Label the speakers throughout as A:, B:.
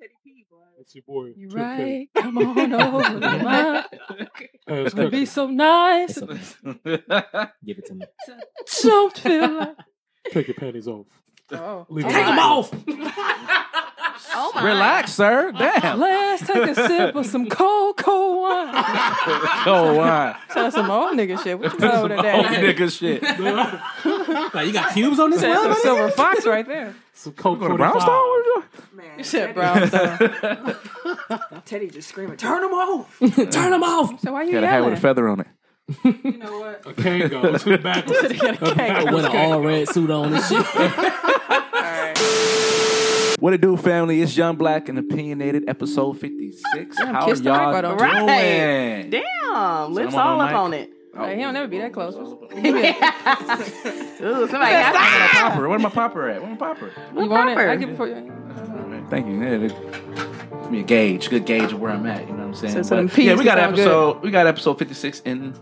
A: Teddy P. But
B: That's your boy.
C: You
B: 2K.
C: right? Come on over, man.
B: Uh, it's
C: It'd be
B: Cookie.
C: so nice.
D: It's okay.
E: Take
D: Give it to me.
C: Don't feel like.
B: Take your panties off.
A: oh,
B: Leave
E: Take 'em off.
A: oh my.
E: Relax, sir.
C: Uh-huh.
E: Damn.
C: Let's take a sip of some cold, cold wine.
E: Go wine.
C: Sounds some old nigga shit. What you
E: This is
C: know
E: my
C: that?
E: old
C: that-
E: nigga shit.
D: Like, you got cubes on this
C: That's
D: one?
C: some silver fox right there.
B: Some coke
E: Go to
B: 45.
E: Brownstone? What you
A: Man,
C: You said
A: Teddy-
C: brownstone.
A: Teddy just screaming, "Turn him off!"
E: doing? Turn them off.
C: So why you
E: Got a hat with
C: yelling?
E: a feather on it.
A: You know what?
B: A Kango. It's the back.
C: Should've got a cake.
D: With an all red suit on and shit.
A: All right.
E: What it do, family? It's Young Black and Opinionated, episode 56. How
C: kiss the
E: y'all
C: mic button.
E: doing?
A: Right. Damn, lips
E: I'm on
A: all
E: my
A: up
E: mic.
A: on it.
E: Oh,
C: Like, he don't never be that close.
A: Ooh, somebody got
E: my popper. Where my popper at? Where my popper? Oh,
C: You want it?
A: proper.
C: I give it for you.
E: Thank you. Yeah, it- give me a gauge, good gauge of where I'm at. You know what I'm saying?
C: So some
E: But,
C: peas
E: yeah, we got
C: sound good.
E: episode. We got episode 56 in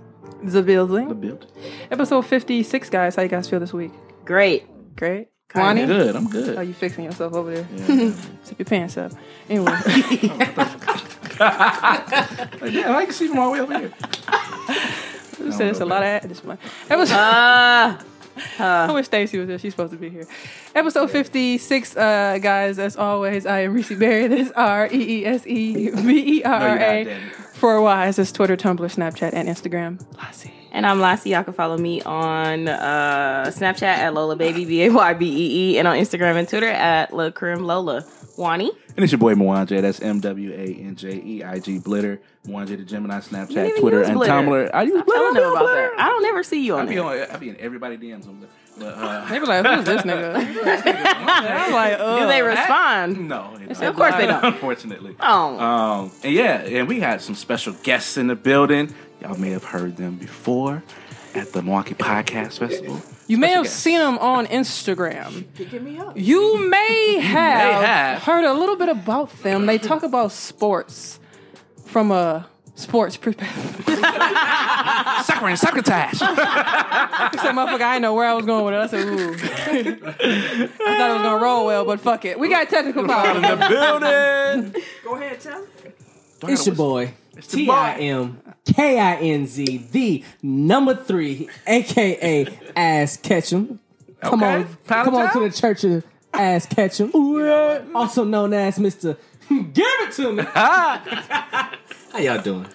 C: The
E: the
C: building.
E: building.
C: Episode 56, guys. How you guys feel this week?
A: great.
C: Great.
E: I'm
C: Wani?
E: good. I'm
C: Oh,
E: good.
C: you fixing yourself over there.
E: Yeah.
C: Zip your pants up. Anyway.
E: Like, yeah, I can see them all the way over here.
C: Who said it's a lot of ad this month? Episode,
A: Uh,
C: I wish Stacy was there. She's supposed to be here. Episode 56, uh, guys. As always, I am Reese Berry. That is R E E S E B E R R
E: No, you're not,
C: A.
E: damn it.
C: For Wise, that's Twitter, Tumblr, Snapchat, and Instagram. Lassie.
A: and I'm Lassie. Y'all can follow me on uh, Snapchat at Lola Baby B A Y B E E, and on Instagram and Twitter at La Krim Lola. Wani,
E: And it's your boy Mwanje. That's M W A N J E I G Blitter. Mwanje the Gemini,
A: didn't
E: Snapchat,
A: even
E: Twitter,
A: use
E: and
A: Blitter.
E: Tumblr. I use
A: tell
E: Blitter.
A: them about that. I don't ever see you
E: I
A: on
E: be
A: there.
E: on. I be in everybody DMs on Blitter. But, uh,
C: They were like, who's this nigga? I'm like, oh.
A: Do they respond?
E: no, you know,
A: Of course they don't.
E: Unfortunately.
A: Oh.
E: Um, and yeah, and we had some special guests in the building. Y'all may have heard them before at the Milwaukee Podcast Festival.
C: You may
E: Special
C: have
E: guest.
C: seen him on Instagram.
A: Give me up.
C: You may have,
E: have.
C: heard a little bit about them. They talk about sports from a sports perspective.
E: Sucker and succotash.
C: Some motherfucker, I didn't know where I was going with it. I said, ooh. I thought it was going to roll well, but fuck it. We got technical
E: in the
C: problems.
E: building.
A: Go ahead, tell.
D: It's your boy.
E: It's your
D: T
E: boy.
D: I M K I N Z, the number three, aka Ass Ketchum. Come
E: Okay.
D: on,
E: Pound
D: come on
E: town.
D: to the church of Ass Ketchum, also known as Mister. Give it to me. How y'all doing?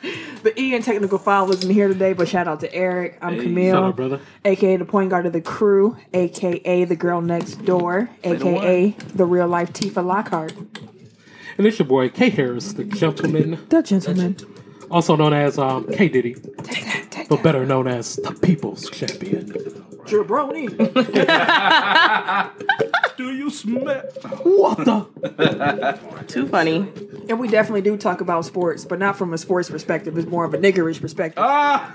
A: The E and technical file wasn't here today, but shout out to Eric. I'm
B: Shut up,
A: Camille,
B: brother.
A: aka the point guard of the crew, aka the girl next door,
E: the one.
A: aka the real life Tifa Lockhart.
B: And it's your boy K Harris, the gentleman,
A: The gentleman.
B: also known as um, K Diddy,
A: Take that, take
B: but
A: that.
B: better known as the People's Champion.
A: Jabroni.
E: Do you smell?
B: What the?
A: Too funny. And we definitely do talk about sports, but not from a sports perspective. It's more of a niggerish perspective.
E: Ah!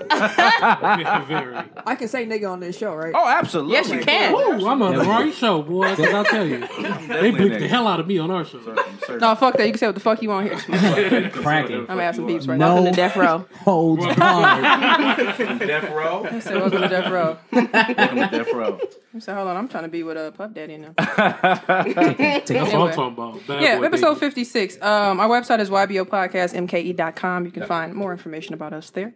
B: Very.
A: I can say nigga on this show, right?
E: oh, absolutely.
A: Yes, you can.
B: Ooh, I'm on the right show, boy. Cause I'll tell you, they
E: Definitely
B: bleeped the
E: nigga.
B: hell out of me on our show.
E: I'm certain.
C: No, fuck that. You can say what the fuck you want here.
D: Cracking.
C: I'm going to have some beeps right now.
D: No.
A: Welcome to Death Row.
D: Holds barred.
E: Death row.
C: I said, welcome to Death Row.
E: Welcome to death row. Uh,
C: I said, hold on. I'm trying to be with a Puff Daddy now.
D: Take
B: That's
D: off.
B: what
C: Anyway.
B: I'm talking about. Bad
C: yeah,
B: boy
C: episode
B: Diddy.
C: 56. Um, our website is ybopodcastmke.com. E You can find more information about us there.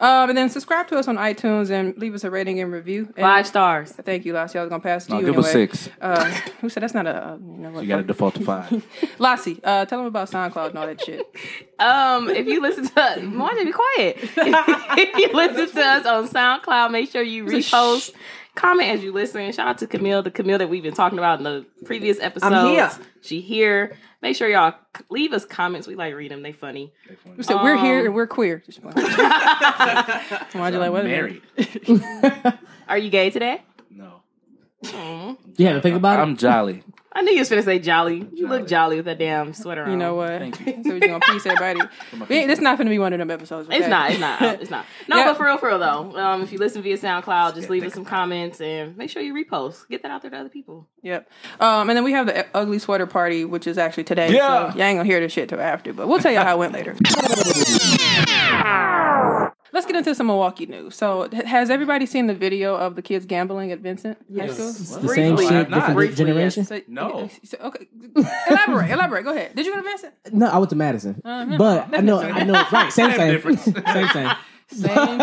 C: Um, and then subscribe to us on iTunes and leave us a rating and review. And
A: Five stars.
C: Thank you, Lassie. I was going to pass it to
E: No,
C: you
E: give
C: anyway.
E: us six.
C: Uh, who said that's not a, uh, you know what?
E: You got to default to five.
C: Lassie, uh, tell them about SoundCloud and all that shit.
F: Um, if you listen to, why don't you be quiet? if you listen to us on SoundCloud, make sure you repost, comment as you listen. Shout out to Camille, the Camille that we've been talking about in the previous episodes.
A: here.
F: She here. Make sure y'all c- leave us comments. We like reading them. They funny.
C: We said we're here
F: Um,
C: and we're queer. Just why you like what?
E: Married.
F: Are you gay today?
E: No.
D: You haven't think about it.
E: I'm jolly.
F: I knew you was gonna say jolly. You look jolly with that damn sweater on.
C: You know what?
E: Oh, Thank you.
C: So we're gonna peace everybody. We, this not gonna be one of them episodes.
F: It's
C: okay?
F: not. It's not. It's not. No,
C: Yeah.
F: but for real, for real though. Um, if you listen via SoundCloud, just leave us some comments and make sure you repost. Get that out there to other people.
C: Yep. Um, and then we have the ugly sweater party, which is actually today.
E: Yeah.
C: So y'all ain't gonna hear this shit till after, but we'll tell y'all how it went later. Let's get into some Milwaukee news. So, h- has everybody seen the video of the kids gambling at Vincent High School?
D: It's the same
E: Briefly,
D: shit,
E: not
D: different
E: briefly,
D: generation.
C: So-
E: No.
C: so- okay. Elaborate. Elaborate. Go ahead. Did you go to Vincent?
D: No, I went to Madison, but I know, I know, right? Same thing,
E: difference.
D: same thing.
C: Same.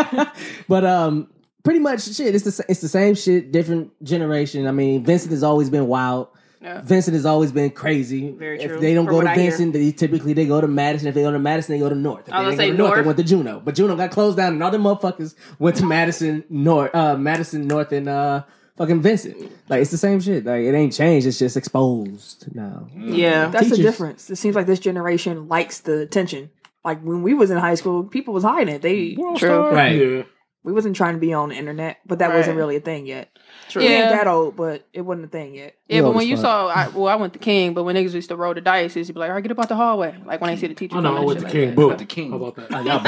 D: But um, pretty much shit. It's the sa- it's the same shit, different generation. I mean, Vincent has always been wild.
C: Yeah.
D: Vincent has always been crazy.
A: Very true,
D: If they don't
A: from
D: go
A: what
D: to
A: I hear.
D: Vincent, they typically they go to Madison. If they go to Madison, they go to North. If
A: I was
D: they didn't
A: gonna say
D: go to North,
A: North.
D: they went to Juno. But Juno got closed down, and all the motherfuckers went to Madison North, uh, Madison North, and uh, fucking Vincent. Like it's the same shit. Like it ain't changed. It's just exposed now.
A: Yeah.
G: That's the
D: Teachers-
G: difference. It seems like this generation likes the attention. Like when we was in high school, people was hiding it. They
E: True.
D: Right.
B: Yeah.
G: we wasn't trying to be on the internet, but that wasn't really a thing yet.
C: True.
G: We ain't
C: Yeah.
G: that old, but it wasn't a thing yet.
C: Yeah,
D: We
C: but
D: old
C: when
D: as
C: you
D: fuck.
C: saw, I, well, I went to King, but when niggas used to roll the dice, you'd be like, all right, get up out the hallway. Like when I see the teacher.
B: I know. I
C: coming
B: went
C: and
B: to
C: shit
B: King
C: like
B: Boo.
E: Went to King.
B: How about that?
D: Y'all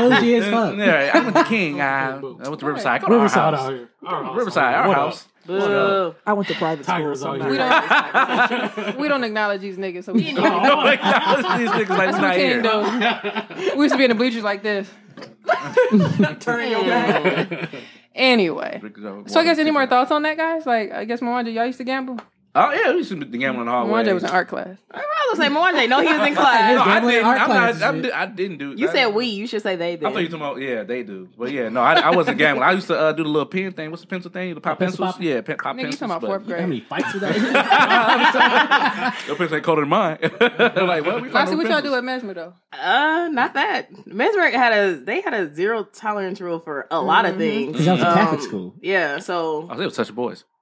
D: bougie, bougie as fuck.
E: Yeah, I went to King. I, I went to Riverside. I go to
B: Riverside out
E: our house.
B: here. Our house.
E: Riverside, our
B: What
E: house.
A: Boo.
G: I went to private school.
B: Tigers
G: So
B: out
G: I'm
B: here.
G: not-
C: that. We don't, we don't acknowledge these niggas. So we,
E: Oh, my God. These niggas like,
C: That's
E: not
C: what
E: here.
C: King do. We used to be in the bleachers like this.
G: Turn your back.
C: Anyway. So I guess any more thoughts on that, guys? Like, I guess Miranda, y'all used to gamble?
E: Oh yeah, we used to the gamble in the hallway.
C: Miranda was in art class.
A: I was gonna say Moanjay. No, he was in
E: No,
A: class.
E: I
D: Gambling in
E: didn't.
D: art
E: I'm
D: class
E: not,
D: and
E: I'm,
D: shit.
E: di- I didn't do.
A: You
E: I-
A: said we. You should say they.
E: I thought you were
A: Then.
E: talking about yeah, they do. But yeah, no, I, I wasn't gambling. I used to uh, do the little pin thing. What's the pencil thing? The pop
D: Pencil
E: pencils?
D: pop?
E: Yeah, pe- pop
C: Nigga, you
E: pencils.
C: talking about
E: but-
C: fourth grade.
D: How many fights with that?
E: Your pencil ain't colder than mine. like what? We
C: I
E: found
C: see
E: no
C: what y'all do
E: pencils.
C: at Mesmer, though.
A: Uh, not that. Mesmer had a. They had a zero tolerance rule for a lot of things.
D: 'Cause that was a Catholic
A: Um,
D: school.
A: Yeah. So.
E: I said it was touch boys.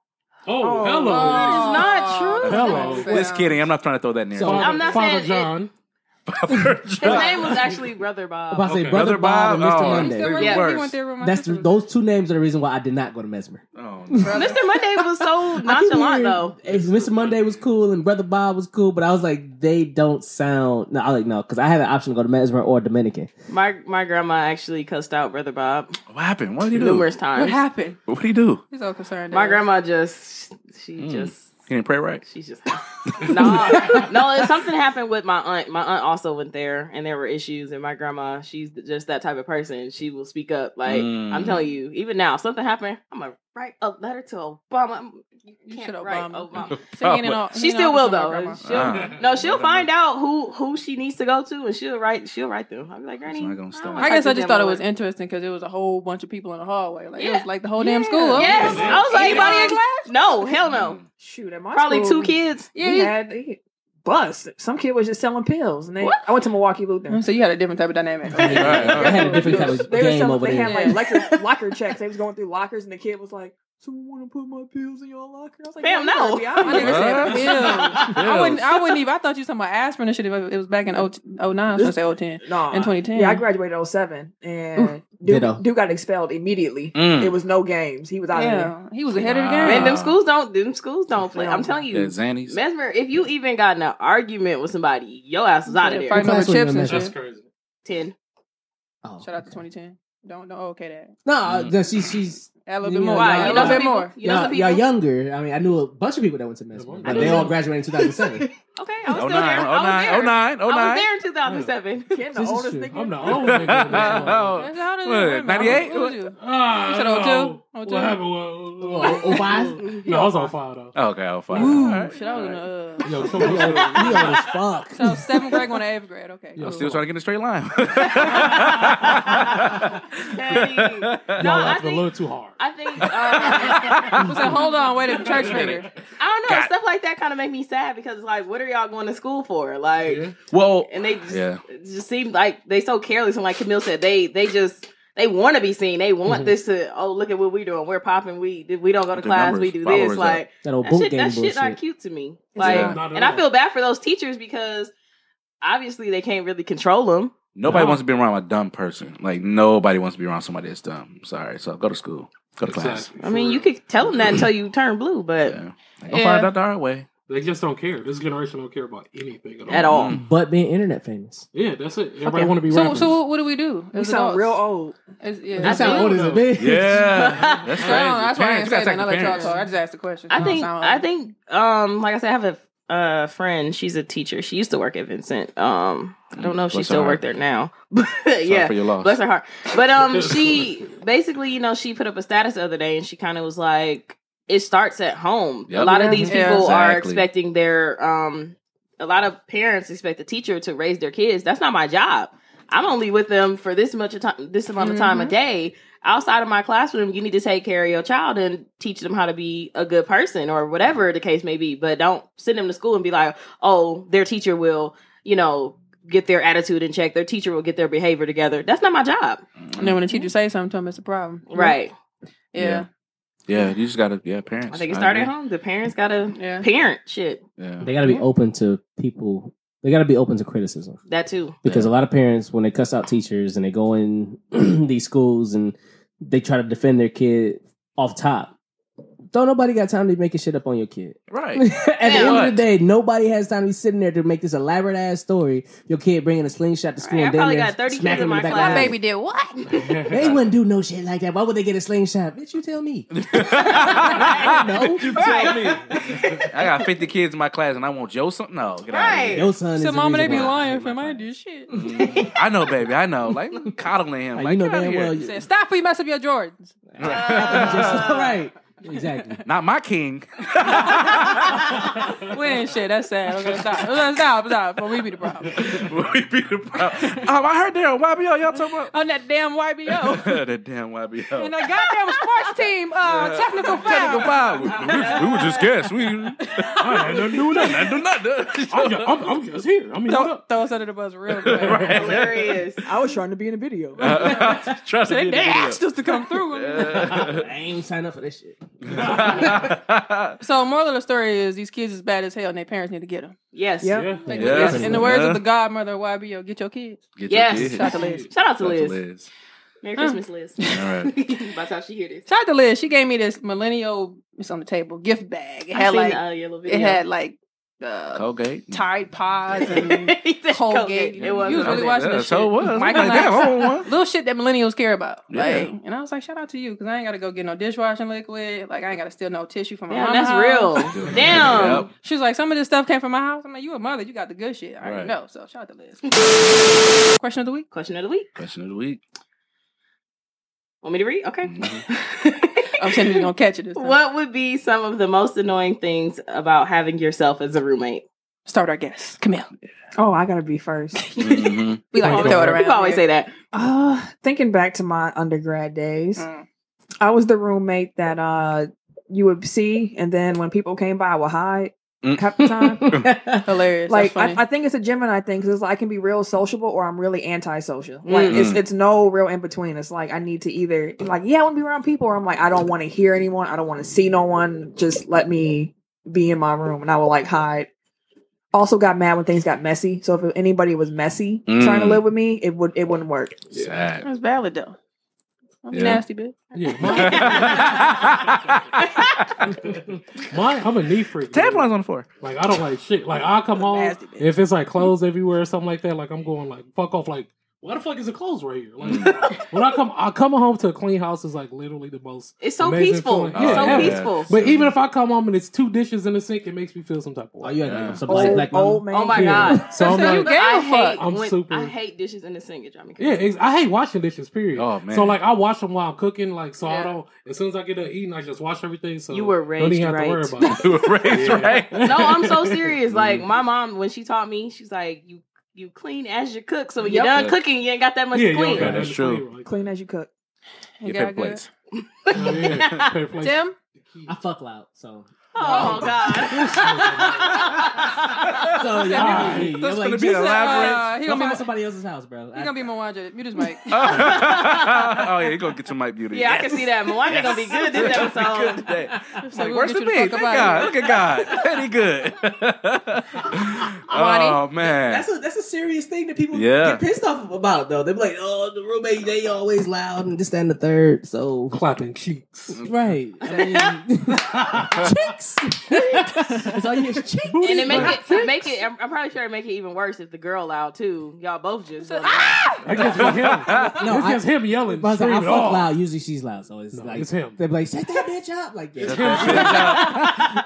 B: Oh, hello.
A: That is not true.
B: Hello.
E: Just kidding. I'm not trying to throw that Oh, in there.
D: So-
A: I'm not
B: Father
A: saying it-
B: John.
A: His name was actually Brother
D: About
A: Bob.
D: to say
B: Okay.
D: brother
E: Brother
D: Bob,
E: Bob, oh,
D: and Mr.
E: Mr.
A: Monday.
C: Still
E: Yeah.
C: yeah.
E: Worse.
C: went there with my
D: That's the,
C: sisters.
D: those two names are the reason why I did not go to Mesmer.
E: Oh, no.
A: Mr. Monday was so nonchalant though.
D: If Mr. Monday was cool and Brother Bob was cool, but I was like, they don't sound. No, I was like no, because I had an option to go to Mesmer or Dominican.
A: My my grandma actually cussed out Brother Bob
E: What happened? What did he do?
A: numerous
C: What
A: times.
C: happened?
E: What did he do?
C: He's all concerned.
A: My
C: Dad.
A: grandma just she just
E: He didn't pray right.
A: she's just no no. if Something happened with my aunt. My aunt also went there, and there were issues. And my grandma, she's just that type of person. She will speak up. Like
E: Mm.
A: I'm telling you, even now, if something happened, I'm gonna write a letter to Obama. I'm- You,
C: You
A: can't
C: should
A: write
C: Obama.
A: Obama.
C: So he ain't in all- he
A: She
C: ain't in
A: still
C: all
A: will
C: concerned
A: though.
C: about
A: She'll,
E: Ah.
A: no, she'll find out who who she needs to go to, and she'll write she'll write them. I'll be like, Granny,
E: not gonna stop.
A: don't
C: I guess I
A: like
C: just
A: this
C: thought it was
A: damn
C: interesting because it was a whole bunch of people in the hallway. Like it
A: Yeah.
C: was like the whole damn school.
A: Yes, I was like,
C: anybody in
A: um,
C: class?
A: No, hell no.
E: Mm.
G: Shoot, at my
A: Probably
G: school,
A: two kids.
C: Yeah,
G: we
C: you-
G: had they- bus. Some kid was just selling pills, and they.
A: What?
G: I went to Milwaukee Lutheran.
C: So you had a different type of dynamic.
E: right, all
D: I had a different kind of
G: They were
D: game
G: selling.
D: over
G: They
D: there.
G: had
C: Yeah.
G: like locker, locker checks. They was going through lockers, and the kid was like, "Someone want to put my pills in your locker?" I was like,
A: Fam,
G: "Yo, you gotta
A: no."
G: be out
C: My
G: here."
C: nigga said
E: What?
C: pills. I wouldn't.
E: Pills.
C: I wouldn't even. I thought you was talking about aspirin and shit. If it was back in 09, so I say 010.
G: Nah.
C: In 2010.
G: Yeah, I graduated 07 and
D: Ditto.
G: Duke, Duke got expelled immediately.
E: Mm.
G: It was no games. He was out of there.
C: Yeah, he was ahead of the
E: Wow.
C: game.
A: Man, them
E: Wow.
A: schools don't them schools don't play. I'm telling
E: Yeah,
A: you,
E: Zannies.
A: Mesmer, if you even got in an argument with somebody, your ass was out of there.
C: Fighting over
D: Class
C: chips and
D: was
B: That's
C: shit.
B: crazy.
A: Ten.
D: Oh,
C: Shout out to 2010. Don't don't okay that.
D: No, uh, she, she's
C: Add a little
D: You
C: bit
D: know
C: more.
D: why?
C: Add
D: You
C: a
D: know
C: little bit
A: some
C: more.
A: people- You know
D: y'all,
A: some
D: y'all
A: people.
D: younger. I mean, I knew a bunch of people that went to Mesmer,
B: I
D: but
B: do
D: they all
A: too.
D: graduated in 2007.
A: Okay, I was
E: Oh
A: still there.
E: nine, oh
A: I was
E: nine,
A: there.
E: oh nine, oh
A: I was
E: nine.
A: there in 2007.
G: Ken, the
D: This is
G: oldest
D: true.
G: nigga.
B: I'm the old nigga. in this one.
E: Oh.
C: That's how it is.
E: What,
C: Wait a minute.
E: 98?
C: What was you?
B: Ah,
C: You said
B: no.
C: 02?
B: What
C: 02?
B: happened? Well,
D: Oh, oh, five?
B: No, I was on fire though.
E: Okay, I'll find.
D: Ooh.
E: All right.
C: Shit, I was in the, uh,
B: Yo, come on.
D: You old as fuck.
C: so seventh grade going to eighth grade. Okay.
E: I'm
B: Yo.
E: still trying to get in a straight line.
A: Hey.
B: Y'all
A: I
B: laughing a
A: think-
B: little too hard.
A: I think um, I
C: I was like, hold on, wait a minute, church finger.
A: don't know.
E: Got it.
A: Stuff like that kind of make me sad because it's like, what are y'all going to school for? Like,
B: Yeah.
E: well,
A: and they just,
E: Yeah.
A: it just seem like they so careless. And like Camille said, they they just they want to be seen. They want this to oh look at what we doing. We're popping. We we don't go
E: Mm-hmm. The
A: to class.
E: numbers,
A: we do
E: followers
A: this. Like
D: That old
A: that
D: boot
A: shit,
D: game
A: that shit
D: bullshit.
A: not cute to me. Like,
E: Yeah.
B: Not at
A: and I
B: all.
A: feel bad for those teachers because obviously they can't really control them.
E: Nobody
B: No.
E: wants to be around a dumb person. Like nobody wants to be around somebody that's dumb. Sorry. So go to school. Go to class.
B: Exactly.
A: I mean, you could tell them that until you turn blue, but
E: Yeah. Like, go
C: Yeah.
E: find out the hard way.
B: They just don't care. This generation don't care about anything at all.
A: at all.
E: Mm.
D: But being internet famous.
B: Yeah, that's it. Everybody want to be
C: So,
B: rappers.
C: so what do we do?
G: We sound real old.
C: As, yeah.
D: That sound
A: do.
D: old as a bitch.
C: I
E: Yeah. that's
C: don't know, that's
E: crazy.
C: why I
E: Parents,
C: didn't
E: you
C: say that.
E: gotta talk to
C: I let y'all
E: parents.
C: talk. I just asked the question.
A: I
C: don't
A: think
C: sound-
A: I think um like I said, I have a uh friend, she's a teacher. She used to work at Vincent. Um I don't know if she
E: Bless
A: still
E: her
A: works there now. But yeah.
E: for your loss.
A: Bless her heart. But um she basically, you know, she put up a status the other day and she kind of was like it starts at home. A
E: Yep.
A: lot of
G: Yeah.
A: these people
C: Yeah.
A: are
E: Exactly.
A: expecting their um a lot of parents expect the teacher to raise their kids. That's not my job. I'm only with them for this much of time, this amount of time a day. Outside of my classroom, you need to take care of your child and teach them how to be a good person or whatever the case may be. But don't send them to school and be like, oh, their teacher will, you know, get their attitude in check. Their teacher will get their behavior together. That's not my job,
E: Mm.
C: And then when the teacher says something to him, it's a problem.
A: right?
C: Yeah.
E: Yeah, you just gotta. Yeah, parents.
A: I think it started at
E: agree.
A: home. The parents gotta
C: Yeah.
A: parent shit.
E: Yeah.
D: They got to be
A: Uh-huh.
D: open to people. They got to be open to criticism
A: That too.
D: because a lot of parents, when they cuss out teachers and they go in these schools and they try to defend their kid off top, don't nobody got time to be making shit up on your kid.
E: Right.
D: At the end of
E: What?
D: the day, nobody has time to be sitting there to make this elaborate ass story. Your kid bringing a slingshot to school
A: Right, I
D: and damn
A: probably
D: near
A: got 30 kids
D: smacking
A: in
D: him
A: my
D: the back
A: class.
D: of the
A: My
D: head.
C: Baby did what?
D: They wouldn't do no shit like that. Why would they get a slingshot? Bitch, you tell me. I don't know.
E: I got 50 kids in my class and I want Joe something? No, get out of here.
D: Your son
C: So
D: is
C: mama,
D: the
C: they
D: reason
C: be
D: why.
C: lying for him. I didn't do shit.
E: I know, baby. I know. Like, look, coddling him.
D: Like,
E: Like,
D: you know
E: get outta
D: damn
E: here.
D: well.
C: Said,
D: You,
C: Stop before you mess up your Jordans.
D: just, right. Exactly.
E: Not my king.
C: We ain't shit. That's sad. Okay, stop. Stop, Stop. Stop. But we be the problem.
E: we be the problem. Um, I heard there on YBO, y'all talking about.
C: On that damn YBO.
E: that damn YBO.
C: And that goddamn sports team, uh, technical foul.
E: Technical foul. We, we, we were just guests. We I had nothing to do with that. I do nothing.
D: Oh,
B: I'm, ju- I'm, I'm just here. I mean, hold
C: Throw,
B: up.
C: throw us under the bus real quick.
A: Hilarious.
G: I was trying to be in a video.
E: Trust me.
C: They, they asked us to come through.
D: I ain't sign up for this shit.
C: So, moral of the story is these kids is bad as hell, and their parents need to get them.
A: Yes.
G: Yep.
B: Yeah.
C: Like,
E: Yeah.
C: In the words
E: Yeah.
C: of the godmother of YBO, get your kids.
E: Get your
A: Yes.
E: kids.
A: Shout out to Liz. Shout out to
E: Shout out to
A: Liz.
E: Liz.
A: Merry Christmas, Liz.
E: All right.
A: By the time she hear this.
C: Shout out to Liz. She gave me this millennial. It's on the table gift bag. It
A: I
C: had
A: seen
C: like
A: uh, your little
C: it
A: video.
C: had like uh,
E: Colgate.
C: Tide Pods and
A: He said
C: Colgate.
A: It was.
C: You was
E: Yeah,
C: really
E: I
C: watching
E: think-
C: this
E: So
C: shit.
E: it
C: Michael
E: was. Like, damn,
C: Jackson.
E: I want one.
C: little shit that millennials care about. Like,
E: Yeah.
C: and I was like, shout out to you because I ain't got to go get no dishwashing liquid. Like, I ain't got to steal no tissue from my
A: Damn,
C: mama.
A: that's
C: house.
A: real. Damn.
E: Yep.
C: She was like, some of this stuff came from my house. I'm like, you a mother, you got the good shit. I already
E: Right.
C: know. So shout out to Liz. Question of the week.
A: Question of the week.
E: Question of the week.
A: Want me to read? Okay.
E: Mm-hmm.
C: I'm saying you're gonna catch it this time.
A: what would be some of the most annoying things about having yourself as a roommate?
C: Start our guest. Camille.
G: Oh, I gotta be first.
E: Mhm.
C: We like to throw it around.
A: People always say
C: here.
A: that.
G: Uh, thinking back to my undergrad days,
C: Mm.
G: I was the roommate that uh you would see, and then when people came by, I would hide
E: Mm.
G: half the time.
C: Hilarious. Like,
G: like
C: funny.
G: I, I think it's a Gemini thing because like, I can be real sociable or I'm really antisocial. Like it's
E: Mm.
G: it's no real in between. It's like I need to either like yeah I want to be around people or I'm like I don't want to hear anyone. I don't want to see no one. Just let me be in my room and I will like hide. Also got mad when things got messy. So if anybody was messy
E: Mm.
G: trying to live with me, it would it wouldn't work.
E: Sad.
C: That's valid though. I'm
E: Yeah.
C: nasty bitch.
B: Yeah. Mine, mine, I'm a knee freak. dude.
E: Teflon's on the floor.
B: Like, I don't like shit. Like, I'll come home.
C: Nasty bitch.
B: If it's like clothes everywhere or something like that, like, I'm going, like, fuck off. Like, why the fuck is the clothes right here? Like, when I come, I come home to a clean house is like literally the most.
A: It's so
B: Amazing
A: peaceful.
B: feeling.
A: it's
B: Yeah,
A: so
B: yeah.
A: peaceful.
B: But even if I come home and it's two dishes in the sink, it makes me feel some type of
D: Why
B: way.
D: you acting like I'm some
G: Old,
D: black
G: old
D: mama?
G: man.
A: Oh my
B: Yeah.
A: god.
B: So I'm
C: So you
B: like,
C: gave a
A: I hate
C: fuck.
B: I'm
A: when-
B: super-
A: I hate dishes in the sink. It drives me
B: Yeah,
A: crazy.
B: ex- I hate washing dishes. Period.
E: Oh, man.
B: So like, I wash them while I'm cooking. Like, so
A: Yeah.
B: I don't. As soon as I get done eating, I just wash everything. So
A: You were
B: don't
A: raised
B: even have to worry
A: right.
B: about it.
E: You were raised right.
A: No, I'm so serious. Like my mom, when she taught me, she's like, "You you clean as you cook. So when you're
E: Yep.
A: done cooking, you ain't got that much
B: yeah,
A: to clean."
B: you don't got
E: Yeah, that's
B: nothing to
E: true.
B: clean, like-
G: Clean as you cook.
C: You
E: Your
C: got
E: favorite
C: good.
E: place.
B: Oh, yeah, paper plates.
C: Tim,
D: I fuck loud, so.
A: Oh God.
D: So, y'all
B: Alright.
D: need-
E: That's
D: I'm like,
E: gonna be
D: just-
E: elaborate.
C: uh, he gonna
D: Go
C: be
D: find
C: Mo-
D: somebody else's house, bro.
C: he gonna be Mwanja. Mute his mic.
E: oh uh, yeah, you gonna get your Mike Beauty.
A: yeah, I can see that. Moana gonna be good this
E: Yes. Good
A: episode.
E: today. I'm
C: So
E: like,
C: we'll
E: where's
C: get
E: the
C: you the
E: beat? Thank
C: fuck up
E: God. Look at God. Pretty good. oh man.
D: That's a, that's a serious thing that people
E: Yeah.
D: get pissed off about, though. They're like, "Oh, the roommate, they always loud and this that, and the third. So
B: clapping cheeks.
D: right, I mean, chicks. That's all you hear is chicks.
F: And it make it, it make it. I'm, I'm probably sure it make it even worse if the girl out too. Y'all both just go,
B: I guess with him.
D: No,
B: it's
D: I,
B: just him yelling.
D: but I was like, I
B: screaming,
D: fuck
B: "Oh."
D: loud. Usually she's loud, so it's
B: No,
D: like
B: it's him.
D: They're like, shut that bitch up. Like, yeah.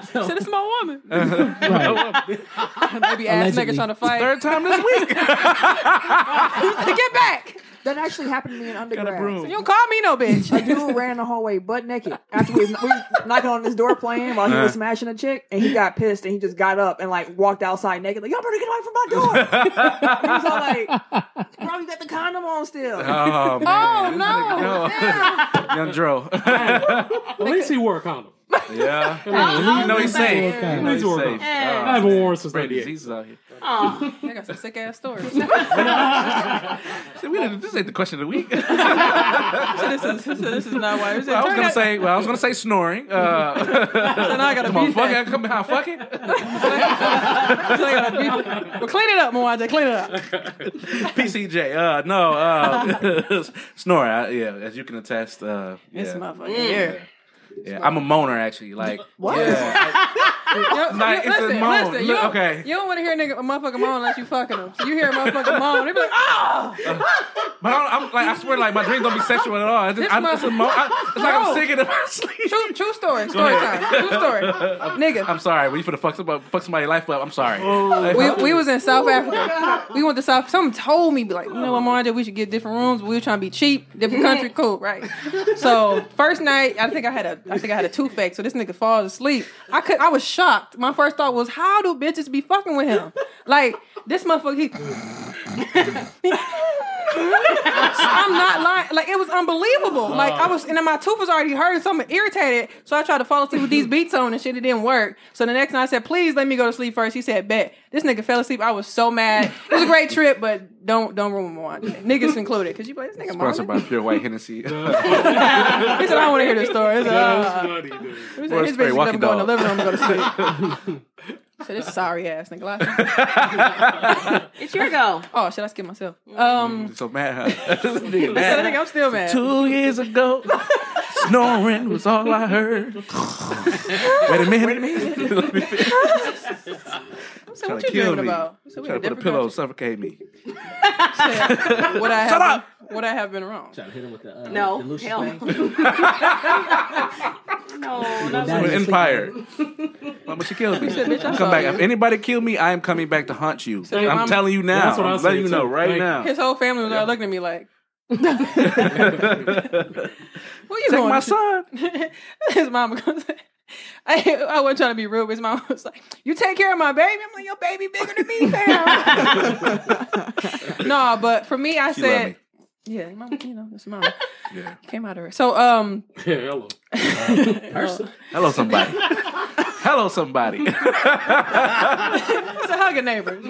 C: Said it's my woman.
D: Right.
C: Maybe ass
D: Allegedly.
C: niggas trying to fight.
E: Third time this week.
C: Get back!
G: That actually happened to me in undergrad.
C: You don't call me no bitch.
G: A dude ran the hallway butt naked after we was, we was knocking on his door playing while he was smashing a chick, and he got pissed and he just got up and like walked outside naked. Like y'all better get away from my door. he was all like, "Bro, you got the condom on still."
E: Oh, man.
C: no.
E: no. Young Dro.
B: At least he wore a condom.
E: yeah. You know he's safe.
D: Okay.
E: You know he's
B: He's
E: safe. Uh,
B: working. I haven't worn since
E: Brady
B: 98.
E: diseases out here.
C: I got some sick ass stories.
E: See, we didn't- this ain't the question of the week.
C: this, is, this is not why. This is-
E: I
C: turn
E: was gonna
C: that-
E: say, well, I was gonna say snoring. Uh,
C: So now I gotta
E: come on,
C: beat
E: fuck
C: that.
E: it, come on, fuck it.
C: So I gotta beat- Well, clean it up, Mwanje. Clean it up.
E: PCJ, uh, no, uh, snoring. I, yeah, as you can attest, uh, yeah,
C: This motherfucker here.
E: yeah. I'm a moaner actually. Like, what? Yeah,
C: Yo,
E: Like,
C: yo,
E: it's a
C: listen,
E: moan.
C: listen. You
E: Look,
C: don't,
E: okay.
C: you don't want to hear a nigga a motherfucker moan unless you fucking them. So you hear a motherfucker moan, they be like, ah,
E: but I don't, I'm like, I swear, like my dreams don't be sexual at all. It's, just,
C: This
E: I'm, it's, a mo- I, it's like I'm
C: Bro.
E: singing in my sleep.
C: true, true story, story
E: ahead.
C: time, true story, nigga.
E: I'm sorry. When you for the fuck somebody, fuck somebody's life up, I'm sorry.
C: we, we was in South Africa. We went to South. Someone told me, be like, you know what, Marja, we should get different rooms. We were trying to be cheap, different country, cool, right? So first night, I think I had a, I think I had a toothache. So this nigga falls asleep. I could, I was shocked. My first thought was, how do bitches be fucking with him? Like this motherfucker, he. I'm not lying. Like it was unbelievable. Like I was, and then my tooth was already hurting, so I'm irritated. So I tried to fall asleep with these beats on and shit. It didn't work. So the next night I said, "Please let me go to sleep first. He said, "Bet." This nigga fell asleep. I was so mad. It was a great trip, but don't don't ruin my watch. Niggas included, because you play this nigga.
E: Sponsored by
C: Marvin.
E: Pure White
C: He
E: Hennessy.
C: said, "I want to hear this story." It's, uh,
B: Bloody dude.
C: he said,
E: Worst
C: his
E: spray,
C: bitch never
E: walking
C: go in the
E: dog.
C: living room to go to sleep. I said, "This sorry ass nigga." lie."
F: it's your go.
C: Oh shit, I skipped myself.
E: Mm.
C: Um,
E: so mad. Huh? This nigga
C: so I
E: mad.
C: think I'm still mad.
E: Two years ago, snoring was all I heard. Wait a minute. Wait a minute. Let me finish.
C: So what
E: to
C: you
E: kill
C: dreaming
E: me.
C: about? So we in
E: Try to put a
C: different
E: pillow, suffocate me.
C: said, would I have
E: Shut
C: been,
E: up!
C: Would I have been wrong?
D: Try to hit him with the, uh,
F: No,
D: the Lucius
F: hell
D: thing.
F: No, no.
D: Daddy,
E: We're
D: sleep.
E: Empire. Mama, she killed me.
C: I
E: Come
C: saw
E: back.
C: you.
E: If anybody kill me, I am coming back to haunt you.
C: So
E: I'm
C: mama-
E: telling you now.
B: That's what I
E: I'm
B: said
E: letting you know
B: too.
E: right
B: Like-
E: now.
C: His whole family was all looking at me like, "Where you
E: Take
C: going?"
E: my
C: to?"
E: son.
C: his mama goes. I, I wasn't trying to be rude, but his mom was like, "You take care of my baby." I'm like, "Your baby bigger than me, fam." no, but for me, I
E: She love me.
C: said, "Yeah, mama, you know, it's mom."
E: Yeah.
C: Came out of her. So, um, uh,
B: Yeah, hello.
E: Hello, somebody. Hello, somebody.
C: It's a hug a neighbor.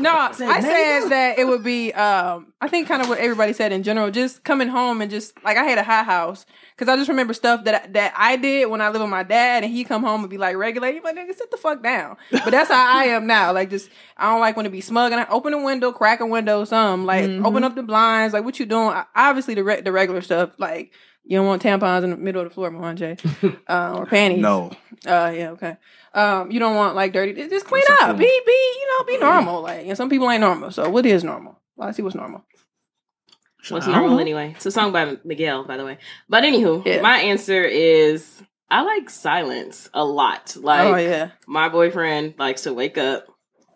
C: no, I said that it would be. Um, I think kind of what everybody said in general. Just coming home and just like I had a high house because I just remember stuff that that I did when I lived with my dad, and he come home and be like regulate. Like nigga, sit the fuck down. But that's how I am now. Like just I don't like want to be smug, and I open a window, crack a window, some like open up the blinds. Like what you doing? I, obviously the re- the regular stuff. Like you don't want tampons in the middle of the floor, Mohan J, uh, or panties.
E: No.
C: Uh yeah, okay. Um, you don't want like dirty. Just clean up. Be be you know be normal. Like and some people ain't normal. So what is normal? Well, I see what's normal.
F: What's normal anyway? It's a song by Miguel, by the way. But anywho,
C: Yeah.
F: my answer is I like silence a lot. Like
C: oh yeah,
F: my boyfriend likes to wake up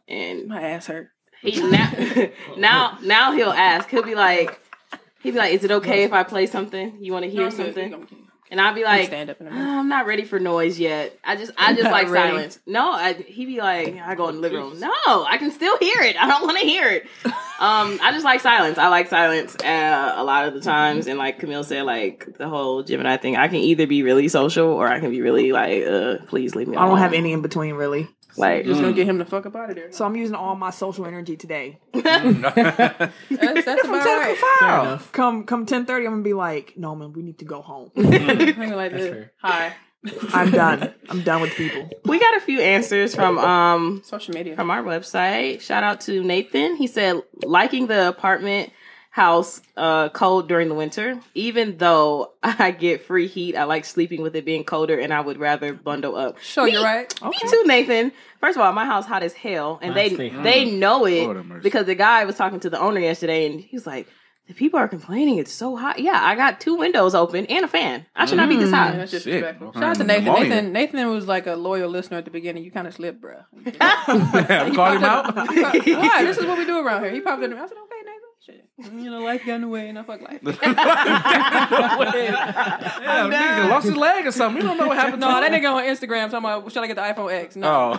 F: and
C: my ass hurt.
F: he now now now he'll ask. He'll be like he'll be like, Is it okay if I play something? You wanna hear something? And I'll be like
C: stand up in a minute.
F: "Uh, I'm not ready for noise yet. I just, I just
C: Not
F: like
C: ready.
F: silence. No, I, he be like, I go in the living room. No, I can still hear it. I don't want to hear it. Um, I just like silence. I like silence uh, a lot of the times. And like Camille said, like the whole Gemini thing. I can either be really social or I can be really like, uh, please leave me.
G: I don't
F: alone.
G: have any in between really,
F: like.
C: Just gonna get him the fuck up out of there.
G: so I'm using all my social energy today.
C: That's, that's about right.
G: Come come ten thirty, I'm gonna be like, no man, we need to go home.
C: Hang like this.
D: fair.
C: Hi.
G: I'm done. I'm done with people.
A: We got a few answers from um
C: Social media.
A: from our website. Shout out to Nathan. He said liking the apartment house uh cold during the winter. Even though I get free heat, I like sleeping with it being colder and I would rather bundle up.
C: Sure,
A: Me-
C: you're right.
A: Me too, Nathan. First of all, my house hot as hell and
D: Mine
A: they
D: stay hot.
A: they know it
E: Lord have mercy.
A: because the guy was talking to the owner yesterday and he's like the people are complaining it's so hot. Yeah, I got two windows open and a fan. I should not be
D: Mm.
A: this
C: Yeah,
A: hot.
C: that's just
E: Shit.
C: respectful.
E: Okay.
C: Shout out to Nathan.
E: Pneumonia.
C: Nathan. Nathan was like a loyal listener at the beginning. You kind of slipped, bruh.
E: I called him out.
C: Why? This is what we do around here. He popped in. I said, okay, Nathan. Shit. You know, life got in the way, and I fuck life.
E: Yeah, nigga lost his leg or something. We don't know what happened.
C: no,
E: to
C: that
E: him.
C: nigga on Instagram talking about, should I get the iPhone X? No.
E: Oh,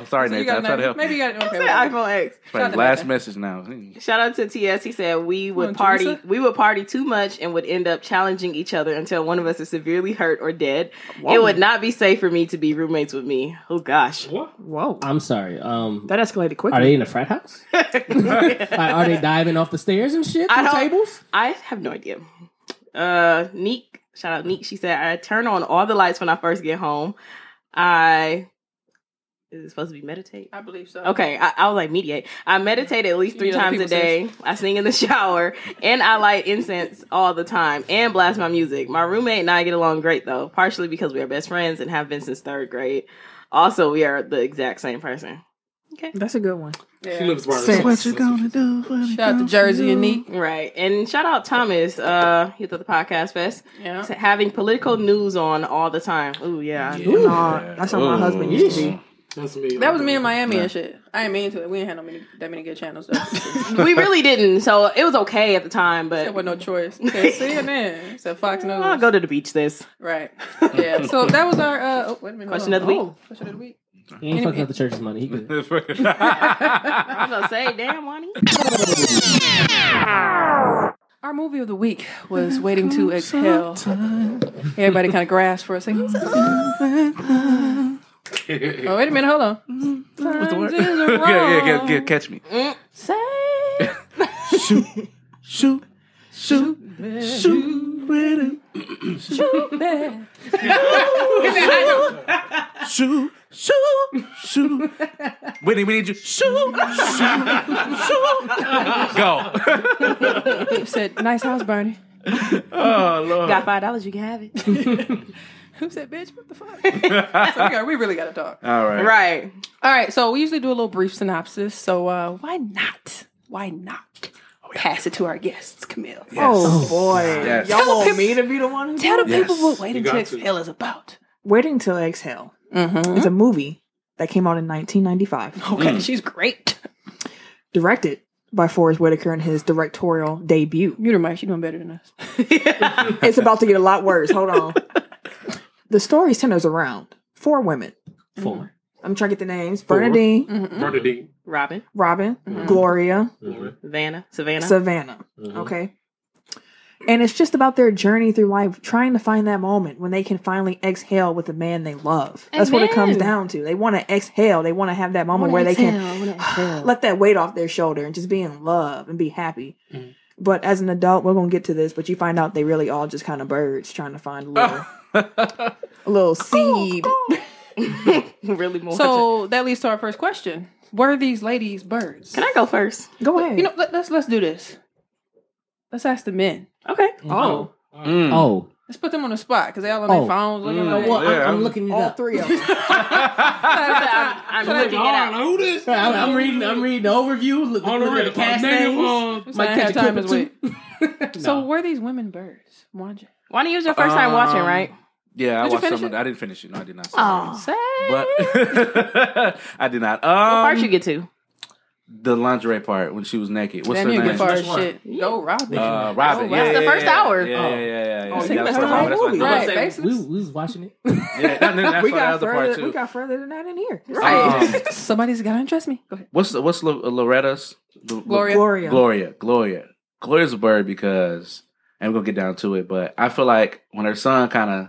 E: oh, sorry,
C: So you
E: Nathan.
C: got
E: I tried to
C: another-
E: help.
C: Maybe you got it. Okay, whatever.
A: iPhone X.
E: Right,
C: to
E: last
C: Nathan.
E: message now. Hmm.
A: Shout out to TS. He said we would
C: on,
A: party.
C: Teresa.
A: We would party too much and would end up challenging each other until one of us is severely hurt or dead. It would not be safe for me to be roommates with me. Oh gosh.
B: What?
G: Whoa,
D: I'm sorry. Um,
G: that escalated
D: are
G: quickly.
D: they in a frat house? like, are they diving off the stairs and shit?
A: I
D: Through
A: don't-
D: tables?
A: I have no idea. Uh, Neek. Shout out Neek. She said I turn on all the lights when I first get home. I is it supposed to be meditate?
C: I believe so.
A: Okay, I, I was like mediate. I meditate at least three
C: You know,
A: times a
C: people
A: day. I sing in the shower, and I light incense all the time, and blast my music. My roommate and I get along great though, partially because we are best friends and have been since third grade. Also, we are the exact same person.
G: That's a good one.
B: She
C: Yeah.
B: lives by
G: Sense.
B: herself.
G: What
B: you gonna do?
C: Shout out to Jersey and Neat.
A: Right. And shout out Thomas, uh, he thought the podcast fest,
C: Yeah.
A: to having political news on all the time. Ooh, yeah.
G: Nah, that's how my husband used to be.
B: That's me.
C: That was me in Miami and shit. I ain't mean to it. We ain't had no many, that many good channels though. there
A: we really didn't, so it was okay at the time, but
C: was no choice. Said CNN, said Fox News.
A: I'll go to the beach this.
C: Right. Yeah. So that was our uh, oh, wait a minute, hold
A: Question
C: on.
A: of the week.
C: Oh, question of the week.
D: He ain't fucking up the church's money. He good.
A: I'm gonna say, damn, Wani.
C: Our movie of the week was Waiting to Exhale. Everybody kind of grasped for a second. Oh, wait a minute, hold on.
E: What's the word?
C: Times is wrong.
E: yeah, yeah, yeah, yeah, catch me.
C: Say
E: Shoot, shoot, shoot, shoot, with it.
C: that.
E: shoot, shoot, shoot. Whitney, we need you. Shoot, shoot, shoot. Go.
C: You said, nice house, Bernie.
E: Oh Lord.
A: Got five dollars, you can have it.
C: Who said, bitch, what the fuck? It's like, okay, we really got to talk.
E: All right.
A: right.
C: All right, so we usually do a little brief synopsis. So uh, why not? Why not pass it to our guests, Camille?
G: Oh boy,
E: Yes.
G: y'all want me to be the one who
C: Tell the
E: Yes.
C: people what Waiting
B: You
C: to
B: got
C: Exhale is about.
G: waiting till exhale.
C: Mm-hmm.
G: It's a movie that came out in 1995,
C: Okay, she's great.
G: directed by Forrest Whitaker in his directorial debut.
C: Mute her, Mike. She's doing better than us.
G: it's about to get a lot worse. Hold on. The story centers around four women.
D: Four.
G: I'm trying to get the names: Bernadine,
B: Mm-hmm. Bernadine.
A: Robin,
G: Robin,
C: Mm-hmm.
G: Gloria,
B: Lauren.
A: Vanna, Savannah.
G: Savannah.
B: Mm-hmm.
G: Okay. And it's just about their journey through life, trying to find that moment when they can finally exhale with the man they love. That's what it comes
A: Amen.
G: down to. They want to exhale. They want to have that moment where they can let that weight off their shoulder and just be in love and be happy. But as an adult, we're gonna get to this. But you find out they really all just kind of birds trying to find a little, a little seed.
A: really more.
C: So that leads to our first question: Were these ladies birds?
A: can I go first?
G: Go ahead.
C: You know, let, let's let's do this. Let's ask the men.
A: Okay.
G: oh,
E: Mm.
D: Oh.
C: Let's put them on the spot because they all on their
D: Oh.
C: phones looking
E: Mm.
C: like.
E: Well,
D: I'm-
E: Yeah,
D: I'm,
E: I'm-
D: looking it
G: all
D: up.
G: three of them.
A: I'm, I'm looking it out.
B: who this?
D: I- I'm, reading. I'm reading the overview. Look,
B: On the
D: look
B: real.
D: at the cast
B: Native,
D: names.
B: uh,
C: Just
D: Might
C: saying,
D: catch a
C: half time
D: clip
C: is
D: or two.
C: So were these women birds? Wanja.
A: Why don't you use your first time watching,
E: Um,
A: right?
E: Yeah, I
C: Did you
E: watched
C: finish
E: some. Of,
C: it?
E: I didn't finish it. No, I did not. see
A: Oh,
E: it. but I did not. Um,
A: what part you get to?
E: the lingerie part when she was naked. What's
C: Damn, you
E: her
C: get
E: name?
C: far
E: Uh,
C: as shit. Go Robin.
E: Robin.
C: Go
E: yeah,
A: That's
E: yeah,
A: the first
E: yeah,
A: hour.
E: Yeah, yeah, yeah.
D: Oh,
E: yeah, yeah.
D: you
E: That's
D: missed the
E: what I-
D: whole
E: that's what I
G: movie.
E: thought.
C: Right,
D: We,
A: Say-
C: faces.
D: we was watching it.
E: Yeah, that- that's
G: We
E: what-
G: got
E: that was the part
G: further.
E: too.
G: We got further than that in here.
E: Um,
C: Somebody's gotta undress me. Go ahead.
E: what's the, what's Lo- Loretta's Lo-
C: Gloria.
G: Gloria.
E: Gloria, Gloria, Gloria's a bird because, and we're gonna get down to it. But I feel like when her son kind of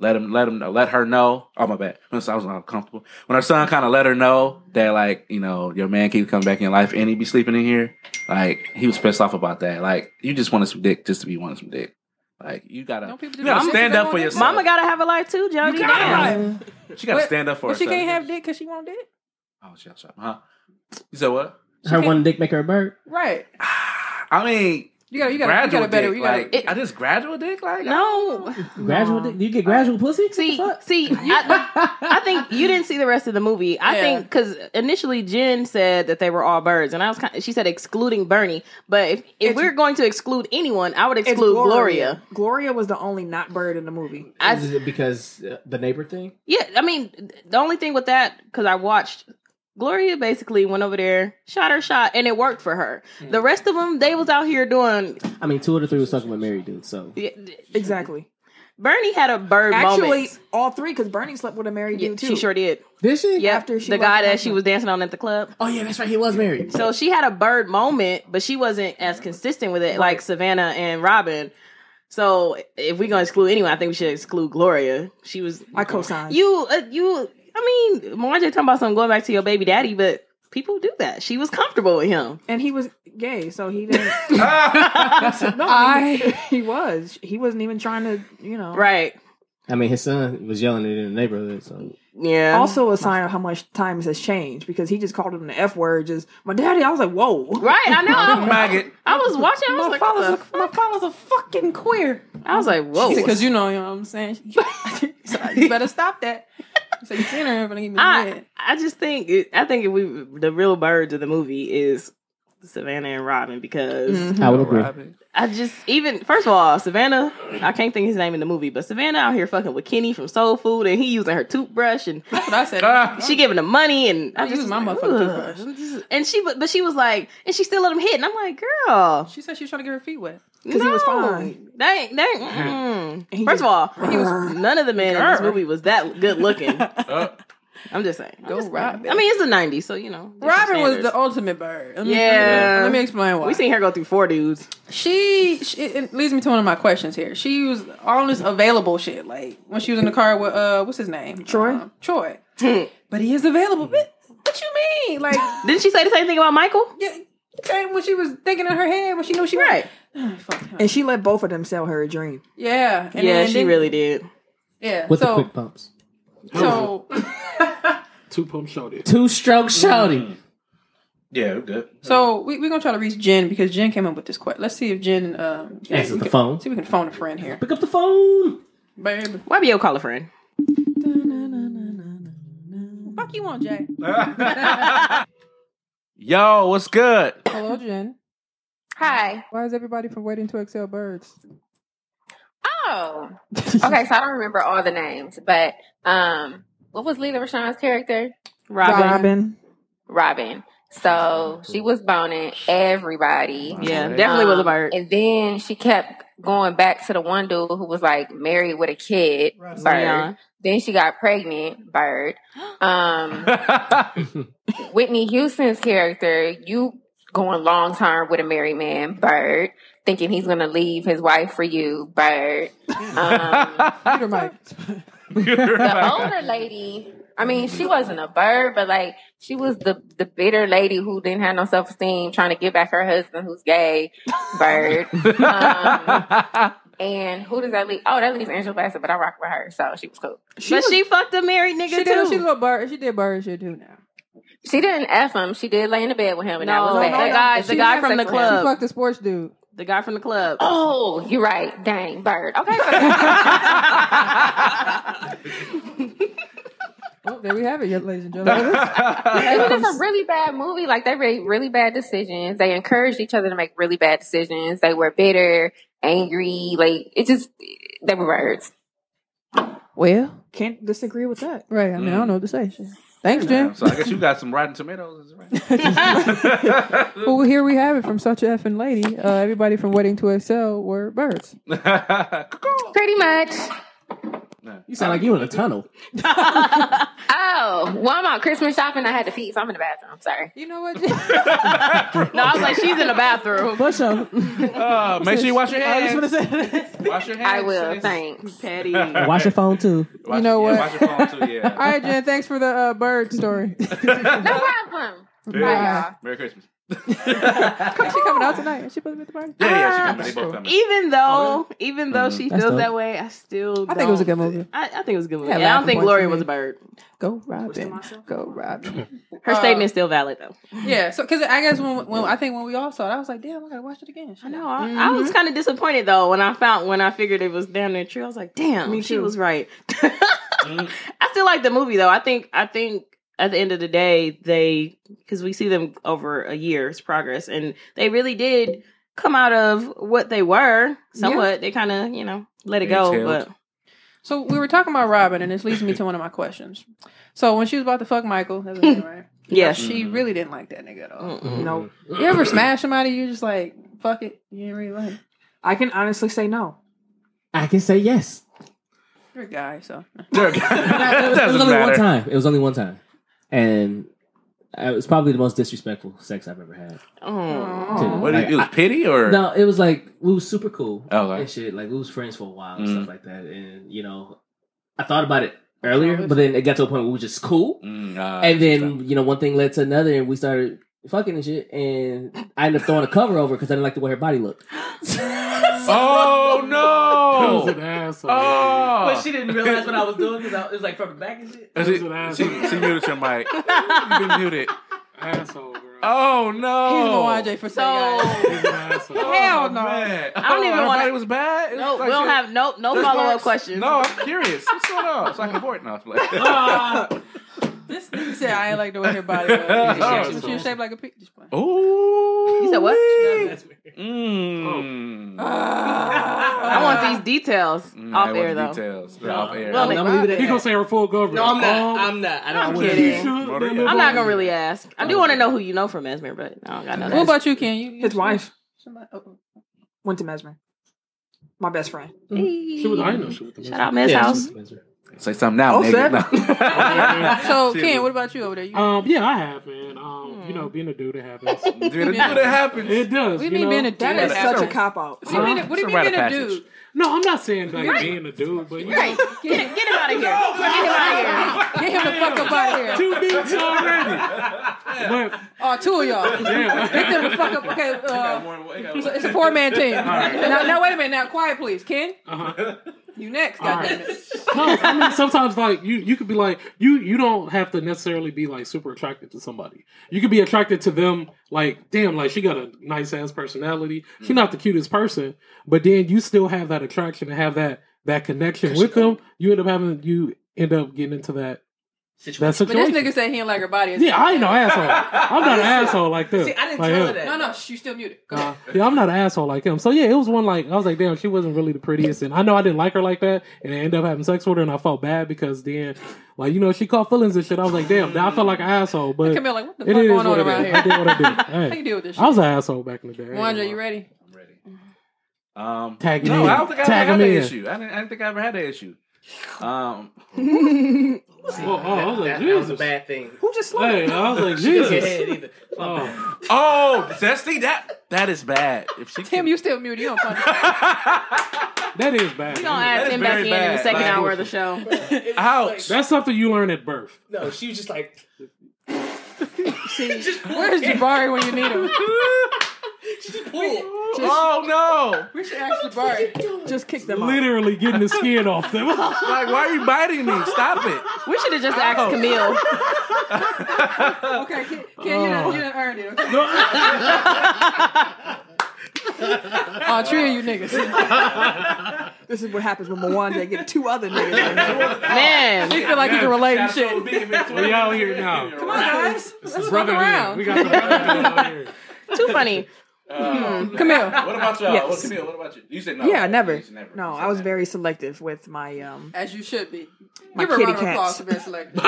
E: let him, let him, let her know. Oh my bad, I was uncomfortable. When her son kind of let her know that, like, you know, your man keeps coming back in your life and he be sleeping in here. Like he was pissed off about that. Like you just wanted some dick just to be wanting some dick. Like you gotta,
C: Don't people do
E: you gotta
C: that?
E: stand up for
C: Mama
E: yourself.
A: Mama gotta have a life too,
E: gotta
A: Jody. Damn.
E: have she gotta
C: But-
E: stand up for
C: But she
E: herself.
C: can't have dick because she want dick.
E: Oh, shut shut Huh? You said what?
D: Her
C: can't-
D: one dick make her a bird.
C: Right.
E: I mean,
C: You gotta, you gotta, you
E: gradual
C: gotta better.
E: dick.
C: You gotta,
E: like, I just gradual dick. Like
A: No.
D: Gradual dick. You get gradual pussy.
A: See,
D: What
A: see, I, I think you didn't see the rest of the movie. I
C: Yeah.
A: think because initially Jen said that they were all birds, and I was kind. She said excluding Bernie, but if, if
G: It's-
A: we're going to exclude anyone, I would
G: It's
A: exclude Gloria.
G: Gloria. was the only not bird in the movie.
A: I-
D: Is it because uh, the neighbor thing?
A: Yeah, I mean, th- the only thing with that because I watched Gloria basically went over there, shot her shot, and it worked for her. The rest of them, they was out here doing.
D: I mean, two of the three was talking with married dudes. So
G: Exactly.
A: Bernie had a bird
G: Actually,
A: moment.
G: all three because Bernie slept with a married
A: Yeah,
G: dude too.
A: she sure did.
D: did she?
A: Yeah,
G: After she
A: the
G: left
A: guy
G: the
A: that she
G: husband.
A: was dancing on at the club.
D: Oh yeah, that's right. He was married.
A: So she had a bird moment, but she wasn't as consistent with it like Savannah and Robin. So if we're gonna exclude anyone, I think we should exclude Gloria. She was
G: I co-signed.
A: you. Uh, you. I mean, Marjorie talking about something going back to your baby daddy, but people do that. She was comfortable with him.
G: and he was gay, so he didn't.
E: Ah!
G: no, he, he was. He wasn't even trying to, you know.
A: Right.
D: I mean, his son was yelling it in the neighborhood. So
A: Yeah.
G: Also, a sign of how much times has changed because he just called him the f word. Just my daddy. I was like, whoa.
A: right. I know. I,
E: maggot.
A: I was watching. I was
C: my
A: like, what
C: father's,
A: the
C: a, my father's a fucking queer.
A: f- I was like, whoa.
C: Because you know, you know what I'm saying. so you better stop that. So you seen her, but give me the
A: I
C: head.
A: I just think it, I think if we the real birds of the movie is Savannah and Robin because.
C: Mm-hmm.
D: I would agree.
E: Robin.
A: I just even first of all, Savannah. I can't think his name in the movie, but Savannah out here fucking with Kenny from Soul Food, and he using her toothbrush, and
C: That's what I said.
E: Ah!
A: she giving him money, and I
C: I
A: just
C: use my
A: was like,
C: motherfucking
A: "Ugh." And she, but but she was like, and she still let him hit, and I'm like, girl,
C: She said she was trying to get her feet wet.
A: because
G: he was fine.
A: That ain't that. ain't- mm.
G: he
A: First of
G: just-
A: all, he was none of the men in this
C: Girl.
A: movie was that good looking.
E: Oh,
A: I'm just saying. I'm
C: Go
A: just saying.
C: Robin.
A: I mean, it's the '90s, so you know. there's some
C: Robin was
A: standards.
C: the ultimate bird. Let me,
A: Yeah.
C: Let me explain why.
A: We seen her go through four dudes.
C: she, she it leads me to one of my questions here. She used all this available shit. Like when she was in the car with uh what's his name?
G: Troy?
C: Um, Troy. but he is available. But what you mean? Like
A: Didn't she say the same thing about Michael?
C: yeah, same when she was thinking in her head when she knew she
A: Right.
C: was fuck him.
G: And she let both of them sell her a dream.
C: Yeah. And
A: yeah,
C: then-
A: she
C: then-
A: really did.
C: Yeah.
D: With the
C: so
D: quick pumps,
C: so
B: Two pump shorty.
D: two stroke shouting.
E: yeah, we're good.
C: so we are gonna try to reach Jen because Jen came up with this question. Let's see if Jen um
D: Answers the phone.
C: see if we can phone a friend here.
D: Pick up the phone.
C: Babe.
A: Why be your call a friend?
C: Fuck you on Jay.
E: Yo, what's good?
C: Hello Jen.
H: Hi.
C: Why is everybody from waiting to excel birds?
H: Oh. Okay, so I don't remember all the names, but um what was Lila Rashawn's character?
A: Robin.
H: Robin. So she was boning everybody.
A: Yeah, definitely was a
H: Um,
A: bird.
H: And then she kept going back to the one dude who was like married with a kid, bird.
A: Leon.
H: Then she got pregnant, bird. Um Whitney Houston's character, you going long term with a married man, bird, thinking he's gonna leave his wife for you, bird. Um
C: Peter Mike.
H: the older lady, I mean, she wasn't a bird, but like she was the the bitter lady who didn't have no self esteem, trying to get back her husband who's gay, bird. Um, and who does that leave? Oh, that leaves Angela Bassett, but I rock with her, so she was cool.
A: but she fucked a married nigga
C: She
A: too.
C: did she little bird she did bird shit too now.
H: She didn't f him. She did lay in the bed with him, and that
A: No,
H: was
A: no,
H: bad.
A: the guy-
H: But
A: the
H: she
A: guy
H: didn't
A: from
H: have sex
A: the
H: with him.
A: club.
C: She fucked the sports dude.
A: the guy from the club.
H: Oh, you're right. Dang, bird. Okay. so-
C: Oh, there we have it, ladies and gentlemen.
H: it was just a really bad movie. Like they made really bad decisions. They encouraged each other to make really bad decisions. They were bitter, angry. Like it just they were birds.
C: well,
G: Can't disagree with that.
C: right. I mean,
D: Mm.
C: I don't know what to say. Shit. Thanks, Jen.
E: so I guess you got some Rotten Tomatoes, right?
C: Well, here we have it from such a effing lady. Uh, everybody from Wedding to Excel were birds.
H: Pretty much.
D: You sound like you in a tunnel.
H: Oh, well, I'm out Christmas shopping. I had to pee, so I'm in the bathroom. I'm sorry.
C: You know what? Jen?
A: No, I was like, she's in the bathroom.
D: For sure.
E: Uh, make sure you wash your
D: I was
E: hands.
D: just gonna say.
E: Wash your hands.
H: I will.
E: sis.
H: Thanks.
A: Petty.
D: Wash your phone too.
E: Wash-
C: You know
E: yeah,
C: what?
E: Wash your phone too.
C: All
E: Yeah.
C: right, Jen. Thanks for the uh, bird story.
H: No problem.
E: Merry-
H: Bye, y'all.
E: Merry Christmas.
C: Come- She coming out tonight. She supposed to be at the party.
E: Yeah, yeah, she
D: Ah,
E: coming. They both coming.
A: Even though, even though
E: Mhm.
A: she
D: That's
A: feels
D: dope.
A: that way, I still.
C: I think it was a
A: don't-
C: good movie.
A: I, I think it was a good movie.
C: Yeah,
A: And I don't
C: laughing
A: think
C: point
A: Gloria
C: for
A: was
C: me.
A: a bird.
C: Go Robin. Go Robin.
A: Her
C: Uh,
A: statement is still valid though.
C: Yeah. So, because I guess when, when I think when we all saw it, I was like, damn, I gotta watch it again.
A: I know. I, I was kind of disappointed though when I found when I figured it was down there true. I was like, damn,
G: Me
A: she
G: too.
A: was right. I still like the movie though. I think I think at the end of the day they because we see them over a year's progress and they really did come out of what they were somewhat. They kind of you know let it go,
E: Exhaled.
A: but
C: So we were talking about Robin, and this leads me to one of my questions. So when she was about to fuck Michael, that was it, right?
A: yes.
C: she really didn't like that nigga at all.
G: No,
A: Mm-hmm.
C: You ever smash somebody? You just like fuck it. You didn't really like. Him.
G: I can honestly say no.
D: I can say yes.
C: You're a guy, so
E: Look,
D: it was, it was
E: doesn't
D: only one
E: matter.
D: time. It was only one time, and it was probably the most disrespectful sex I've ever had.
A: Oh.
D: too.
E: What do you-
D: Like,
E: it was
D: I-
E: pity or
D: no, it was like we was super cool
E: Oh, okay.
D: and shit. Like we was friends for a while and
I: Mm-hmm.
E: Mhm.
D: stuff like that. And you know, I thought about it earlier, but then it got to a point where we were just cool.
I: Mm-hmm.
E: Mm, uh,
D: and then you know one thing led to another, and we started fucking and shit. And I ended up throwing a cover over because I didn't like the way her body looked.
E: oh
B: Who's an
E: no!
B: asshole?
E: Oh,
D: didn't realize what I was doing because it was like from the back and shit.
E: she,
B: Who's an asshole?
E: she, she muted your mic. You've been muted.
B: Asshole, bro.
E: Oh
C: he's an
E: no! Oh,
C: OJ for saying guys.
A: So
B: Who's an asshole?
C: Hell no.
E: Man.
A: I don't
E: Oh,
A: even wanna-
E: Everybody was bad. It was
A: no, we
E: like
A: don't
E: shit.
A: have no no
E: There's
A: follow up
E: marks.
A: questions.
E: No, I'm curious. What's going on? So I can abort now.
C: This nigga said I ain't like the way her body was. She, she, she was shaped like a peach. Just playing.
E: Ooh.
A: You said what?
E: Oh, Mm.
A: I want these details
E: Mm, I
A: off
E: want
A: air
E: the
A: though.
E: Details. They're off air.
A: Well,
D: I'm, gonna leave it at
B: He gonna
D: that.
B: say her full government. Oh,
D: No, I'm not. I'm not. I don't. I wouldn't.
A: kidding. I'm
E: I'm
A: not gonna really ask. I do want to know who you know from Mesmer, but I don't got
C: What
A: nothing.
C: about you, Ken? You, you
G: His wife
C: Somebody, oh,
G: went to Mesmer. My best friend.
B: She was. I know she was. the
A: Shout out Miss
D: Yeah,
A: House.
D: she's-
E: Say something now,
G: Oh,
E: nigga.
G: seven.
E: No.
C: oh. So
E: She
C: Ken,
E: was-
C: what about you over there? You,
B: Um, yeah, I have, man. Um,
A: Mm.
B: you know, being a dude, it happens.
E: Dude, it, dude, it happens.
B: it does.
C: what do you
B: you
C: mean
B: know?
C: being a dude?
G: That is
E: that's
G: such
E: a-
G: a cop out.
C: what do you mean, what do you
E: It's a
C: mean
E: rite
C: being a
E: of
C: dude?
B: No, I'm not saying like being a dude, but you
A: Right. Get, him- get him out of here. Get him out of here.
C: Get him the fuck up out of
B: know,
C: here.
B: two dudes already. But
C: Oh, two of y'all. Get
B: yeah,
C: them the fuck up. Okay, uh, so it's a four man team. Now, now, wait a minute. Now, quiet, please. Ken,
B: Uh-huh.
C: you next. Goddamn it.
B: no, I mean sometimes like you, you could be like you, you don't have to necessarily be like super attracted to somebody. You could be attracted to them like damn, like she got a nice ass personality. She
D: Mm.
B: not the cutest person, but then you still have that attraction and have that that connection with them. You end up having you end up getting into that that
C: But this
B: situation.
C: nigga said he didn't like her body.
B: yeah, I ain't no asshole. I'm not an asshole like this.
D: See, I didn't
B: like,
D: tell
B: yeah.
D: her that.
C: No, no, sh- you still muted. Go.
B: Uh, yeah, I'm not an asshole like him. So yeah, it was one like I was like, damn, she wasn't really the prettiest, and I know I didn't like her like that, and I ended up having sex with her, and I felt bad because then, like you know, she caught feelings and shit. I was like, damn, now I felt like an asshole, but it
C: Camille, like, what the fuck
B: is
C: going on
B: what it
C: around
B: is. I did
C: here?
B: what I did.
C: How you
B: Hey,
C: deal with this
B: I was
C: shit?
B: an asshole back in the day.
C: Wandra, you ready?
E: I'm ready. Um,
B: Tag him
E: no,
B: in.
E: I don't think I ever
B: Tag
E: had
B: him
E: that
B: in.
E: issue. I didn't, I didn't think I ever had that issue. Um,
B: Oh, oh, I was like,
D: That, that was a
B: Jesus.
D: bad thing.
G: Who just slapped?
B: Hey, I was like,
D: Go
B: Jesus.
D: ahead, either.
B: Oh,
E: oh, Zesty, that that is bad. If she
C: Tim,
E: can-
C: you still muted. You don't punish.
B: that is bad.
A: We gonna add
E: is
A: him back
E: very
A: in in
E: bad.
A: the second
E: Like-
A: hour of the show.
E: ouch.
B: That's something you learn at birth.
D: No, she was just like,
C: Where's Jabari when you need him?
E: oh
C: We should ask Jabari.
G: Just kick them out.
B: Literally getting the skin off them.
E: no! Like, why are you biting me? Stop it!
A: We should have just
E: Oh.
A: asked Camille.
C: Okay, Ken, Ken you, done, you done earned it. Okay? Oh, three of you niggas.
G: This is what happens when Mwanja get two other niggas. in here.
A: Man.
C: You feel like you can relate and shit. Come
B: we out here now. Come
C: on, guys. Let's fuck around.
B: We got the brotherhood out here.
A: Too funny.
C: Camille,
E: Mm-hmm. What about y'all?
G: Yes.
E: What, Camille, what about you? You said no.
G: Yeah, never.
E: You said Oh, never.
G: No,
E: You said
G: I was
E: never.
G: very selective with my um
C: as you should be.
G: My
C: Give her a
G: kitty
C: round of applause
G: cats.
C: for being selected.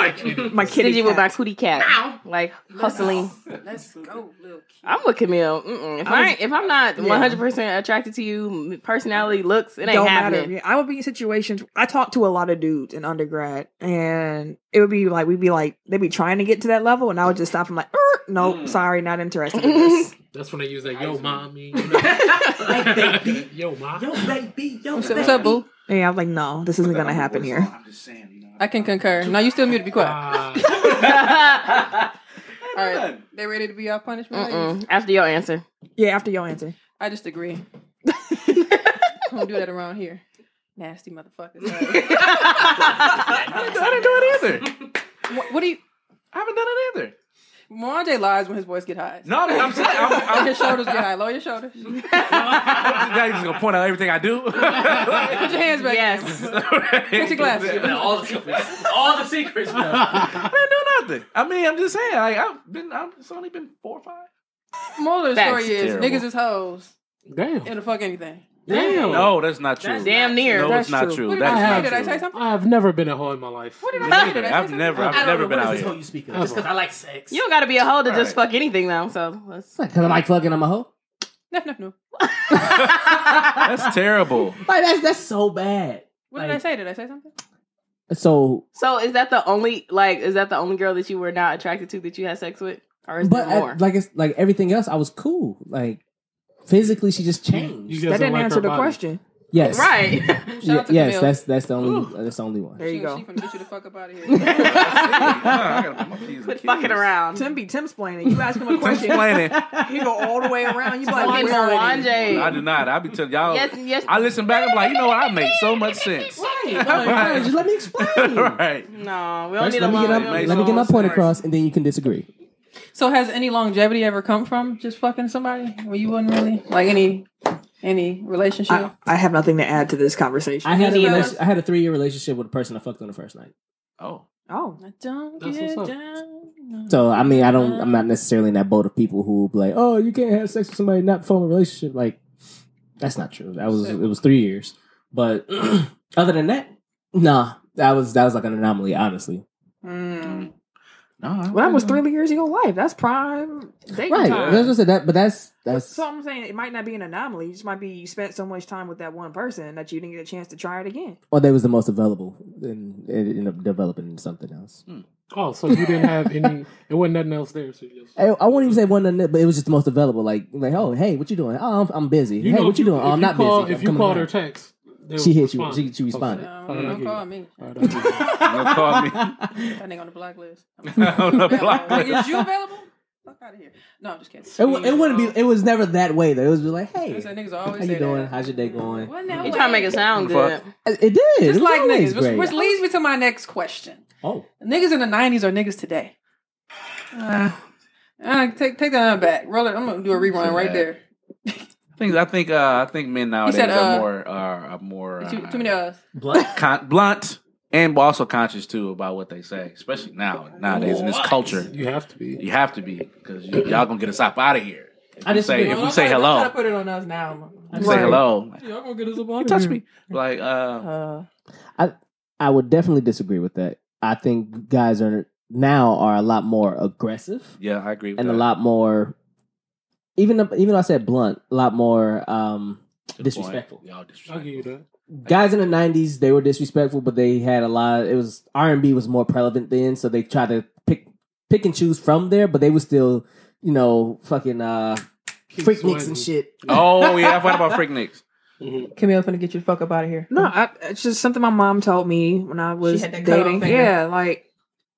G: my kitty
A: Stingy with my
G: cat.
A: cootie cat. Like hustling.
C: Let's go, little kid.
A: I'm with Camille. Mm-mm. If, I, if I'm not 100% attracted to you, personality, looks, it ain't
G: don't matter.
A: happening.
G: Yeah, I would be in situations. I talked to a lot of dudes in undergrad, and it would be like we'd be like they'd be trying to get to that level, and I would just stop and like, "Er, nope, sorry, not interested. in this."
B: That's when they use that yo mommy. You know? yo mom.
C: What's up, what's up, boo?
G: yeah, I'm like, no, this isn't gonna happen here.
E: I'm just saying, you know.
C: I can concur. No, you still muted. Be quiet.
B: Uh,
C: All right, they ready to be off punishment? ladies?
F: Mm-mm. After your answer.
G: Yeah, after your answer.
C: I just agree. Don't do that around here, nasty motherfuckers.
E: I didn't do it either.
C: what, what do you?
E: I haven't done it either.
C: Monje lies when his voice get high.
E: No, I'm saying I'm,
C: And
E: I'm
C: his shoulders get high. Lower your shoulders.
E: Now you just gonna point out everything I do.
C: Put your hands back.
F: Yes.
E: Put
C: your glasses.
I: all the secrets. All the secrets.
E: I didn't do nothing. I mean, I'm just saying. Like, I've been. I'm, it's only been four or five.
C: Moral of the story
F: That's
C: is
E: terrible.
C: niggas is hoes.
B: Damn.
C: It'll fuck anything.
B: Damn.
E: No, that's not true.
F: Damn near.
E: No,
G: That's
E: it's not
G: true.
E: true.
C: What did
E: That
C: I
E: is
C: say?
E: not
C: Did I
E: true.
C: say something?
B: I've never been a hoe in my life.
C: What did
E: Me
C: I say? Did
E: neither.
C: I say
E: I've
C: something?
E: never,
I: I
E: I've
I: don't
E: never
I: know,
E: been
I: what
E: out
I: is this hoe
E: here.
I: you speaking of? Just because I like sex.
F: You don't gotta be a hoe to just
E: Right.
F: fuck anything though. So let's
D: Because I like fucking, I'm a hoe.
C: No, no, no.
E: That's terrible.
D: Like that's that's so bad.
C: What did I say? Did I say something?
D: So,
F: So is that the only like is that the only girl that you were not attracted to that you had sex with? Or is
D: but
F: there
D: I-
F: more?
D: like it's like everything else, I was cool. Like physically, she just changed.
B: You guys
G: That didn't
B: don't like
G: answer
B: her
G: the
B: body.
G: question.
D: yes,
F: right.
C: Shout
D: Ye-
C: out to
D: yes,
C: Camille.
D: that's that's the only that's the only one.
G: There you
C: she, She
G: go.
C: finna get you the fuck up out of here.
E: I gotta put my P's and
F: Quit
E: Q's.
F: fucking around.
G: Tim be Tim's planning. You ask him a
E: Quit
G: question,
E: complaining.
G: he go all the way around. You be like,
F: Fucking
G: where are they?
E: I
F: Mwanje.
E: do not. I be telling y'all.
F: Yes, yes.
E: I listen back. I'm like, you know what? I made so much sense.
D: Like, alright, just let me explain.
E: right.
F: No, we don't
D: First,
F: need a
D: let me get up,
F: long.
E: Amazing.
D: let me get my point
E: Right.
D: across, and then you can disagree.
C: so has any longevity ever come from just fucking somebody? Well, you wouldn't really like any any relationship.
G: I, I have nothing to add to this conversation.
D: I had a
F: neither.
D: relation, I had a three year relationship with a person I fucked on the first night.
E: Oh.
G: oh,
C: I don't
B: That's
C: get
B: what's up.
C: down.
D: So I mean, I don't. I'm not necessarily in that boat of people who be like, "Oh, you can't have sex with somebody and not form a relationship." Like, that's not true. That was it was three years, but other than that, nah. That was that was like an anomaly, honestly.
C: Mm.
E: No. I-
G: well, that was three years of your life. That's prime dating
D: Right.
G: time.
D: That's what I said. That, but that's that's
G: So I'm saying it might not be an anomaly. It just might be you spent so much time with that one person that you didn't get a chance to try it again.
D: or they was the most available, and it ended up developing something else.
B: Oh, so you didn't have any. It wasn't nothing else there. So you just,
D: I, I wouldn't even say one, of the- but it was just the most available. Like like, oh hey, what you doing? Oh, I'm, I'm busy. hey, what you doing? Oh,
B: if
D: I'm not
B: call,
D: busy.
B: If
D: I'm
B: you
D: coming
B: called
D: around.
B: her text, they
D: she
B: would
D: hit you.
B: respond.
D: She, she responded.
C: Um,
B: Alright, I
C: don't
B: get
C: call
B: you.
C: me.
B: All right, I'll do that.
E: Don't call me.
C: That nigga on the block list.
E: On the block
C: Like,
E: list.
C: is you available? Fuck out of here. No, I'm just kidding.
D: It, wa- it wouldn't be. It was never that way though. It was like, hey,
C: Listen, niggas always
D: how
C: say
D: you doing?
C: That.
D: How's your day going?
C: What now?
F: You trying to make it sound good.
D: It it did.
C: It's
D: it was
C: like
D: always
C: niggas, which,
D: great.
C: which leads me to my next question.
D: oh,
C: Niggas in the nineties are niggas today. Uh, uh, take take that back. Roll it. I'm gonna do a rerun right there.
E: I think I think uh, I think men nowadays
C: said, uh,
E: are more uh, are more uh,
C: Too, too many of us.
E: con- blunt and also conscious too about what they say, especially now nowadays in this culture.
B: You have to be.
E: You have to be because you, y'all gonna get us up out of here. If
D: I
E: you
D: just
E: say if
C: Well,
E: you say
C: I'm trying- I'm trying
E: hello,
C: to put it on us now.
E: you say
G: Right.
E: hello.
B: Y'all gonna get us up out
E: You
B: of
E: touch
B: here.
E: me like uh,
G: Uh,
D: I would definitely disagree with that. I think guys are now are a lot more aggressive
E: yeah, I agree. With
D: and a
E: that.
D: lot more. Even though- even though I said blunt, a lot more um,
E: To the point.
D: disrespectful.
E: Y'all
B: I'll give you
E: disrespectful.
B: that.
D: Guys in the '90s, they were disrespectful, but they had a lot. It was R and B was more prevalent then, so they tried to pick pick and choose from there, but they were still, you know, fucking uh,
B: Keep
D: freak nicks
B: sweating.
D: and shit.
E: Oh yeah, I forgot about freak nicks.
B: Mhm.
C: Camille, finna get you the fuck up out of here.
G: no, I, it's just something my mom told me when I was
C: had that cutoff
G: dating.
C: finger.
G: Yeah, like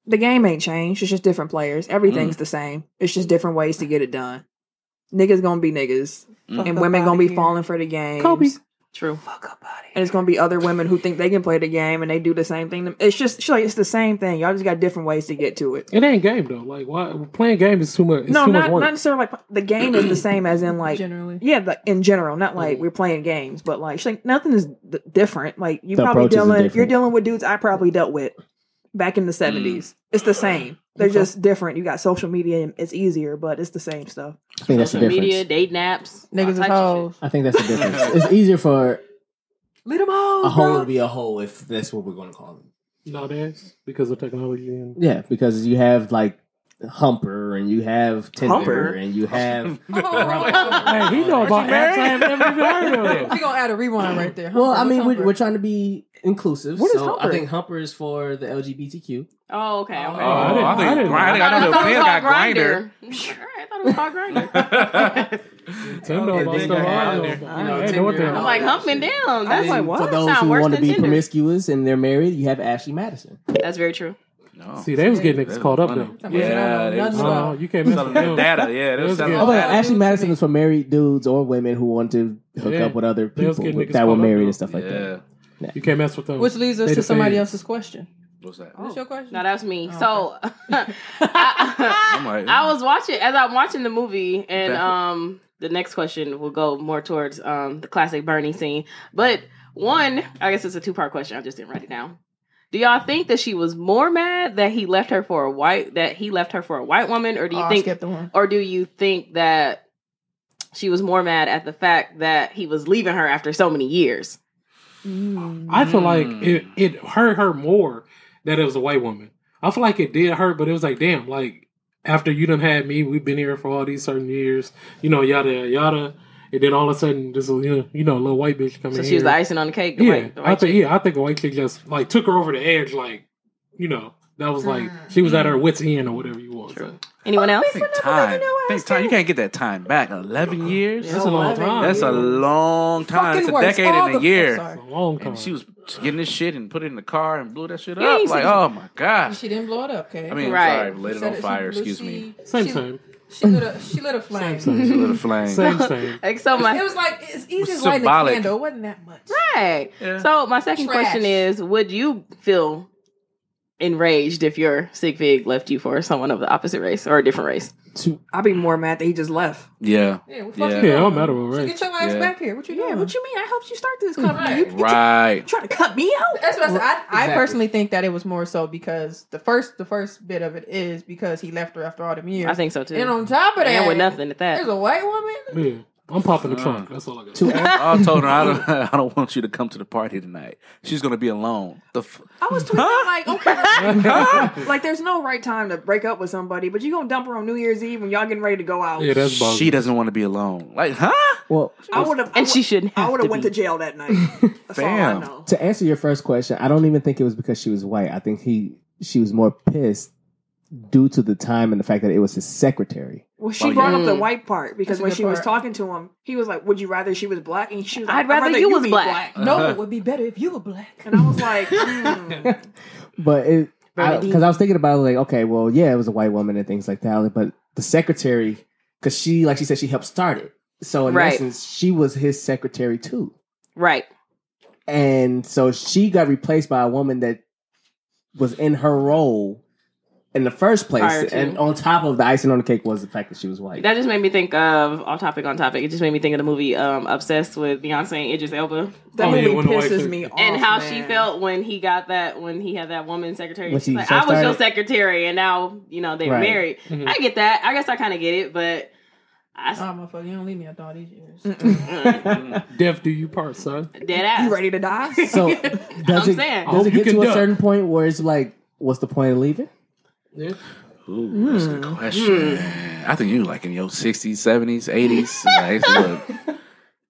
G: the game ain't changed. It's just different players. Everything's
B: Mm.
G: the same. It's just different ways to get it done. Niggas gonna be niggas,
E: Mm.
G: and women gonna be falling for the game.
F: True.
G: and it's gonna be other women who think they can play the game and they do the same thing. It's just she's like it's the same thing. Y'all just got different ways to get to it.
B: It ain't game though. Like why playing game is too much. It's
G: no,
B: too
G: not
B: much work.
G: not necessarily like the game is the same as in like
C: Generally,
G: yeah, like in general, not like we're playing games, but like she's like nothing is d- different. Like you
D: The
G: probably
D: approaches are
G: dealing you're
D: different.
G: dealing with dudes I probably dealt with back in the seventies. It's the same. They're just different. You got social media and it's easier, but it's the same stuff.
D: I think that's the
F: Social
D: difference.
F: media, date naps, all
C: niggas is
F: types of
C: hoes.
D: I think that's the difference. it's easier for
C: Lead them hoes.
D: a hole
C: bro.
D: to be a hole if that's what we're going to call them.
B: nowadays because of technology and
D: Yeah, because you have like Humper and you have Tinder
G: Humper?
D: and you have.
C: Oh,
B: Hey, he know about apps I have never even heard of.
C: we gonna add a rewind right there.
D: Well, I mean,
C: What's
D: we're, we're trying to be inclusive.
G: What is
D: so
G: Humper?
D: I think Humper is for the LGBTQ.
F: Oh, okay.
E: Oh,
F: okay.
B: I didn't-
E: I,
B: I
E: think
B: didn't-
E: grinder. I know the men got grinder.
F: I thought it was called grinder.
B: Tim know
E: Okay,
B: about
E: they
B: stuff
E: got
B: I
E: out
B: know
E: there.
B: about.
D: You know,
B: I ain't know what
D: Tinder.
F: I'm
B: the-
F: like humping down. That's
D: And
F: like
D: For
F: what?
D: those
F: Sound
D: who
F: worse
D: want
F: than
D: to be
F: Tinder.
D: promiscuous and they're married, you have Ashley Madison.
F: That's very true.
E: No.
B: See, they was getting niggas
E: That's
B: caught up
E: funny.
B: though.
E: Yeah, they
C: Nothing
E: was
C: about-
B: Oh, you can't mess
E: selling
B: with
E: their
B: them.
E: data. Yeah, they
B: They was
E: was
B: getting-
E: selling their
D: Oh, but
E: data.
D: Ashley Madison was for married dudes or women who wanted to hook
B: Yeah.
D: up with other
B: They was
D: people
B: getting
D: with-
B: niggas
D: that were
B: caught up,
D: married
B: though.
D: and stuff like that.
E: Yeah.
B: You can't mess with them.
J: Which leads us
B: They
J: to
B: the
J: somebody
B: fans.
J: else's question.
E: What's that?
C: What's your question?
A: No, that was me.
J: Oh,
A: So I,
E: I'm like,
A: I was watching as I'm watching the movie, and
E: Back-
A: um, the next question will go more towards um the classic Bernie scene. But one, I guess it's a two part question. I just didn't write it down. Do y'all think that she was more mad that he left her for a white that he left her for a white woman, or do you
G: Oh, I
A: think
G: skipped the one.
A: or do you think that she was more mad at the fact that he was leaving her after so many years?
B: I feel like
E: Mm.
B: it, it hurt her more that it was a white woman. I feel like it did hurt, but it was like, damn, like after you done had me, we've been here for all these certain years, you know, yada yada, yada. And then all of a sudden, this is, you know, you know, little white bitch coming.
A: So she was the
B: here.
A: icing on the cake. the
B: yeah,
A: white- the
B: I
A: white
B: think
A: chick.
B: yeah, I think a white chick just like took her over the edge, like you know, that was like she was at her wits end or whatever you want. to say.
A: Anyone else?
E: think time. Think time. You can't get that time back. Eleven years.
B: That's a long time.
E: That's a long time. It's
J: Fucking
E: a
J: worse.
E: decade
J: All
E: and a
J: the-
E: year.
J: I'm sorry.
B: That's a long time.
E: And she was getting this shit and put it in the car and blew that shit
A: Yeah, you
E: up. Like,
A: said-
E: oh my gosh.
J: She didn't blow it up, okay?
E: I mean,
A: Right.
E: sorry, lit it on fire. Excuse me.
B: same
J: she,
B: time.
J: She lit a, she lit a flame.
B: Same
E: It's a
B: time.
E: little flame.
B: same time.
A: Like so my
J: It was like it's easy as
E: was
J: lighting a
E: symbolic.
J: candle. It wasn't that much.
A: Right.
E: Yeah.
A: So my second
J: Trash.
A: question is: Would you feel enraged if your sick pig left you for someone of the opposite race or a different race?
D: To-
G: I'd be more mad that he just left.
E: Yeah.
J: Yeah, what the fuck
E: Yeah.
J: you
B: Yeah,
J: doing?
B: I'm out of
J: So
B: right.
J: Get your ass
E: Yeah.
J: back here. What you doing?
G: you mean? I helped you start this company.
J: Right.
E: Right.
G: trying to cut me out?
J: That's what I said. I, I
D: Exactly.
J: personally think that it was more so because the first the first bit of it is because he left her after all them years.
A: I think so too.
J: and on top of that,
A: And with nothing at
J: there's
A: that.
J: a white woman.
B: Yeah, I'm popping the
E: Uh.
B: trunk. That's all I got.
D: to Ash-
E: I told her I don't. I don't want you to come to the party tonight. She's gonna be alone. The f-
G: I was tweeting like, okay, like there's no right time to break up with somebody, but you gonna dump her on New Year's Eve when y'all getting ready to go out.
B: Yeah, that's bugging.
E: she doesn't want to be alone. Like, huh?
D: well,
G: I would have,
A: and she shouldn't have.
G: I would
A: to
G: have went
A: be.
G: to jail that night. That's all I
E: Damn.
G: know.
D: to answer your first question, I don't even think it was because she was white. I think he she was more pissed due to the time and the fact that it was his secretary.
G: Well, she
E: Oh,
G: brought
A: yeah.
G: up the white part because
J: That's a
G: when
J: good
G: she was
J: part.
G: talking to him, he was like, "Would you rather she was black?" And she was like,
A: I'd rather you was
G: be
A: black."
J: No, it would be better if you were black.
G: And I was like,
B: Oh,
G: hmm.
D: But it
A: Right.
D: because I, was thinking about it, like, okay, well, yeah, it was a white woman and things like that. But the secretary, because she, like she said, she helped start it. So in
A: Right.
D: essence, she was his secretary too.
A: Right.
D: and so she got replaced by a woman that was in her role in the first
A: Prior
D: place
A: to.
D: and on top of the icing on the cake was the fact that she was white
A: That just made me think of off topic on topic. It just made me think of the movie um, Obsessed with Beyonce and Idris Elba
G: that
B: Oh, yeah,
G: movie
B: when the white
G: pisses
B: chick-
G: me off.
A: and how she
G: man.
A: felt when he got that when he had that woman secretary.
D: When
A: She's
D: she
A: like, I
D: first
A: was your
D: started?
A: secretary, and now you know they're
D: Right.
A: married.
G: Mm-hmm.
B: Mhm.
A: I get that. I guess I kind of get it, but I
J: Oh
G: Um,
J: motherfucker, you don't leave me after all these years.
B: Deaf do you part, son?
A: dead ass.
G: You ready to die?
D: so does
A: I'm
D: it,
A: saying. I
D: does
B: hope
D: it
B: you
D: get
B: can
D: to a
B: duck.
D: certain point where it's like what's the point of leaving
B: Yeah.
E: Ooh, that's a good
A: Hmm.
E: question. I think you like in your sixties, seventies, eighties.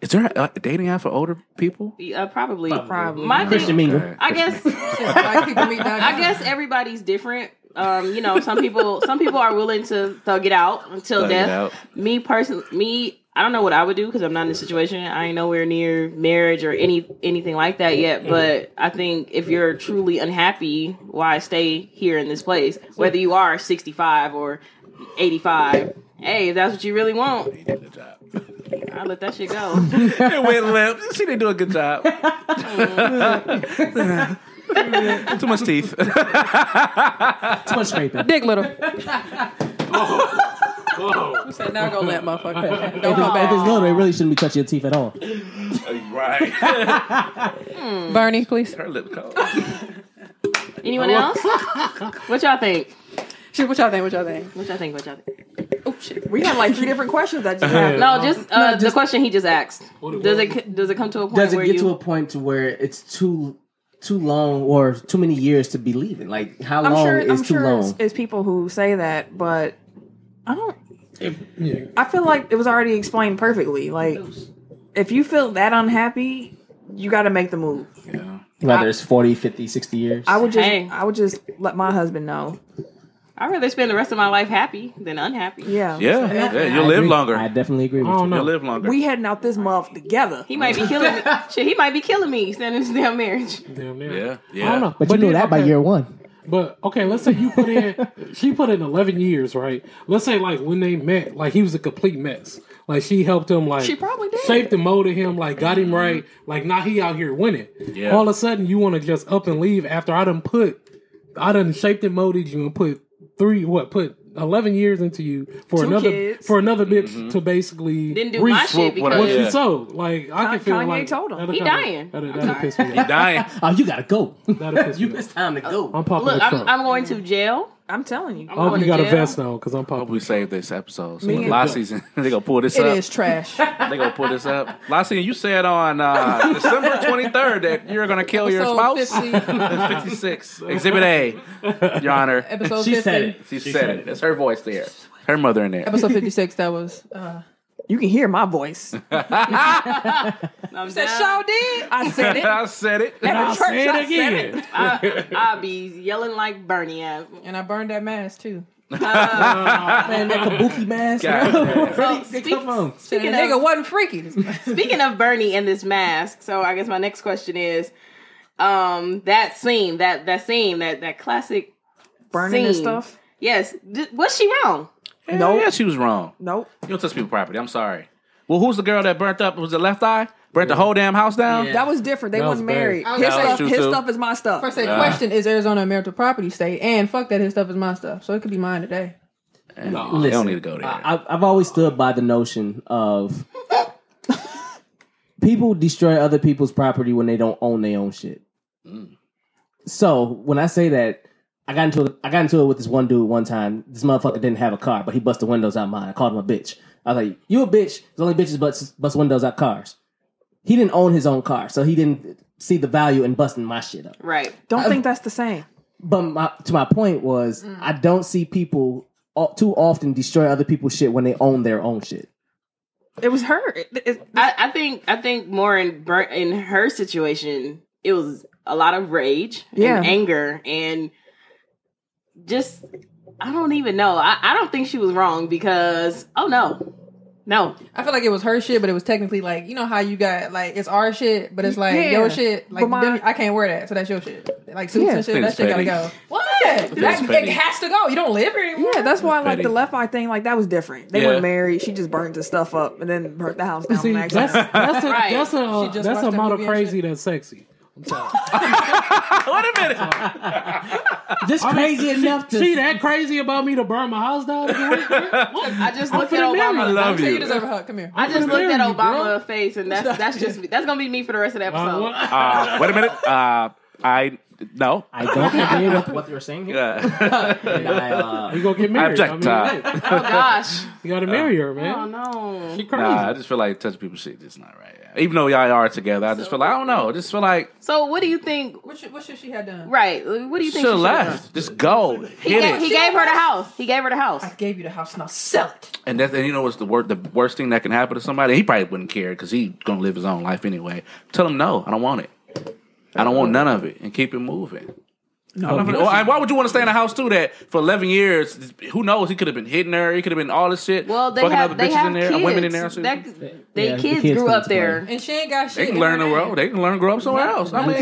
E: Is there a, a dating app for older people?
A: Uh, probably.
G: Probably.
A: My
D: christian
A: thing,
D: mingle
E: Okay,
A: I
E: Christian
A: guess.
J: Black people meet back.
A: I guess everybody's different. Um, you know, some people some people are willing to thug it out until
E: Thug it
A: death.
E: out.
A: Me personally, me I don't know what I would do because I'm not in a situation. I ain't nowhere near marriage or any anything like that yet.
D: Mm-hmm.
A: But I think if you're truly unhappy, why stay here in this place? Whether you are 65 or 85. Hey, if that's what you really want,
E: They did a good job.
A: I let that shit go.
E: it went left. She didn't do a good job. Too much teeth.
D: too much scraping
J: Dick little.
B: Oh,
J: Said now go let motherfucker.
D: if,
J: Don't
D: it's,
J: come
D: if it's
J: back.
D: little it really shouldn't be touching your teeth at all
E: right.
J: Bernie, please.
E: Her lip color.
A: Anyone else? What y'all think?
J: Shit, what y'all think? What y'all think?
A: What y'all think? What y'all think?
J: Oh shit.
G: we had like three different questions that just happened.
D: Um,
A: No, just, uh, the question he just asked.
B: What it
A: Does
B: was.
A: it does it come to a point
D: does it
A: where
D: get
A: you
D: to a point to where it's too too long or too many years to be leaving like how long is too
G: It's,
D: long
G: it's people who say that, but I don't.
B: yeah.
G: I feel like it was already explained perfectly. Like, if you feel that unhappy, you got to make the move.
E: Yeah.
D: whether it's 40 50 60 years
G: I would just,
A: Hey.
G: I would just let my husband know.
A: I'd rather spend the rest of my life happy than unhappy.
G: Yeah,
E: Yeah. yeah
D: I
E: you'll live
D: agree.
E: longer.
D: i definitely agree with
B: I
D: you
B: don't
E: You'll
B: know.
E: live longer.
G: we heading out this month together.
A: He might be killing me. Shit, he might be killing me standing in this damn marriage.
B: Damn,
E: yeah.
B: yeah.
E: Yeah.
B: I don't know.
D: but you knew
B: then-
D: that by
B: okay.
D: year one
B: But okay, let's say you put in she put in eleven years, right? Let's say like when they met, like he was a complete mess. Like she helped him, like
C: She probably did.
B: shaped and molded him, like got
A: Mm-hmm.
B: him right. Like now he out here winning.
E: Yeah.
B: All of a sudden you want to just up and leave after I done put, I done shaped and molded you and put three what put eleven years into you for
C: Two
B: another
C: kids.
B: for another bitch to basically
A: Didn't do
B: reach
A: my shit
E: what- what I-
B: what
A: because
E: Mm-hmm. Yeah.
B: you sold. Like I can feel
G: Kanye
B: like
G: told him.
B: that'll
A: He
B: kinda-
A: dying.
B: That'll,
A: I'm
B: that'll
A: sorry.
B: piss me
E: He
B: off.
E: dying.
D: Oh, you gotta go.
B: That'll piss
I: You,
B: me
I: it's
B: off.
I: time to go.
B: I'm popping
A: look,
B: the
A: I'm,
B: trunk.
A: I'm going to jail.
G: I'm telling you.
A: I'm
B: I hope
A: going
B: you got
A: to
B: a
A: jail.
B: vest now because I'm
E: Hope
B: popping.
E: we save this episode. So
G: Me and-
E: last season, they gonna pull this
J: It
E: up.
J: is trash.
E: They gonna pull this up. Last season, you said on uh, December twenty third that you're gonna kill your
J: Episode
E: spouse.
J: 50.
E: Fifty six, Exhibit A, Your Honor.
J: Episode
D: She
J: 50.
D: said it.
E: She, said, it. That's her voice there. Her mother in there.
J: Episode 56, that was. Uh,
G: You can hear my voice.
A: I'm
J: said,
A: down.
J: Shaw did.
G: I said it.
E: I said it.
B: I'll say it again.
A: I, I'll be yelling like Bernie. Uh, At
J: And I burned that mask too.
D: Man, that kabuki mask.
E: God damn.
A: So, speak-
D: Come on.
J: Said the
A: Speaking
J: nigga
A: of-
J: wasn't freaky. This
A: Speaking of Bernie and this mask, so I guess my next question is, um, that scene, that that scene, that that classic
G: Burning and
A: Scene.
G: stuff.
A: Yes. Th- was she wrong?
E: No, yeah, she was wrong.
G: Nope.
E: You don't touch people property. I'm sorry. Well, who's the girl that burnt up? Was it left eye? Burnt the whole damn house down.
I: Yeah.
G: That was different. They
B: That was
G: wasn't
B: bad.
G: married.
J: I was
G: His
J: gonna say
G: stuff,
E: two,
G: his
E: two.
G: stuff is my stuff.
J: First, say
E: Yeah.
J: question is Arizona a marital property state? And fuck that, his stuff is my stuff. So it could be mine today.
E: And
B: No.
E: they
D: Listen,
E: don't need to go there.
D: I, I've- I've always stood by the notion of people destroy other people's property when they don't own their own shit. So when I say that, I got into I got into it with this one dude one time. This motherfucker didn't have a car, but he busted windows out mine. I called him a bitch. I was like, "You a bitch? The only bitches bust bust windows out cars." He didn't own his own car, so he didn't see the value in busting my shit up.
A: Right.
G: Don't think that's the same.
D: But my, to my point was, I don't see people o- too often destroy other people's shit when they own their own shit.
G: It was her. It- it-
A: I, I think I think more in Ber- in her situation, it was a lot of rage
G: Yeah.
A: and anger and just I don't even know. I, I don't think she was wrong because oh no. No.
J: I feel like it was her shit, but it was technically like, you know how you got, like, it's our shit, but it's like
G: Yeah.
J: your shit. Like,
G: But my-
J: then I can't wear that, so that's your shit. Like, suits
G: Yeah.
J: and shit, that
E: It's
J: shit gotta
E: petty.
J: go. What? That, it
E: petty.
J: has to go. You don't live here anymore.
G: yeah, that's why like
E: Petty.
G: the left eye thing, like that was different. They
E: Yeah.
G: weren't married. She just burnt the stuff up and then burnt the house down.
B: See,
G: on
B: that's
G: accident.
B: that's a,
A: Right.
B: that's a uh,
J: She just
B: that's a
J: watched that
B: amount of
J: movie and
B: crazy
J: shit.
B: that's sexy.
E: Wait a minute.
D: Just crazy enough to
B: She that crazy about me to burn my house down?
A: I just looked at
B: finna marry
A: Obama.
E: I love
J: So you
E: you.
J: deserve a hug. Come here.
A: I just
B: finna
A: looked at
B: marry you,
A: Obama's face and that's that's just that's gonna be me for the rest of the episode.
E: Uh, wait a minute. Uh, I no.
D: I don't agree with what you're saying here.
E: Yeah.
D: And I, uh,
B: you gonna get married? I mean,
E: Objectile.
B: hey,
A: oh gosh.
B: you gotta marry her,
A: Oh
B: man.
A: no.
B: She crazy.
E: Nah, I just feel like touching people's shit is not right. Even though y'all are together, I just feel like I don't know. I just feel like
A: So what do you think
J: What should, what should she have done?
A: right, what do you
E: should
A: think she
E: have
A: should've done?
E: left. Just go,
A: He,
E: hit
A: ga-
E: it.
A: he gave her the house. He gave her the house.
J: I gave you the house, now sell it.
E: And that's and you know what's the worst the worst thing that can happen to somebody? He probably wouldn't care because he's gonna live his own life anyway. Tell him no, I don't want it. I don't want none of it, and keep it moving. No, oh, why would you want to stay in a house too that for eleven years? Who knows? He could have been hitting her. He could have been all this shit.
A: Well, they
E: fucking
A: have
E: other
A: they
E: bitches
A: have
E: in there,
A: kids.
E: women in there. too.
A: That, they
D: Yeah, the
A: kids,
D: kids
A: grew
D: come
A: up
D: to
A: there.
J: And she ain't got shit.
E: they can
J: in
E: learn to
J: her
E: grow.
J: name.
E: They can learn to grow up somewhere else. I mean,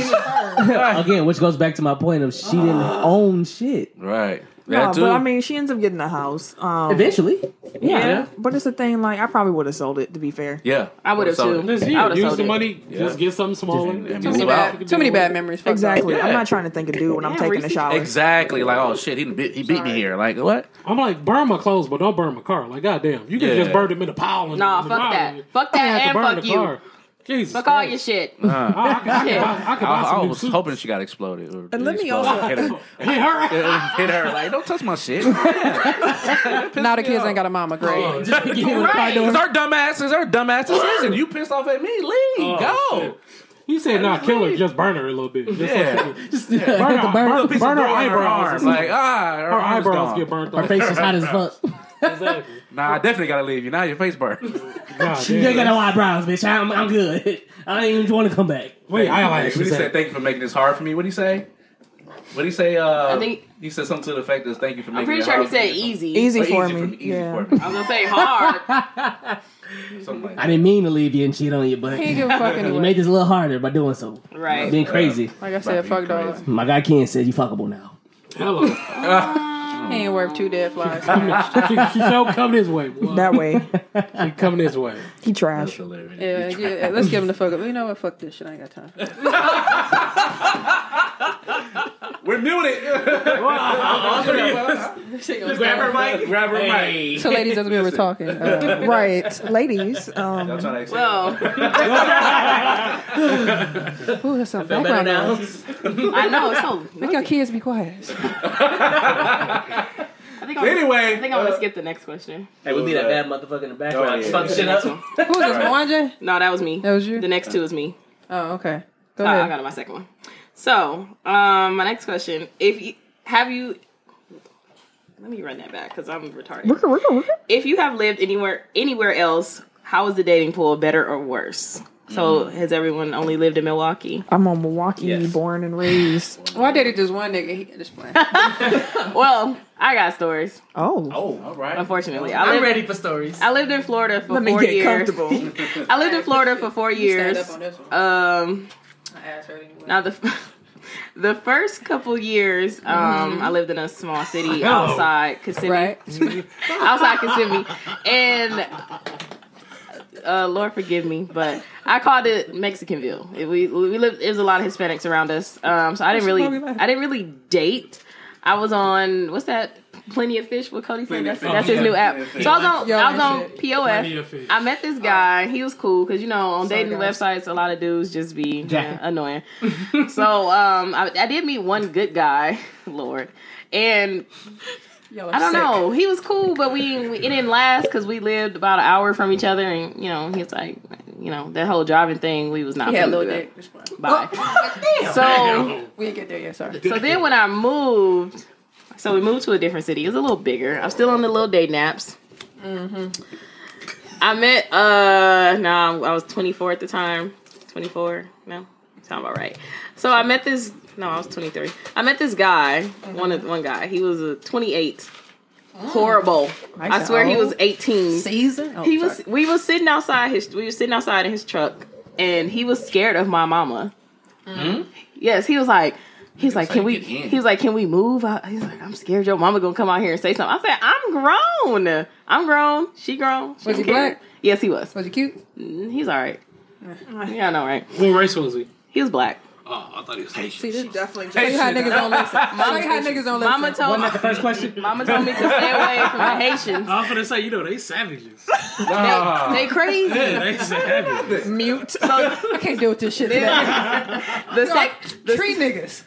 E: right,
D: again, which goes back to my point of she didn't own shit.
E: right.
G: No,
E: That too.
G: but I mean, she ends up getting a house. Um,
D: Eventually,
G: yeah,
E: yeah.
G: but it's a thing. Like I probably would have sold it. To be fair,
E: yeah,
A: I would have
E: So-
A: too.
B: Listen,
A: I
B: you
A: would've
B: use
A: sold
B: the
A: it.
B: money, just get something smaller.
E: And
B: Just
E: move
B: a
E: out.
B: you can
J: Too
B: do
J: many
B: with
J: bad
B: it.
J: memories. Fuck
G: exactly.
E: Yeah.
G: I'm not trying to think of dude when I'm
A: Yeah,
G: taking a
A: Reese-
G: shower.
E: Exactly. Like, oh shit, he done beat, he beat me here. Like, what?
B: I'm like burn my clothes, but don't burn my car. Like goddamn, you can
E: Yeah.
B: just burn them in a pile. And,
A: Nah,
B: and
A: fuck
B: drive
A: that.
B: it.
A: Fuck
B: I didn't have
A: that
B: to
A: and
B: burn
A: fuck
B: the
A: you.
B: car. Jesus,
A: Fuck all your
B: Christ.
A: shit.
B: I, I, can- I, can buy- I can buy
E: I,
B: some
E: I
B: new
E: was
B: suits.
E: hoping she got exploded. Or
G: And let me
E: exploded.
G: also-
E: hit her.
B: Hit her.
E: hit her. Like, don't touch my shit. Yeah.
J: Now the kids ain't got a mama. Great.
E: Right. Cause our dumbasses, our dumbasses, listen, you pissed off at me. Leave.
B: Oh,
E: Go.
B: shit. You said not kill her, just burn her a little bit. Just like
E: Yeah.
B: she did.
D: just
B: burn,
D: the
B: her,
D: burn.
B: burn,
E: Piece of
B: burn her
E: blood on
B: eyebrows.
E: arm. Like, ah,
B: her eyebrows get burnt.
D: Her
B: off.
D: face is hot as fuck.
B: Exactly.
E: Nah, I definitely gotta leave you. Now your face burned.
B: God
D: You ain't got
B: damn.
D: no eyebrows, bitch. I'm, I'm good. I don't even want to come back.
B: Wait,
E: What
B: eyelashes.
E: he say? Thank you for making this hard for me. What do he say? What do he say? Uh,
A: I think-
E: he said something to the effect that thank you for making.
A: I'm pretty
E: it
A: sure
E: hard
A: he said
E: for me.
A: easy.
G: Easy
E: Or
G: for
E: easy
G: me.
E: For me. Easy
G: yeah.
E: for me.
A: I was gonna say hard.
E: Something like
D: I
E: that.
D: didn't mean to leave you and cheat on you,
J: He
D: but
J: ain't give a fuck
D: you
J: anyway.
D: made this a little harder by doing so.
A: right.
D: Being crazy.
J: like I said,
E: About
J: fuck
E: to be
J: dog.
E: crazy.
D: My guy Ken said you fuckable now.
B: Hello.
C: He ain't worth two dead flies.
B: she, she so come this way. boy.
G: That way,
B: She come this way.
G: he trash.
C: Yeah, yeah, let's give him the fuck up. You know what? Fuck this shit. I ain't got time.
E: We're muted.
K: Grab her mic.
E: Grab her mic.
C: So, ladies, as we were talking, uh,
G: Right, ladies. Um,
E: That's what I said.
C: ooh, that's some
K: Better
C: background
K: now.
C: noise.
A: I know. It's so
C: Make your kids be quiet.
A: I think I'm,
E: anyway, uh,
A: I think I want to skip the next question.
K: Hey, we be that bad motherfucker in the background.
E: Oh, yeah.
K: Fuck shit up.
C: Who was this? Mwanje?
A: No, that was me.
C: That was you?
A: The next two is me.
C: Oh, okay. Go
A: Uh, I
C: ahead.
A: got my second one. So, um, my next question: If you have you, let me run that back because I'm retarded. If you have lived anywhere anywhere else, how is the dating pool better or worse? So, has everyone only lived in Milwaukee?
G: I'm on Milwaukee,
K: Yes.
G: born and raised.
C: Well, I dated just one nigga. He just playing.
A: Well, I got stories.
G: Oh,
K: Oh, all right.
A: Unfortunately, I
K: I'm
A: lived,
K: ready for stories.
A: I lived in Florida for
G: let me
A: four
G: get
A: years.
G: comfortable.
A: I lived in Florida for four
C: Stand
A: years.
C: up on this one.
A: Um,
C: I asked her anyway.
A: Now the the first couple years, um,
K: Mm-hmm.
A: I lived in a small city outside Kissimmee,
C: Right.
A: outside Kissimmee, and uh, Lord forgive me, but I called it Mexicanville. It, we we lived. There's a lot of Hispanics around us, um, so I didn't really
C: Why we laughing?
A: I didn't really date. I was on what's that? Plenty of Fish with Cody Flynn.
E: Plenty of
A: That's,
E: Fish.
A: that's his
E: Oh,
A: new
E: yeah.
A: app.
E: Plenty of
A: So I was on
C: Yo,
A: I was on
C: shit.
B: Plenty
A: POF.
B: of fish.
A: I met this guy. He was cool because you know on
C: Sorry,
A: dating
C: guys.
A: websites, a lot of dudes just be
D: Jacking.
A: yeah, annoying. so um, I, I did meet one good guy, Lord, and
C: Y'all are
A: I don't
C: sick.
A: know. He was cool, but we, we it didn't last because we lived about an hour from each other, and you know he was like, you know that whole driving thing. We was not.
C: He had a
A: finna do
C: little
A: that.
C: dick. Just playing.
A: Bye. so
B: Oh,
C: We didn't get there yet. Sorry.
A: so then when I moved, so we moved to a different city. It was a little bigger. I'm still on the little day naps.
C: Mm-hmm.
A: I met uh no, I was 24 at the time. 24, no, sound about right. So I met this. No, I was 23. I met this guy. One of one guy. He was a 28. Horrible. I swear he was 18
C: Season? Oh,
A: he was we was sitting outside his we were sitting outside in his truck and he was scared of my mama yes he was like he's like can we
E: get in."
A: he was like can we move I, he's like i'm scared your mama gonna come out here and say something i said i'm grown i'm grown she grown she
C: Was he
A: don't care."
C: black?
A: yes he was
C: Was he cute?
A: Mm, he's all right yeah i know right
B: What race was he?
A: he was black
B: Oh, I thought he was Haitian.
C: See, this definitely. Show you how niggas don't listen. Show you how niggas don't listen.
A: mama told
D: Wasn't that the first question?
A: mama told me to stay away from the haitians
B: I was gonna say, you know, they savages.
E: Oh.
A: they, they crazy
B: Yeah, they savages.
C: mute.
A: so
C: I can't deal with this shit today.
A: the sec-
C: Tree niggas.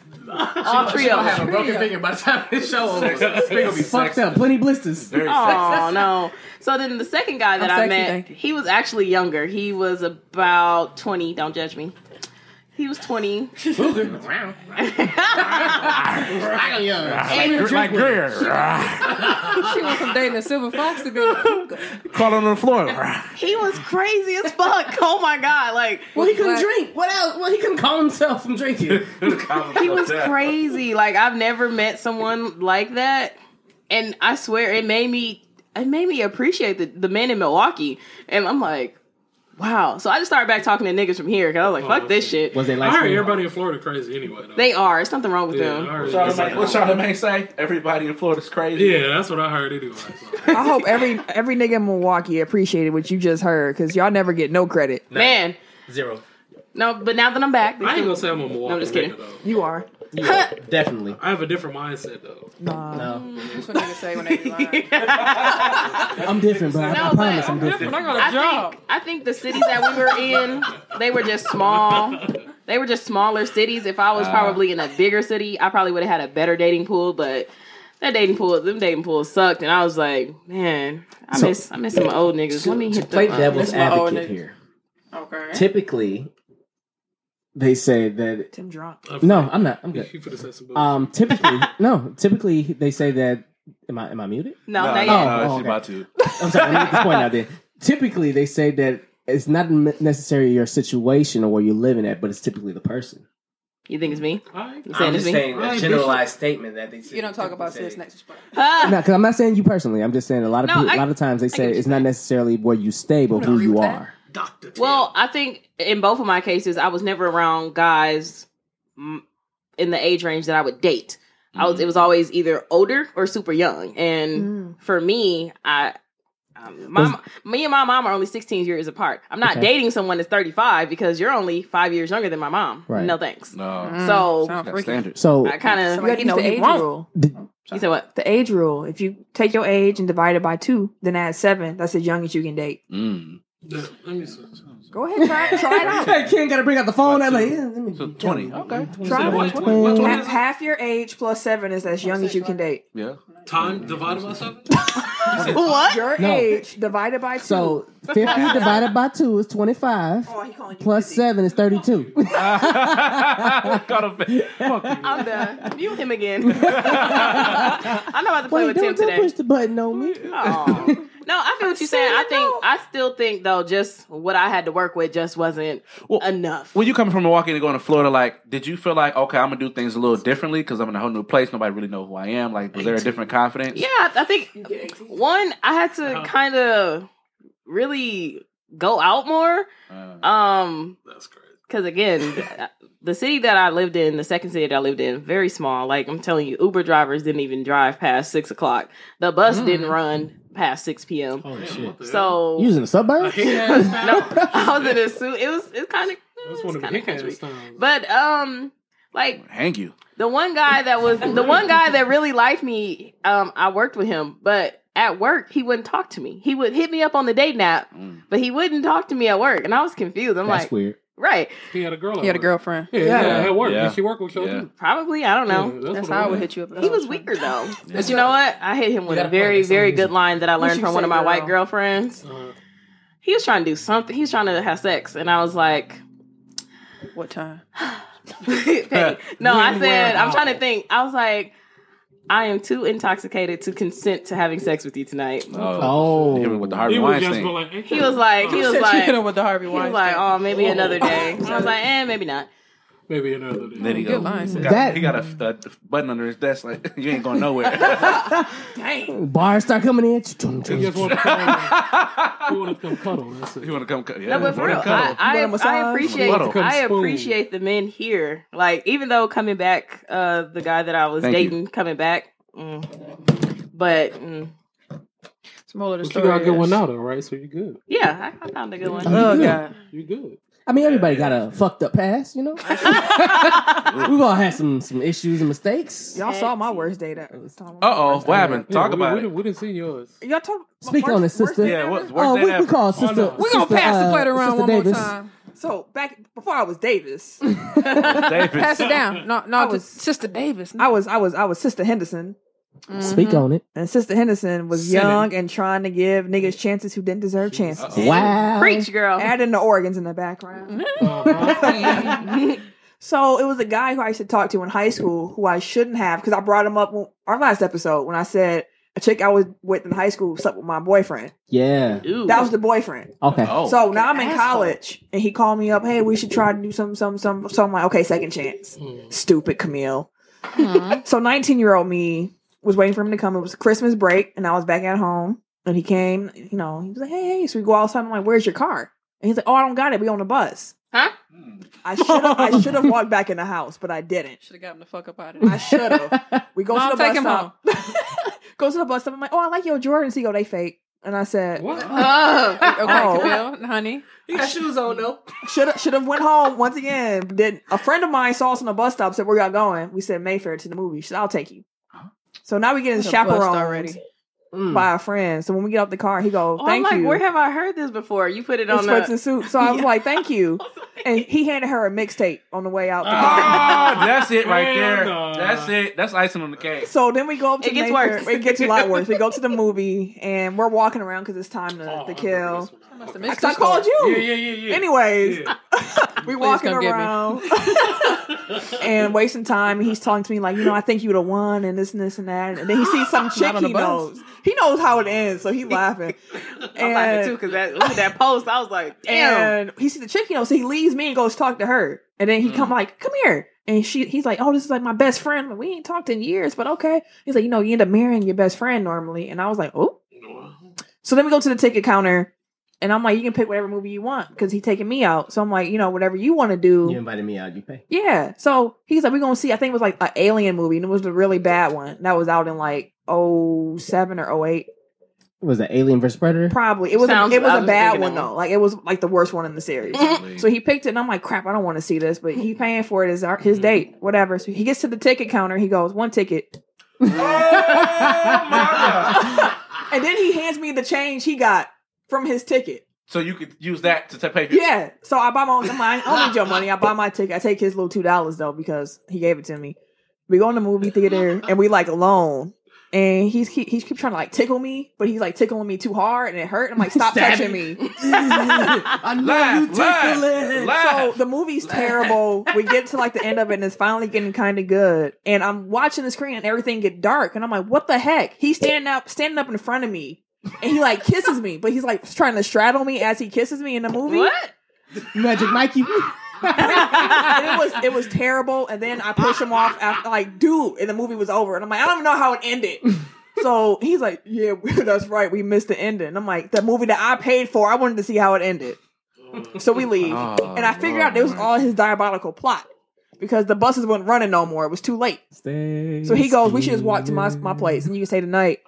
A: all three of
K: I
A: them
K: have a broken finger by the time this show over.
D: Fucked up. Plenty blisters.
E: Very
A: Oh no! So then the second guy that
C: I'm
A: I
C: sexy,
A: met,
C: thank you.
A: he was actually younger. He was about twenty. Don't judge me. He was twenty.
K: I got young.
E: sexy. Like Greer.
C: She went from dating a silver fox to being a cougar.
E: Crawling on the floor.
A: He was crazy as fuck. Oh my god! Like
K: Well, he couldn't
C: Black.
K: drink. What else? Well, he couldn't calm himself from drinking.
A: he was crazy. Like I've never met someone like that, and I swear it made me. It made me appreciate the, the men in Milwaukee, and I'm like, wow. So I just started back talking to niggas from here because I was like,
B: Oh,
A: fuck this shit.
D: Was they
B: I
D: like
B: heard everybody in Florida crazy anyway. Though.
A: They are. It's nothing wrong with
B: yeah, I
A: them.
B: heard
E: Charlamagne- What
B: everybody-
E: Charlamagne say? Everybody in Florida's crazy.
B: yeah, that's what I heard anyway. so.
G: I hope every every nigga in Milwaukee appreciated what you just heard because y'all never get no credit.
A: Man,
K: Zero.
A: no. But now that I'm back, they
B: I ain't
A: still-
B: gonna say I'm a Milwaukee.
A: I'm just kidding.
B: nigga, though.
G: You are.
D: Definitely.
B: I have a different mindset though.
G: Nah.
D: No.
C: That's what niggas say when they be lying.
D: I'm different, but I,
A: No,
D: I promise
A: but-
D: I'm different.
C: I got a
A: I
C: job.
A: think, I think the cities that we were in, they were just small. They were just smaller cities. If I was probably in a bigger city, I probably would have had a better dating pool. But that dating pool, them dating pools sucked, and I was like, man, I
D: So-
A: miss, I miss some old niggas. Let me
D: To
A: hit
D: play
A: them. up.
D: devil's
C: This my old
D: advocate
C: nigga.
D: here.
C: Okay.
D: Typically, they say that.
G: Tim drunk.
D: No, I'm not. I'm good.
B: You could have said some bullshit.
D: Um, typically, no. Typically, they say that. Am I am I muted?
A: No,
E: No,
A: not
E: no,
A: yet.
E: no,
D: Oh,
E: she's
D: okay.
E: about to.
D: I'm sorry. Let me get this point out there. Typically, they say that it's not ne- necessarily your situation or where you're living at, but it's typically the person.
A: You think it's me?
B: All right.
A: You saying
K: I'm
A: it's
K: just
A: me?
K: saying a generalized statement that they
C: You don't talk about this next spot.
A: Ah,
D: No, because I'm not saying you personally. I'm just saying a lot of
A: No,
D: people,
A: I-
D: a lot of times they
A: get
D: say
A: you.
D: it's not necessarily where you stay, but who you are.
K: Doctor.
A: well, I think in both of my cases, I was never around guys mm, in the age range that I would date. I was it was always either older or super young. And for me, I um, my
D: Mm. Was-
A: mo- me and my mom are only 16 years apart. I'm not
D: Okay.
A: dating someone that's 35 because you're only five years younger than my mom.
D: Right. Mm.
A: No thanks.
E: No,
A: So
E: that's standard.
D: So
A: I kind of
G: You gotta
A: you
G: use
A: know
G: the age
A: you won't.
G: rule.
A: You said what?
G: The age rule. If you take your age and divide it by two, then add seven. That's as young as you can date.
E: Mm.
B: Let me see.
G: Go ahead, try, try it out.
I: Hey, Ken got to bring out the phone. I'm like, yeah, let me-
E: So twenty. Okay.
G: Try
B: Say
G: it.
B: what?
G: Half-
B: What- what- what is it?
G: Half your age plus seven is as young as you can date.
E: Yeah.
B: Time divided by seven.
A: What?
G: Your
D: No.
G: age divided by two.
D: so fifty divided by two is twenty five.
G: Oh,
D: Plus seven is thirty two.
E: Got a
A: I'm done. You him again. I'm not about to play
D: Wait,
A: with Tim
D: don't, don't
A: today.
D: push the button on me.
A: Aw. No, I feel what you're saying. I think I still think though, just what I had to work with just wasn't
E: Well,
A: enough.
E: when you coming from Milwaukee and going to Florida, like, did you feel like okay, I'm gonna do things a little differently because I'm in a whole new place. Nobody really know who I am. Like, was there a different confidence?
A: yeah, I I think one I had to kind of really go out more.
E: Uh,
A: Um,
B: That's crazy.
A: because again, the city that I lived in, the second city that I lived in, very small. Like I'm telling you, Uber drivers didn't even drive past six o'clock. The bus didn't run past six p.m.
D: Oh
B: Damn, what the hell?
A: So
D: You was in the suburbs?
A: no, I was in a suit. It was it's kind of
B: that's one of the
A: kinda
B: hick ass
A: country.
B: times.
A: but um like
E: hang you.
A: the one guy that was the one guy that really liked me um i worked with him but at work he wouldn't talk to me he would hit me up on the date nap
E: Mm.
A: but he wouldn't talk to me at work and i was confused i'm
D: That's
A: like
D: weird.
A: right
B: he had a girl.
C: You had a
B: at work.
C: girlfriend.
B: Yeah,
G: Yeah.
B: yeah, at work.
E: Yeah.
B: Did she work with your
E: Yeah.
B: dude?
A: probably i don't know
B: Yeah,
C: That's
B: what it
C: how I
B: was.
C: would hit you up.
A: he was weird though but
E: Yeah.
A: you know what i hit him with
I: You
A: a
I: gotta play
A: very
I: with some
A: very
I: music.
A: good line that i learned
G: should
A: from one
G: say
A: of my white
G: girl.
A: girlfriends
B: Uh,
A: he was trying to do something he was trying to have sex and i was like
C: What time?
A: Peggy. No,
B: When,
A: I
B: where,
A: said I'm
B: how?
A: trying to think. I was like, I am too intoxicated to consent to having sex with you tonight.
D: Oh.
E: Hit me with the Harvey
B: he was just
E: Weinstein.
B: going like,
A: He was like, he was like,
C: Hit
A: he
C: him with the Harvey
A: was
C: Weinstein.
A: like, oh, maybe another day. I was like, eh, maybe not.
B: maybe another day.
E: there you go.
C: Good line, sis.
E: Got-
D: That-
E: he got a, a button under his desk. Like, you ain't going nowhere.
D: Bars start coming in.
B: He just wanted to come, he wanted to come cuddle. That's it.
E: you want to come? cut- Yeah,
A: No, but for
E: wanna
A: real,
E: cuddle.
A: I, I,
G: You want a
A: I
G: massage?
A: appreciate,
E: Cuddle.
A: I
B: Spoon.
A: appreciate the men here. Like, even though coming back, uh, the guy that I was
E: Thank you.
A: dating coming back, mm, but mm,
C: Smaller the
B: But you
C: story.
B: got a good one
C: is-
B: now, though, right? So you're good.
A: yeah, I, I found a good
G: Mm-hmm.
A: one.
C: Oh God.
B: You're good.
D: I mean, everybody got a fucked up past, you know? we all had some, some issues and mistakes.
G: Y'all saw my worst date. at- it's time.
E: Uh oh, what happened?
B: Yeah,
E: Talk
B: we,
E: about
B: we,
E: it.
B: We didn't see yours.
G: Y'all talk.
D: Oh. Speak
G: worst-
D: on it,
G: worst
D: sister.
G: date
E: Yeah,
G: ever?
E: what's
D: Oh,
E: worst
D: we,
E: that
D: we
E: happened?
D: call sister.
B: no.
C: We're gonna
D: sister,
C: pass the
D: uh,
C: plate around
D: Sister
C: one
D: Davis.
C: more time.
G: So back before I was Davis,
E: Davis.
C: Pass it down. No,
G: I
C: no,
G: was-
C: just Sister Davis.
G: I was I was I was Sister Henderson, Mm-hmm.
D: Speak on it.
G: and Sister Henderson was
B: Sinning.
G: young and trying to give niggas chances who didn't deserve chances.
D: Wow.
A: Preach, girl.
G: Add in the organs in the background.
B: Uh-huh.
G: So it was a guy who I used to talk to in high school who I shouldn't have because I brought him up when, our last episode when I said a chick I was with in high school slept with my boyfriend.
D: Yeah.
A: Ooh.
G: That was the boyfriend.
D: Okay.
E: Oh,
G: so now I'm in college and he called me up, hey, we should try to do something, something, something. So I'm like, okay, second chance. Stupid Camille. so 19 year old me was waiting for him to come. It was Christmas break and I was back at home and he came, you know, he was like, hey, hey. So we go outside. I'm like, where's your car? And he's like, oh, I don't got it. We on the bus.
A: Huh?
G: I should have I should have walked back in the house, but I didn't.
C: Should have gotten the fuck up out of
G: I
C: it.
G: should have. We go
C: Mom,
G: to the bus
C: take him
G: stop. Goes to the bus stop. I'm like, oh, I like your Jordans. He go, they fake. And I said,
B: what?
A: Oh,
C: Okay,
G: Oh.
C: Camille, honey.
I: You got shoes on, though.
G: should have should have went home once again. Did a friend of mine saw us on the bus stop? Said, where y'all going? We said Mayfair to the movie. She said, I'll take you. So now we getting
C: Should've
G: chaperoned
C: bust already.
G: by our friends. So when we get out the car, he go,
A: Oh, I'm
G: thank
A: like,
G: you.
A: where have I heard this before? You put it
G: It's
A: on
G: Fritz
A: the
G: and Soup. So I was like, thank you. And he handed her a mixtape on the way out. The car.
E: Ah, that's it right there.
B: Hell no.
E: That's it. That's icing on the cake.
G: So then we go up to
A: It gets
G: Mayfair-
A: worse.
G: It gets a lot worse. We go to the movie and we're walking around because it's time to, to kill.
C: Must have
G: So I called you.
B: Yeah, yeah, yeah, yeah.
G: Anyways,
B: Yeah.
G: we walking
C: come get me.
G: around and wasting time. And he's talking to me like, you know, I think you the one, and this and this and that. And then he sees some chick
C: on the
G: he
C: bus.
G: knows. He knows how it ends, so he laughing.
A: I'm laughing too
G: And,
A: because that look at that post. I was like, damn.
G: and he sees the chick he knows, so he leaves me and goes talk to her. And then he
A: Mm.
G: come like, come here. And she, he's like, oh, this is like my best friend. Like, we ain't talked in years, but okay. He's like, you know, you end up marrying your best friend normally. And I was like, oh. So then we go to the ticket counter. And I'm like, you can pick whatever movie you want because he taking me out. So I'm like, you know, whatever you want to do.
D: You invited me out, you pay.
G: Yeah. So he's like, we're gonna see. I think it was like an alien movie, and it was the really bad one that was out in like oh seven or 08.
D: Was that Alien vs Predator?
G: Probably it was
A: Sounds-
G: a, it was
A: I
G: a
A: was
G: bad
A: thinking
G: one
A: that one.
G: though. Like it was like the worst one in the series. So he picked it, and I'm like, crap, I don't want to see this, but he's paying for it as our, his date, whatever. So he gets to the ticket counter, he goes, one ticket, and then he hands me the change he got from his ticket.
E: So you could use that to t- pay.
G: Yeah. So I buy my own. I'm like, I don't need your money. I buy my ticket. I take his little two dollars though because he gave it to me. We go in the movie theater and we like alone. And he's he, he keeps trying to like tickle me, but he's like tickling me too hard and it hurt. I'm like, stop touching me.
I: I know
E: Laugh,
I: you tickle
E: laugh,
I: it.
G: So
E: Laugh.
G: the movie's terrible. We get to like the end of it and it's finally getting kind of good. And I'm watching the screen and everything get dark. And I'm like, what the heck? He's standing up, standing up in front of me. And he like kisses me, but he's like trying to straddle me as he kisses me in the movie.
A: What?
I: Magic Mikey.
G: and it was it was terrible. And then I pushed him off after like, dude, and the movie was over. And I'm like, I don't even know how it ended. So he's like, yeah, that's right. We missed the ending. And I'm like, the movie that I paid for, I wanted to see how it ended. So we leave.
E: Oh,
G: and I figured out it was all his diabolical plot because the buses weren't running no more. It was too late.
D: Stay
G: So he goes, we should just walk to my, my place and you can stay tonight.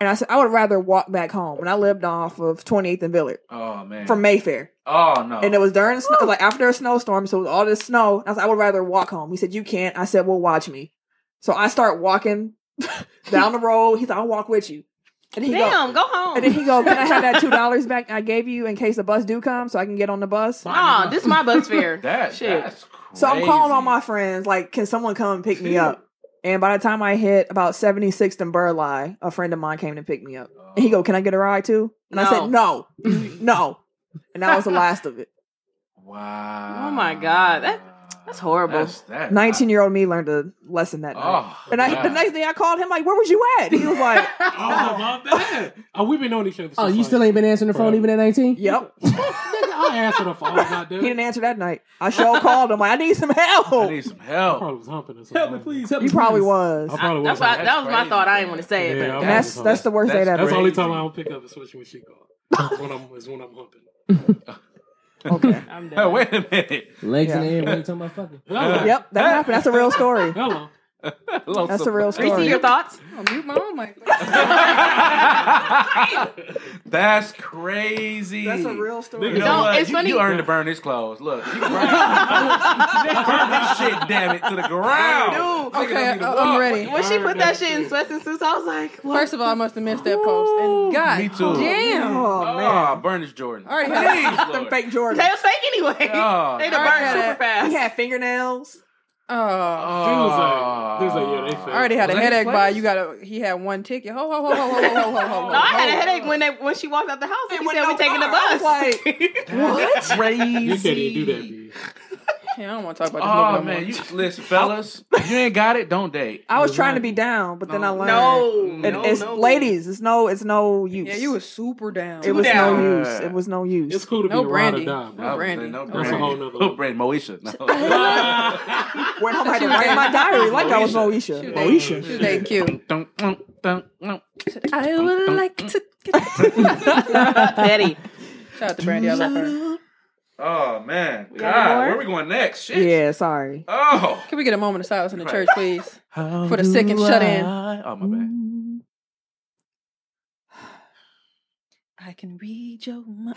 G: And I said, I would rather walk back home. And I lived off of 28th and Villard
E: Oh man.
G: from Mayfair.
E: oh no.
G: And it was during snow, like after a snowstorm, so it was all this snow. And I was like, I would rather walk home. He said, You can't. I said, Well, watch me. So I start walking down the road. He's like, I'll walk with you. And he go,
A: Damn, go
G: and then
A: home.
G: he go, Can I have that two dollars back I gave you in case the bus do come so I can get on the bus?
A: Oh, this is my bus fare.
E: that
A: Shit.
E: That's crazy.
G: So I'm calling all my friends, like, can someone come and pick me up? And by the time I hit about 76th and Burleigh, a friend of mine came to pick me up. And he go, Can I get a ride too? And I said, No, no. And that was the last of it.
E: Wow.
A: Oh, my God. That's horrible.
E: That's that.
G: 19 year old me learned a lesson that night.
E: Oh.
G: And I, the
E: God.
G: next day I called him like, "Where was you at?" He was like,
B: I was about that. Oh, we've been knowing each other.
D: Oh,
B: since,
D: you
B: like-
D: still ain't been answering the phone
B: Forever.
D: even at 19?
G: "Yep."
B: I answered the phone. I was not
G: He
B: there.
G: didn't answer that night. I sure called him. Like, I need some
E: I
G: help.
E: need some
B: I
E: help.
B: probably was humping or something.
D: Help me, please. Help me.
G: You probably
D: please.
G: was.
B: I probably was.
A: That's why,
E: That's
A: that was my
E: crazy,
A: thought. I
E: man.
A: didn't want to say it,
B: Yeah, I
A: but
B: was
G: And that's
B: humping.
G: that's the worst
E: That's
G: date
B: That's
G: ever.
B: the only
E: crazy.
B: time I don't pick up is when she- when she calls. Is when I'm is when I'm humping.
G: Okay.
A: I'm done.
E: Hey, wait a minute.
D: Legs in
G: Yeah.
D: the air. What are you talking about fucking?
B: Hello.
G: Yep, that happened. That's a real story.
B: Hello.
E: Hello,
G: That's a
E: somebody.
G: real
A: Reese,
G: story.
A: your thoughts?
J: I'll Oh, mute my own mic.
E: That's crazy.
G: That's a real story.
E: You know
A: No,
E: what?
A: it's
E: you,
A: funny-
E: You earned to burn his clothes. Look, you burn, burn that shit, damn it, to the ground. Dude,
J: Okay, uh, I'm ready.
A: When she put that shit in sweats and suits, I was like, what?
J: First of all, I must have missed that post. And God,
E: me too.
J: damn.
G: Oh man,
E: Oh, burn his Jordan.
J: All right,
E: Please,
G: them
E: Lord.
G: fake Jordan.
A: They'll fake anyway.
E: Oh,
A: They'd have
J: I
A: burned
J: had
A: super
J: it.
A: fast.
G: He had fingernails.
J: Oh.
E: Oh.
B: Dude's like- dude's like, yeah, they fake.
J: I already had
E: Was
J: a
E: that his
J: headache by
E: place?
J: you got a he had one ticket. Ho ho ho ho ho ho ho ho ho.
A: No, I had a headache when they when she walked out the house and he said we taking the bus.
E: That's crazy.
B: You can't even do that. B.
J: Yeah, I don't want to talk about this movie
E: Oh
J: no more.
E: man, you listen, fellas. if you ain't got it, don't date.
G: I was trying to be down, but then I learned.
A: no,
G: It-
A: no,
G: it's
A: no.
G: ladies. It's no. It's no use.
J: Yeah, you was super down.
G: It was
E: down.
G: no use. It was no use.
B: It's cool to
J: No
B: be
J: brandy.
B: a ride or die, bro.
E: No,
J: Brandy.
E: No,
B: That's a whole nother
E: No,
B: level.
E: Brandy. Moesha. No.
G: When I had to write in my diary like I was
J: She was
G: Moesha. Moesha.
J: She was that cute.
E: Dun, dun, dun, dun.
J: I would like to
A: Betty.
J: Shout out to Brandy, I love her.
E: Oh man, God,
A: more?
E: where we going next? Shit.
G: Yeah, sorry.
E: Oh.
J: Can we get a moment of silence in the
E: Right.
J: church, please? For the sick and shut in.
E: Oh my bad.
J: I can read your mind.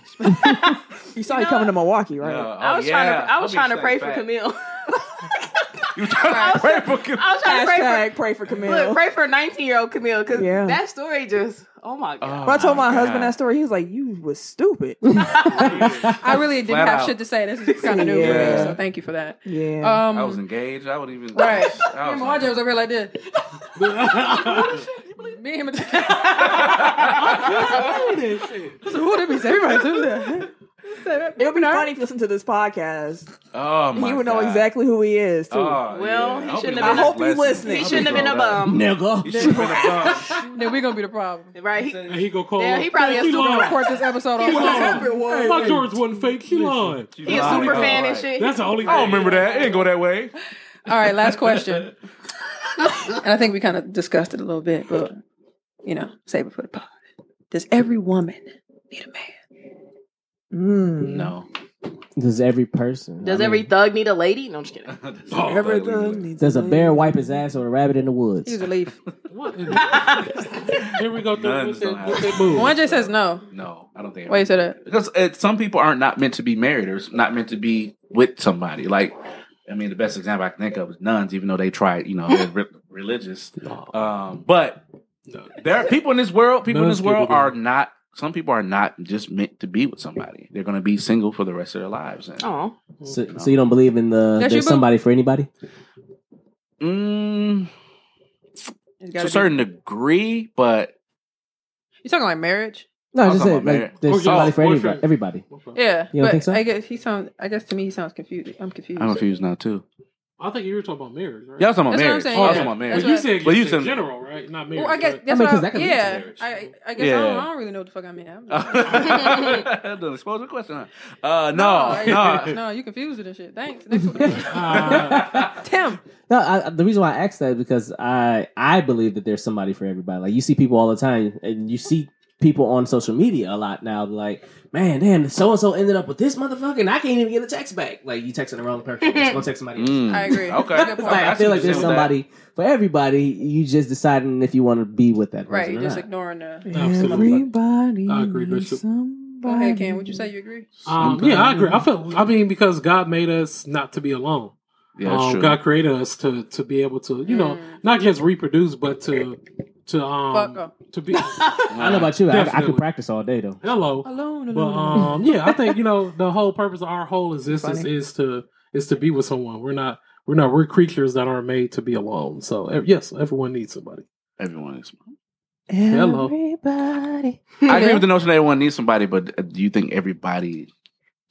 G: You saw you coming to Milwaukee, right?
E: No,
A: I
E: oh,
A: was
E: yeah.
A: trying to I
E: I'll be
A: was trying to pray
E: saying
A: for
E: fact.
A: Camille.
E: You were trying to pray for Camille.
A: I was trying to pray for
G: Hashtag pray for Camille.
A: look, pray for nineteen year old Camille because
G: Yeah.
A: that story just oh my god.
G: when I told my husband that
E: that's
G: story, he was like, "You was stupid."
J: I really didn't
E: Flat
J: have
E: out.
J: shit to say. This is kind of new for
G: Yeah.
J: me, so thank you for that.
C: Uh,
G: yeah.
J: Um,
E: I was engaged. I wouldn't even.
J: Right.
E: I was
J: Remember, my
E: like,
J: Jay was over here like this. Me and him.
E: Oh,
J: Who did we say? Everybody do that.
G: it would be funny if you listen to this podcast.
E: oh my
G: he would know
E: God.
G: exactly who he is too.
E: Oh,
A: Well, he
E: I hope
A: shouldn't
E: he
A: have been
E: learned his
A: a-
G: I hope he
E: lesson.
G: listened.
A: he shouldn't have been a bum.
E: He
D: Um, Nigga.
E: should have been a bum.
J: Then we're going to be the problem.
A: Right? He,
B: And he gonna call.
A: yeah, he probably a
B: she
A: super
B: lied.
J: Report this episode
B: She
J: on
B: lied. My George wasn't fake. She lied.
A: he a super fan and
E: Right.
A: shit.
B: That's the only.
E: I don't
B: thing.
E: remember that. It didn't go that way.
J: All right, last question. and I think we kind of discussed it a little bit, but, you know, save it for the pod. Does every woman need a man?
G: Mm.
E: No.
D: Does every person?
A: Does
D: I mean,
A: every thug need a lady? No, I'm just kidding.
G: Everything needs
D: does a
G: name.
D: bear wipe his ass or a rabbit in the woods?
L: He's a leaf.
B: Here we go through with
E: Nuns don't
B: that,
E: have
B: with
E: it.
B: that move.
L: One just says no.
E: No, I don't think.
L: Why you say that?
E: because it, uh, some people aren't not meant to be married or not meant to be with somebody. Like, I mean, the best example I can think of is nuns, even though they tried, you know, they're re- religious. Um, but
B: No.
E: there are people in this world. People
B: Nuns
E: in this world
B: people do.
E: are not. Some people are not just meant to be with somebody. They're going to be single for the rest of their lives. And,
A: Oh,
D: So, so you don't believe in the
L: That's your
D: there's
L: boo-
D: somebody for anybody?
E: mm,
L: It's
E: to
L: gotta
E: a
L: be-
E: certain degree, but
L: You talking like marriage?
D: No, I
E: I'm
D: just
E: talking
D: said
E: about
D: like
E: marriage.
D: there's
B: Okay.
D: somebody for
B: Oh,
D: anybody.
B: boyfriend.
D: Everybody.
L: Yeah,
D: You don't
L: but
D: think so?
L: I guess he sounds. I guess to me he sounds confused. I'm confused.
E: I'm confused now too.
B: I think you were talking about marriage, right?
E: Y'all talking
L: That's what I'm
E: about marriage?
L: saying,
E: Y'all
B: yeah.
E: talking about marriage?
B: Well, you said
E: Well, you
B: you in
E: said-
B: general, right? Not marriage.
L: Well, I guess
B: right?
L: that's
D: mean, 'cause
L: what.
D: that
L: I,
D: could lead to
L: yeah,
E: marriage.
L: I, I guess I, don't,
E: Yeah.
L: I don't really know what the fuck I mean. I'm
E: Doesn't expose the question. huh? Uh, no, no.
L: no, you confused with this shit. Thanks. Next one.
B: Uh,
L: Tim.
D: No, I, the reason why I asked that is because I I believe that there's somebody for everybody. Like you see people all the time, and you see people on social media a lot now. Like, man, damn, so and so ended up with this motherfucker, and I can't even get a text back. Like you texting the wrong person. Let's go text somebody. else.
E: Mm.
L: I agree.
E: Okay.
L: Good point.
D: It's like, I,
E: I see
D: feel
E: what
D: like there's
E: you're saying with
D: somebody for everybody. You just deciding if you want to be with that person
L: Right,
D: or
L: you're just
D: not.
L: ignoring the.
B: Absolutely.
G: Everybody
B: I agree,
G: needs
B: Bishop.
L: Go
G: somebody.
L: ahead, Cam. Would you say you agree?
B: um, yeah, I agree. I feel. I mean, because God made us not to be alone.
E: Yeah, that's
B: um,
E: true.
B: God created us to to be able to, you know,
L: Mm.
B: not just reproduce, but to to
L: Fuck
B: um
L: up.
B: to be.
D: I don't know about you. I, I
B: Definitely.
D: could practice all day though.
B: Hello.
L: Alone.
B: But um, yeah, I think you know the whole purpose of our whole existence is to is to be with someone. We're not we're not we're creatures that aren't made to be alone. So ev- yes, everyone needs somebody.
E: Everyone is.
B: Hello.
G: Everybody.
L: Mm-hmm.
E: I agree with the notion that everyone needs somebody, but uh, do you think everybody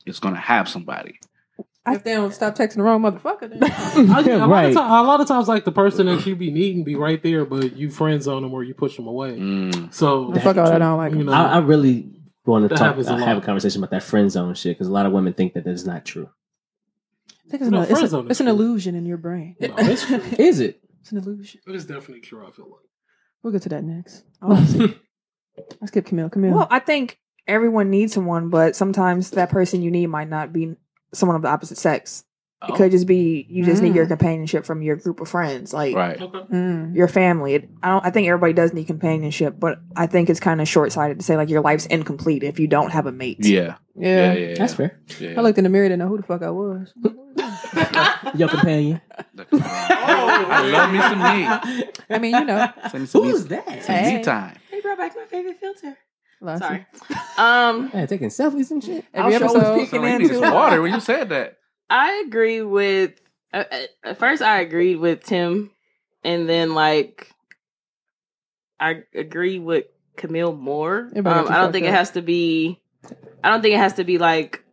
E: is going to have somebody?
B: um,
L: If they don't stop texting the wrong motherfucker, then.
B: I- a, lot
D: right.
B: of ti- a lot of times, like the person that you be needing be right there, but you friend zone them or you push them away.
E: Mm.
B: So
L: fuck all that. I don't like
B: you
L: him.
B: know,
D: I, I really want to
B: That
D: talk.
B: happens a
D: I have
B: lot.
D: a conversation about that friend zone shit because a lot of women think that that's not true.
C: I think
B: it's No, an- it's friend a- zone is it's an cool.
C: illusion in your brain.
B: no, it's,
D: Is it?
C: It's an illusion.
B: it is definitely true. I feel like.
C: We'll get to that next.
G: Oh.
C: Let's get Camille. Camille.
G: well, I think everyone needs someone, but sometimes that person you need might not be someone of the opposite sex. It
E: Oh.
G: could just be you just need your companionship from your group of friends, like
E: Right.
B: Okay.
C: Mm.
G: your family. It, I don't. I think everybody does need companionship, but I think it's kind of short sighted to say like your life's incomplete if you don't have a mate.
E: Yeah.
C: Yeah.
E: Yeah. Yeah. yeah.
D: That's fair.
E: Yeah.
C: I looked in the mirror to know who the fuck I was.
A: Mm.
D: Your companion.
E: I love me some meat.
C: I mean, you know.
E: Send me some meat.
D: Who's that?
E: Some
C: Hey.
E: meat time.
A: they brought back my favorite filter.
C: Lassie.
A: Sorry. Um,
D: Yeah, taking selfies and shit.
C: Every
G: I'll show
C: episode.
G: us
E: So you need Oh, some water when you said that.
A: I agree with. Uh, at first, I agreed with Tim, and then like, I agree with Camille more. Um,
C: Everybody got you
A: I don't
C: fucked
A: think it
C: up.
A: has to be. I don't think it has to be like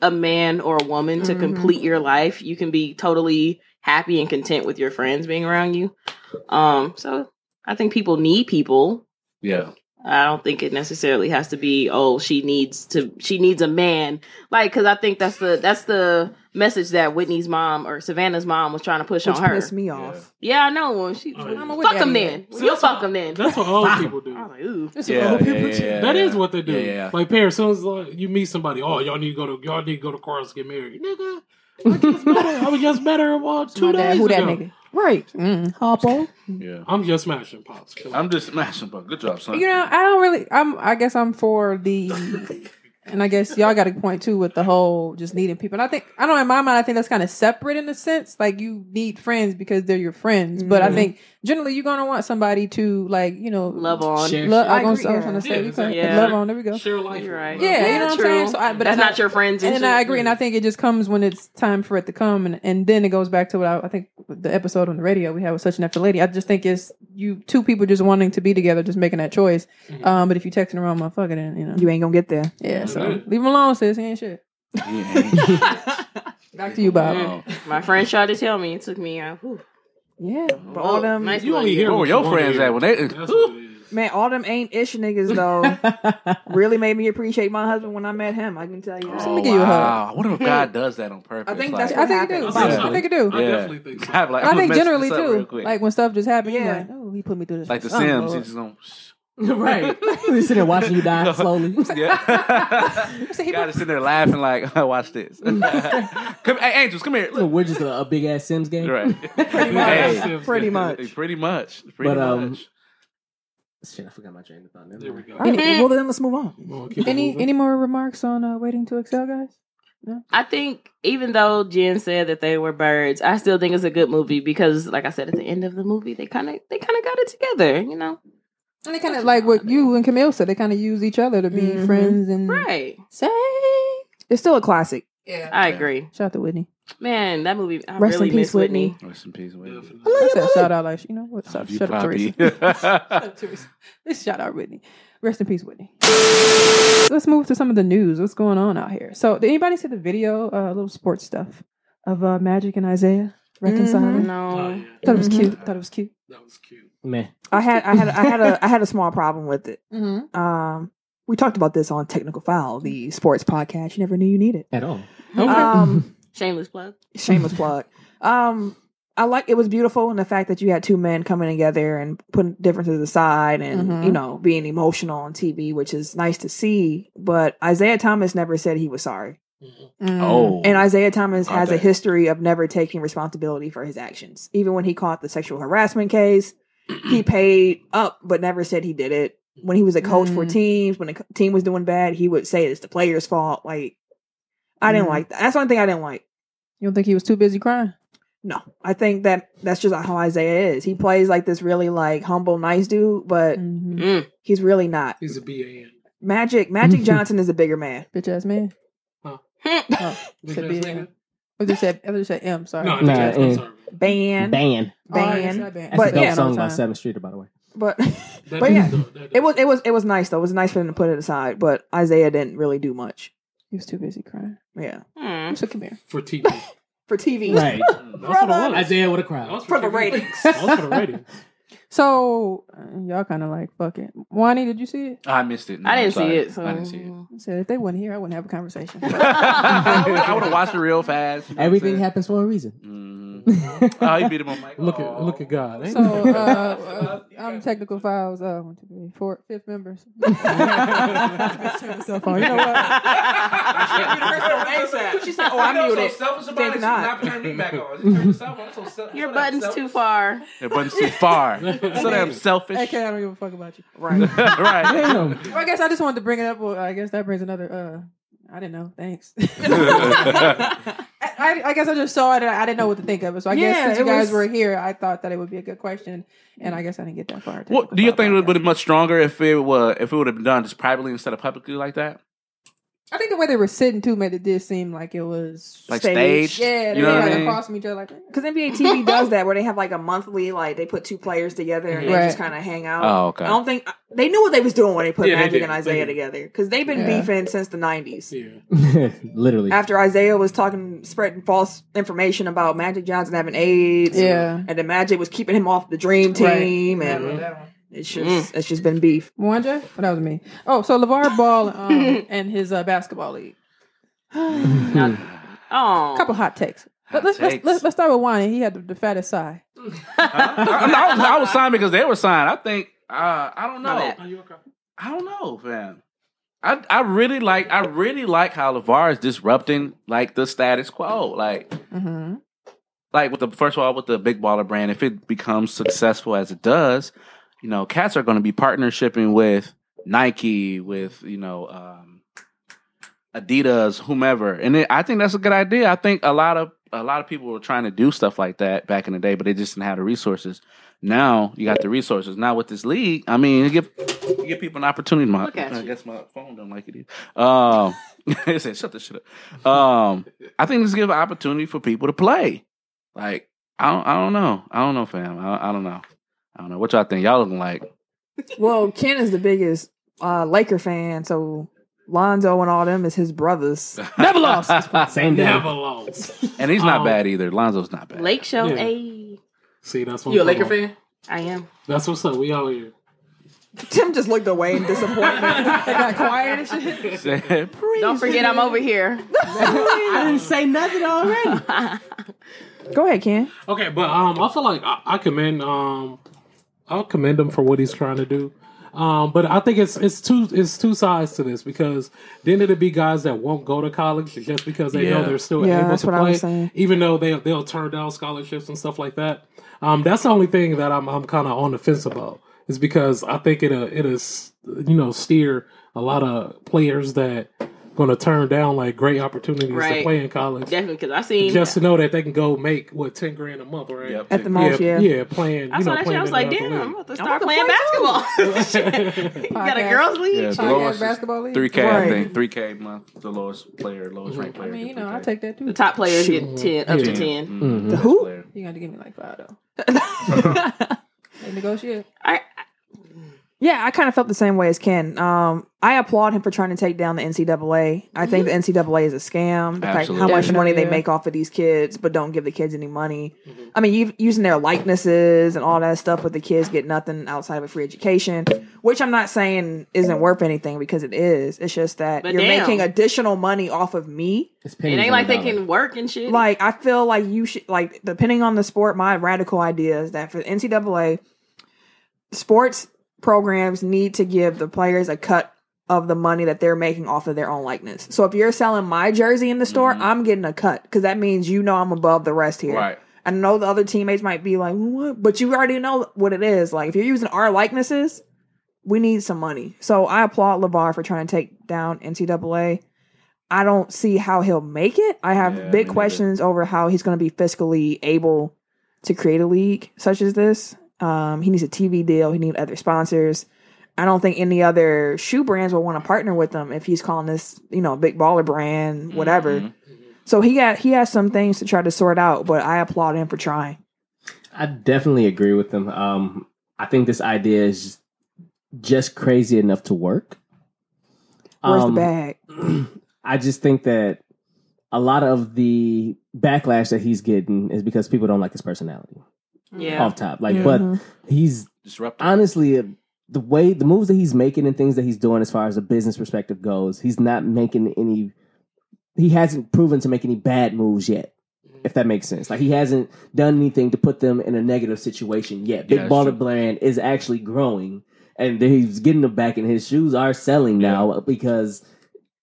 A: a man or a woman to
C: Mm-hmm.
G: Mhm.
A: complete your life. You can be totally happy and content with your friends being around you. Um, so I think people need people.
E: Yeah.
A: I don't think it necessarily has to be oh she needs to she needs a man like because I think that's the that's the message that Whitney's mom or Savannah's mom was trying to push
G: Which
A: on her.
G: pissed me off.
A: Yeah, I know. When she
B: Oh, yeah.
A: Mama, fuck them
C: daddy
A: then. you fuck them then.
B: That's what old people do.
A: I was like, ooh.
E: Yeah, yeah, yeah, yeah,
B: That is
E: yeah.
B: what they do.
E: Yeah, yeah.
B: Like parents, as soon as like, you meet somebody, oh y'all need to go to y'all need to go to Carl's to get married, nigga. I just met her. I was just met her uh, two
C: My dad,
B: days
C: who
B: ago.
C: that nigga?
G: Right.
C: Mm.
E: Yeah.
B: I'm just smashing pops.
E: I'm just smashing, but good job, son.
C: You know, I don't really. I'm. I guess I'm for the. And I guess y'all got a point too with the whole just needing people. And I think I don't in my mind. I think that's kind of separate in a sense. Like you need friends because they're your friends. But I
G: Mhm.
C: think generally you're gonna want somebody to like you know
A: Love on.
D: Share
C: Love,
G: I
C: I, was
G: agree,
C: gonna- I
G: yeah.
C: was gonna say
B: Yeah,
C: you
B: exactly.
C: can-
A: Yeah.
C: love on. There we go.
B: Share life.
A: You're right.
C: Yeah, you know what I'm
A: true.
C: saying? So I- but
A: that's
C: it's
A: not,
C: not-
A: your friends. And,
C: and I
A: shit.
C: agree, and I think it just comes when it's time for it to come, and, and then it goes back to what I, I think the episode on the radio we had with such an after lady. I just think it's you two people just wanting to be together, just making that choice.
B: Mhm.
C: Um, but if you texting around, motherfucker, then you know,
G: You ain't gonna get there.
C: yeah. So
B: Mhm.
C: leave him alone, sis. He ain't shit.
E: Yeah.
C: Back to you, Bob.
E: Oh.
A: My friend tried to tell me. It took me out. Whew.
G: Yeah. But
A: Oh,
G: all them
A: nice
B: You
A: one.
B: only hear
E: Where were
B: what
E: Oh, your
B: you wanna
E: friends
B: hear.
E: at when they?
B: That's what it is.
G: man, all them ain't ish niggas though really made me appreciate my husband when I met him. I can tell
E: Oh,
G: you. that.
C: Let me give you a hug.
E: I wonder if God does that on purpose.
G: I think
E: like-
G: that's
C: I
G: what
C: think it do.
G: happened.
B: Yeah.
C: I think it do.
B: I definitely think so.
E: God, like,
C: And I
E: I'm gonna
C: think
E: mess
C: generally
E: this up real
C: too.
E: quick.
C: Like when stuff just happens, yeah.
G: Yeah.
C: like, oh, he put me through this.
E: like the
C: Oh,
E: Sims,
C: Lord.
E: he's just gonna
D: right. we sitting there watching you die slowly.
E: Yeah.
M: So he
E: Gotta sit there laughing like, watch this. come, hey, Angels, come here.
D: So
E: Look.
D: we're just a, a big ass Sims game.
E: Right.
M: Pretty much.
E: Hey.
G: Pretty much.
E: Pretty much. Pretty
D: But, um,
E: much.
D: Shit, I forgot my train of thought. Never
B: There we
D: mind.
B: go.
G: All right, well then let's move on.
B: Well, keep it
C: Any
B: moving.
C: any more remarks on uh, waiting to excel, guys?
A: I think even though Jen said that they were birds, I still think it's a good movie because, like I said, at the end of the movie, they kind of they kind of got it together, you know?
C: And they kind of like what you and Camille said. They kind of use each other to be Mm-hmm.
G: Mhm.
C: friends and
A: Right?
C: say.
G: It's still a classic.
N: Yeah.
A: I agree.
C: Shout out to Whitney.
A: Man, that movie. I
G: Rest in
A: really
G: peace,
A: miss Whitney.
E: Rest in peace, Whitney.
B: Definitely.
C: I said shout out like you know what? Shut,
E: Love Oh, you,
C: shut up,
E: Poppy.
C: Teresa. shut up, Teresa. Just shout out Whitney. Rest in peace, Whitney. Let's move to some of the news. What's going on out here? So, did anybody see the video? Uh, little sports stuff of uh, Magic and Isaiah reconciling.
B: Oh,
A: No,
B: yeah.
C: Thought it was
G: Mhm.
C: cute. Thought it was cute.
B: That was cute.
D: Man,
G: I had I had I had a I had a small problem with it.
C: Mm-hmm.
G: Um, we talked about this on Technical File, the sports podcast. You never knew you needed.
D: at all.
E: Oh,
G: Um,
A: shameless plug.
G: shameless plug. Um, I like it was beautiful, and the fact that you had two men coming together and putting differences aside, and
C: Mhm.
G: you know being emotional on TV, which is nice to see. But Isaiah Thomas never said he was sorry,
C: Mm.
E: Oh.
G: and Isaiah Thomas
E: Aren't
G: has a
E: they?
G: history of never taking responsibility for his actions. Even when he caught the sexual harassment case, he paid up, but never said he did it. When he was a coach for
C: Mm.
G: teams, when a co- team was doing bad, he would say it's the player's fault. Like, I didn't
C: Mm.
G: like that. That's the only thing I didn't like.
C: You don't think he was too busy crying?
G: No, I think that that's just how Isaiah is. He plays like this really like humble, nice dude, but
C: Mm-hmm.
A: Mm.
G: he's really not.
B: He's a BAN.
G: Magic Magic Johnson is a bigger man.
C: Bitch ass man.
B: Big
C: Should
B: ass
C: be
B: nigga?
C: I just said I just said M. Sorry.
B: No,
C: Oh,
D: Nah,
B: big ass, I'm
D: eh.
B: sorry.
G: Ban,
D: Ban.
G: ban.
D: That's
G: But
D: a dope
G: yeah,
D: song by
C: Time.
D: Seventh Street, by the way.
G: But
B: That
G: But
B: is
G: yeah,
B: dope. That
G: it
B: is
G: was it
B: dope.
G: was it was nice though. It was nice for them to put it aside, but Isaiah didn't really do much.
C: He was too busy crying.
G: Yeah,
A: Hmm.
C: So come here.
B: for TV.
G: for TV.
D: Right.
B: That's what it was.
D: Isaiah with a
B: That
D: crowd.
B: was
G: For the
B: TV.
G: ratings.
B: That was for the ratings.
C: So uh, y'all kind of like fuck it. Wani, did you see it?
E: I missed it. No,
A: I didn't
E: I'm
A: see
E: sorry.
A: it. So
E: I didn't see it.
C: I said if they wasn't here, I wouldn't have a conversation.
E: I would have watched it real fast. you know what I'm
D: Everything
E: saying?
D: happens for a reason.
E: Mhm. Oh, he beat him on mic. Oh.
B: Look at
E: Aw.
B: look at God. ain't
C: So uh,
B: he?
C: uh, I'm technical files. Uh, one, two, three, four, fifth members. Turn the cell phone. Oh, You know what?
G: She said, "Oh, I
E: know,
G: muted."
E: so selfish about
G: Think
E: it, she
G: not.
E: not turning me back on. She turned herself on, so self-
A: Your
E: so
A: button's
E: selfish.
A: too far.
E: Your button's too far. so damn selfish.
C: Okay, I don't give a fuck about you.
G: Right.
E: right.
D: Damn.
C: Well, I guess I just wanted to bring it up. Well, I guess that brings another. Uh, I didn't know. Thanks. I, I guess I just saw it. and I didn't know what to think of it. So I
G: Yeah,
C: guess since you
G: it
C: guys
G: was-
C: were here, I thought that it would be a good question, and I guess I didn't get that far.
E: What, do you think it would have been much stronger if it were if it would have been done just privately instead of publicly like that,
C: I think the way they were sitting too made it did seem like it was.
E: like
G: Staged.
E: staged?
C: yeah, they
E: you know
C: were
E: what I
C: like
E: mean.
C: across from each other, like. eh.
G: Because NBA TV does that, where they have like a monthly, like they put two players together and they
C: Right.
G: just kind of hang out.
E: Oh, okay.
G: I don't think they knew what they was doing when they put
B: Yeah, they
G: Magic
B: did.
G: and
B: They
G: Isaiah
B: did.
G: together because they've been
C: Yeah.
G: beefing since the '90s.
B: yeah.
D: Literally.
G: After Isaiah was talking, spreading false information about Magic Johnson having AIDS,
C: Yeah.
G: and then Magic was keeping him off the Dream
C: Right.
G: Team, and it's just it's just been beef.
C: One Jay? Oh, that was me. Oh, so LeVar Ball um, and his uh, basketball league.
A: Oh,
C: A couple hot takes. Let-
E: Hot
C: let's,
E: takes.
C: Let's, let's, let's start with Wani. He had the, the fattest sigh.
E: I, I- I was, I was signed because they were signed. I think uh, I don't
A: My
E: know.
A: bad.
B: Oh, Are you okay?
E: I don't know, fam. I I really like I really like how Levar is disrupting like the status quo. Like
C: Mm-hmm.
E: like with the first of all with the big baller brand, if it becomes successful as it does, you know, cats are going to be partnershiping with Nike, with you know, um, Adidas, whomever, and it, I think that's a good idea. I think a lot of a lot of people were trying to do stuff like that back in the day, but they just didn't have the resources. Now you got the resources. Now with this league, I mean, you give you give people an opportunity. My,
A: Look at
E: I
A: you.
E: guess my phone don't like it. Either. Um, it said, "Shut this shit up." Um, I think this give an opportunity for people to play. Like I don't, I don't know. I don't know, fam. I, I don't know. I don't know. What y'all think? Y'all looking like?
G: Well, Ken is the biggest uh, Laker fan, so Lonzo and all them is his brothers.
E: Never lost.
D: Same day.
B: Never lost.
E: and he's not
I: Oh.
B: Um,
E: bad either. Lonzo's not bad.
A: Lake Show.
B: Yeah.
A: Hey,
B: See, that's what
A: You a
B: I'm
A: Laker
B: talking about.
A: I am.
B: That's what's up. We out here.
G: Tim just looked away in disappointment.
C: They got quiet and shit.
A: Don't forget, I'm over here.
D: I didn't say nothing already.
G: Go ahead, Ken.
B: Okay, but um, I feel like I, I commend um, I'll commend him for what he's trying to do. Um, but I think it's it's two it's two sides to this because then it'll be guys that won't go to college just because they know
E: Yeah.
B: they're still
G: Yeah,
B: able
G: that's
B: to
G: what I
B: play,
G: was saying.
B: even though they they'll turn down scholarships and stuff like that. Um, that's the only thing that I'm I'm kind of on the fence about is because I think it it is you know steer a lot of players that going to turn down like great opportunities to
A: Right.
B: play in college
A: Definitely, because I seen.
B: just to know that they can go make what ten grand a month, right?
E: Yep.
G: At the most,
B: yeah,
G: yeah.
B: yeah, playing. You
A: I saw
B: know,
A: that shit.
B: playing
A: I was
B: in
A: like,
B: the upper
A: damn, I'm
B: league.
A: about to start playing basketball. Shit. you got a
I: Podcast.
A: girls' league.
E: Yeah, the
I: Podcast
E: lowest is
I: basketball league.
E: three K, I
G: Right.
E: think. Three K month, the lowest player, lowest ranked
I: Mm-hmm. I
E: player.
I: mean, you
E: get
I: know, I
E: 3K.
I: take that too.
A: The top players
B: Shoot.
A: get ten up to
B: Yeah.
A: ten.
E: Mhm.
G: Mm-hmm. The who?
E: Player.
I: You got to give me like five though. They negotiate.
G: Yeah, I kind of felt the same way as Ken. Um, I applaud him for trying to take down the NCAA. I think the NCAA is a scam. The fact how
E: Absolutely.
G: much money they
I: Definitely, yeah.
G: make off of these kids, but don't give the kids any money.
A: Mm-hmm.
G: I mean, you using their likenesses and all that stuff, but the kids get nothing outside of a free education, which I'm not saying isn't worth anything because it is. It's just that
A: But
G: you're
A: damn.
G: making additional money off of me.
D: It's
A: It
D: pennies
A: ain't
D: on
A: like
D: the
A: they
D: dollar.
A: can work and shit.
G: Like I feel like you should like depending on the sport. My radical idea is that for the NCAA, sports programs need to give the players a cut of the money that they're making off of their own likeness. So if you're selling my jersey in the store, I'm getting a cut because that means you know I'm above the rest here.
E: Right.
G: I know the other teammates might be like, what? But you already know what it is. Like, if you're using our likenesses, we need some money. So I applaud LeVar for trying to take down NCAA. I don't see how he'll make it. I have
E: Yeah, me
G: big
E: neither.
G: questions over how he's going to be fiscally able to create a league such as this. Um, he needs a TV deal, he needs other sponsors. I don't think any other shoe brands will want to partner with him if he's calling this, you know, big baller brand, whatever.
E: Mhm.
B: Mm-hmm.
G: So he got he has some things to try to sort out, but I applaud him for trying.
D: I definitely agree with them. Um, I think this idea is just crazy enough to work.
G: Where's
D: Um,
G: the bag?
D: I just think that a lot of the backlash that he's getting is because people don't like his personality
A: yeah,
D: off top. Like,
B: Yeah.
D: but
G: Mhm.
D: he's
E: Disruptive.
D: honestly uh, the way the moves that he's making and things that he's doing as far as a business perspective goes, he's not making any. He hasn't proven to make any bad moves yet.
E: Mm-hmm.
D: If that makes sense, like he hasn't done anything to put them in a negative situation yet. Big
E: Yeah, that's
D: Baller
E: true.
D: Brand is actually growing, and he's getting them back, and his shoes are selling now because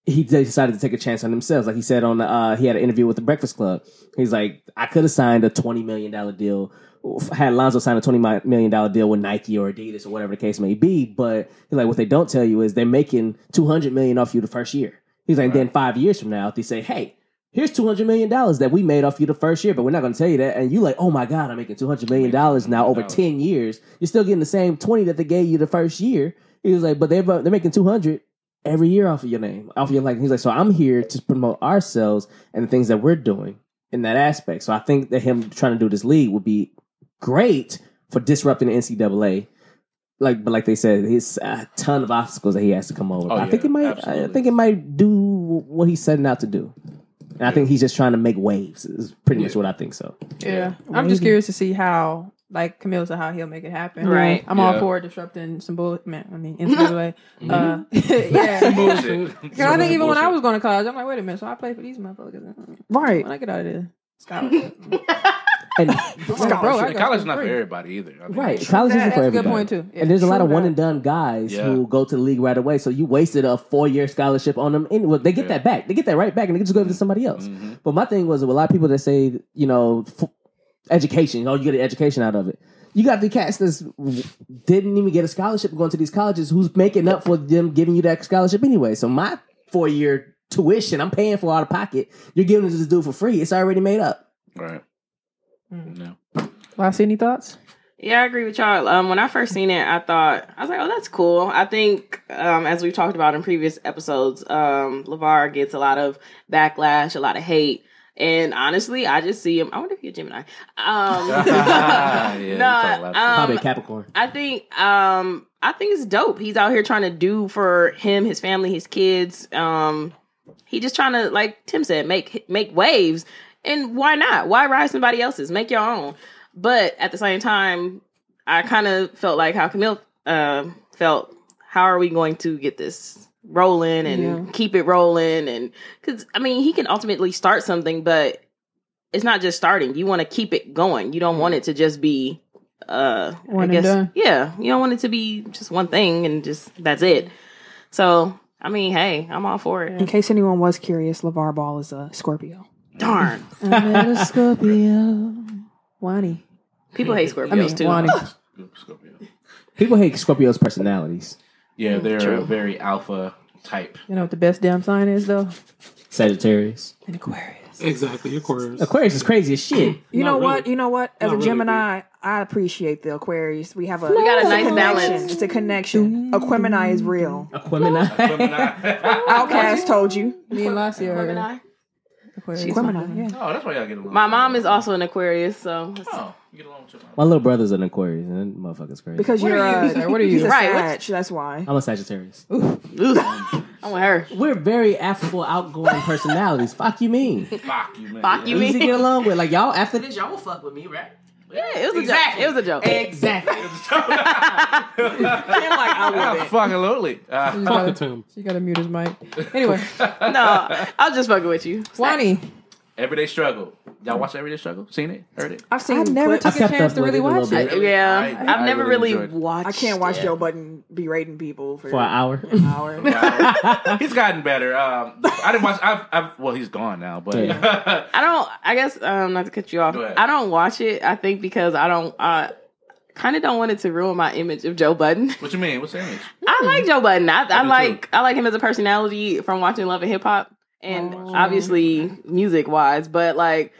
D: he decided to take a chance on himself. Like he said on the, uh, he had an interview with the Breakfast Club. He's like, I could have signed a twenty million dollar deal, had Lonzo sign a twenty million dollar deal with Nike or Adidas or whatever the case may be. But he's like, what they don't tell you is they're making two hundred million off you the first year. He's like, then five years from now, if they say, hey. Here's two hundred million dollars that we made off you the first year, but we're not going to tell you that. And you like, oh my god, I'm making two hundred million dollars now over ten years. You're still getting the same twenty that they gave you the first year. He was like, but they're they're making two hundred every year off of your name, off of your likeness. He's like, so I'm here to promote ourselves and the things that we're doing in that aspect. So I think that him trying to do this league would be great for disrupting the NCAA. Like, but like they said, it's a ton of obstacles that he has to come over.
E: Oh,
D: But I think
E: yeah,
D: it might, I
E: absolutely.
D: think it might do what he's setting out to do. And I think he's just trying to make waves. Is pretty much what I think. So
I: Yeah. I'm just curious to see how, like Camille said, how he'll make it happen.
A: Right.
I: I'm
E: Yeah. Mm-hmm.
I: all for disrupting some bull. Man, I mean, NCAA. uh, yeah.
E: Bullshit.
I: Cause I think even when I was going to college, I'm like, wait a minute. So I played for these motherfuckers.
G: Right.
I: When I get out of there, scholarship.
D: and
I: Scholarship. Bro, I
E: And college
I: got
E: is not for
I: free.
E: everybody either. I mean,
D: right, college isn't
I: That's
D: for
I: a
D: everybody.
I: good point too. Yeah.
D: And there's a lot
I: True
D: of one
I: that.
D: and done guys
E: Yeah.
D: who go to the league right away. So you wasted a four year scholarship on them. Anyway, they get
E: Yeah.
D: that back. They get that right back, and they can just
I: Mm-hmm.
D: go over to somebody else.
E: Mhm.
D: But my thing was a lot of people that say, you know, f- education. Oh, you get an education out of it. You got the cats that didn't even get a scholarship going to these colleges. Who's making up for them giving you that scholarship anyway? So my four year tuition, I'm paying for out of pocket. You're giving it to this dude for free. It's already made up.
E: Right.
I: Mm.
E: No.
I: Well, see any thoughts?
A: yeah, I agree with y'all. Um, when I first seen it, I thought I was like, oh, that's cool. I think, um, as we've talked about in previous episodes, um, Levar gets a lot of backlash, a lot of hate. And honestly, I just see him. I wonder if you're Gemini.
E: Yeah,
A: Um,
E: you talk a lot.
A: no, um,
D: Probably a Capricorn.
A: I think um I think it's dope. He's out here trying to do for him, his family, his kids. Um he just trying to like Tim said, make make waves. And why not? Why ride somebody else's? Make your own. But at the same time, I kind of felt like how Camille uh, felt. How are we going to get this rolling and keep it rolling? And because I mean, he can ultimately start something, but it's not just starting. You want to keep it going. You don't want it to just be uh
I: One
A: I
I: and
A: guess
I: done.
A: yeah, you don't want it to be just one thing and just that's it. So I mean, hey, I'm all for it.
G: In case anyone was curious, LeVar Ball is a Scorpio.
A: Darn,
I: I met a Scorpio. Wani.
A: people hate Scorpios
I: I mean,
A: too.
I: Wani.
E: Scorpio.
D: People hate Scorpio's personalities.
E: Yeah,
I: Mm,
E: they're
A: True.
E: a very alpha type.
I: You know what the best damn sign is, though?
D: Sagittarius.
I: An Aquarius.
B: Exactly, Aquarius.
D: Aquarius is crazy as shit.
G: You
B: Not
G: know
B: really.
G: what? You know what? As
B: Not
G: a
B: really,
G: Gemini, I appreciate the Aquarius. We have a
A: We got a
G: it's
A: nice
G: connection.
A: balance.
G: It's a connection. Aquemini is real.
D: Aquemini.
G: Outcast told you.
I: Me and Lassie are Aquarius.
A: She's
G: Aquemini, yeah.
E: Oh, that's why y'all get along.
A: My mom is also an Aquarius, so
E: Oh, you get along with your mom.
D: My little brother's an Aquarius, and that motherfucker's crazy.
G: Because
I: What
G: you're
I: are you,
G: a,
I: sir? What are
G: he's
I: you?
G: a
A: Right,
G: Sag, that's why.
D: I'm a Sagittarius.
A: Ooh, I'm with her.
D: We're very affable, outgoing personalities. Fuck you mean?
E: Fuck you, man.
A: Fuck you,
D: Easy to
A: mean?
D: get along with. Like y'all, after this, y'all will fuck with me, right?
A: Yeah, it was
D: Exactly.
A: a joke. It was a joke.
D: Exactly.
G: like I love it.
E: Fucking lonely.
I: You
E: Uh,
I: gotta-
B: Talking to him.
I: You gotta mute his mic. Anyway,
A: no, I'll just fucking with you.
I: Wani.
E: everyday struggle. Y'all watch Everyday Struggle? Seen it? Heard it?
G: I've seen
I: I never
G: clips.
I: took a
D: stepped
I: chance
D: up
I: to
D: with
I: really
D: it a little
I: watch
A: I-
D: bit.
I: it.
E: Really?
A: yeah,
E: I-
A: I've
E: I
A: never
E: really
A: really,
E: enjoyed it.
A: watched.
G: I can't watch
A: it.
G: Joe Button berating people for,
D: For an hour.
G: an hour.
E: Wow. he's gotten better. Um, I didn't watch. I've, I've, well, he's gone now, but
A: I don't. I guess um, not to cut you off.
E: Go ahead.
A: I don't watch it. I think because I don't. Uh, kind of don't want it to ruin my image of Joe Budden.
E: what you mean? What's the image?
A: I like Joe Budden. I, I,
E: do
A: like I like him as a personality from watching Love and Hip Hop, and obviously music wise. But like,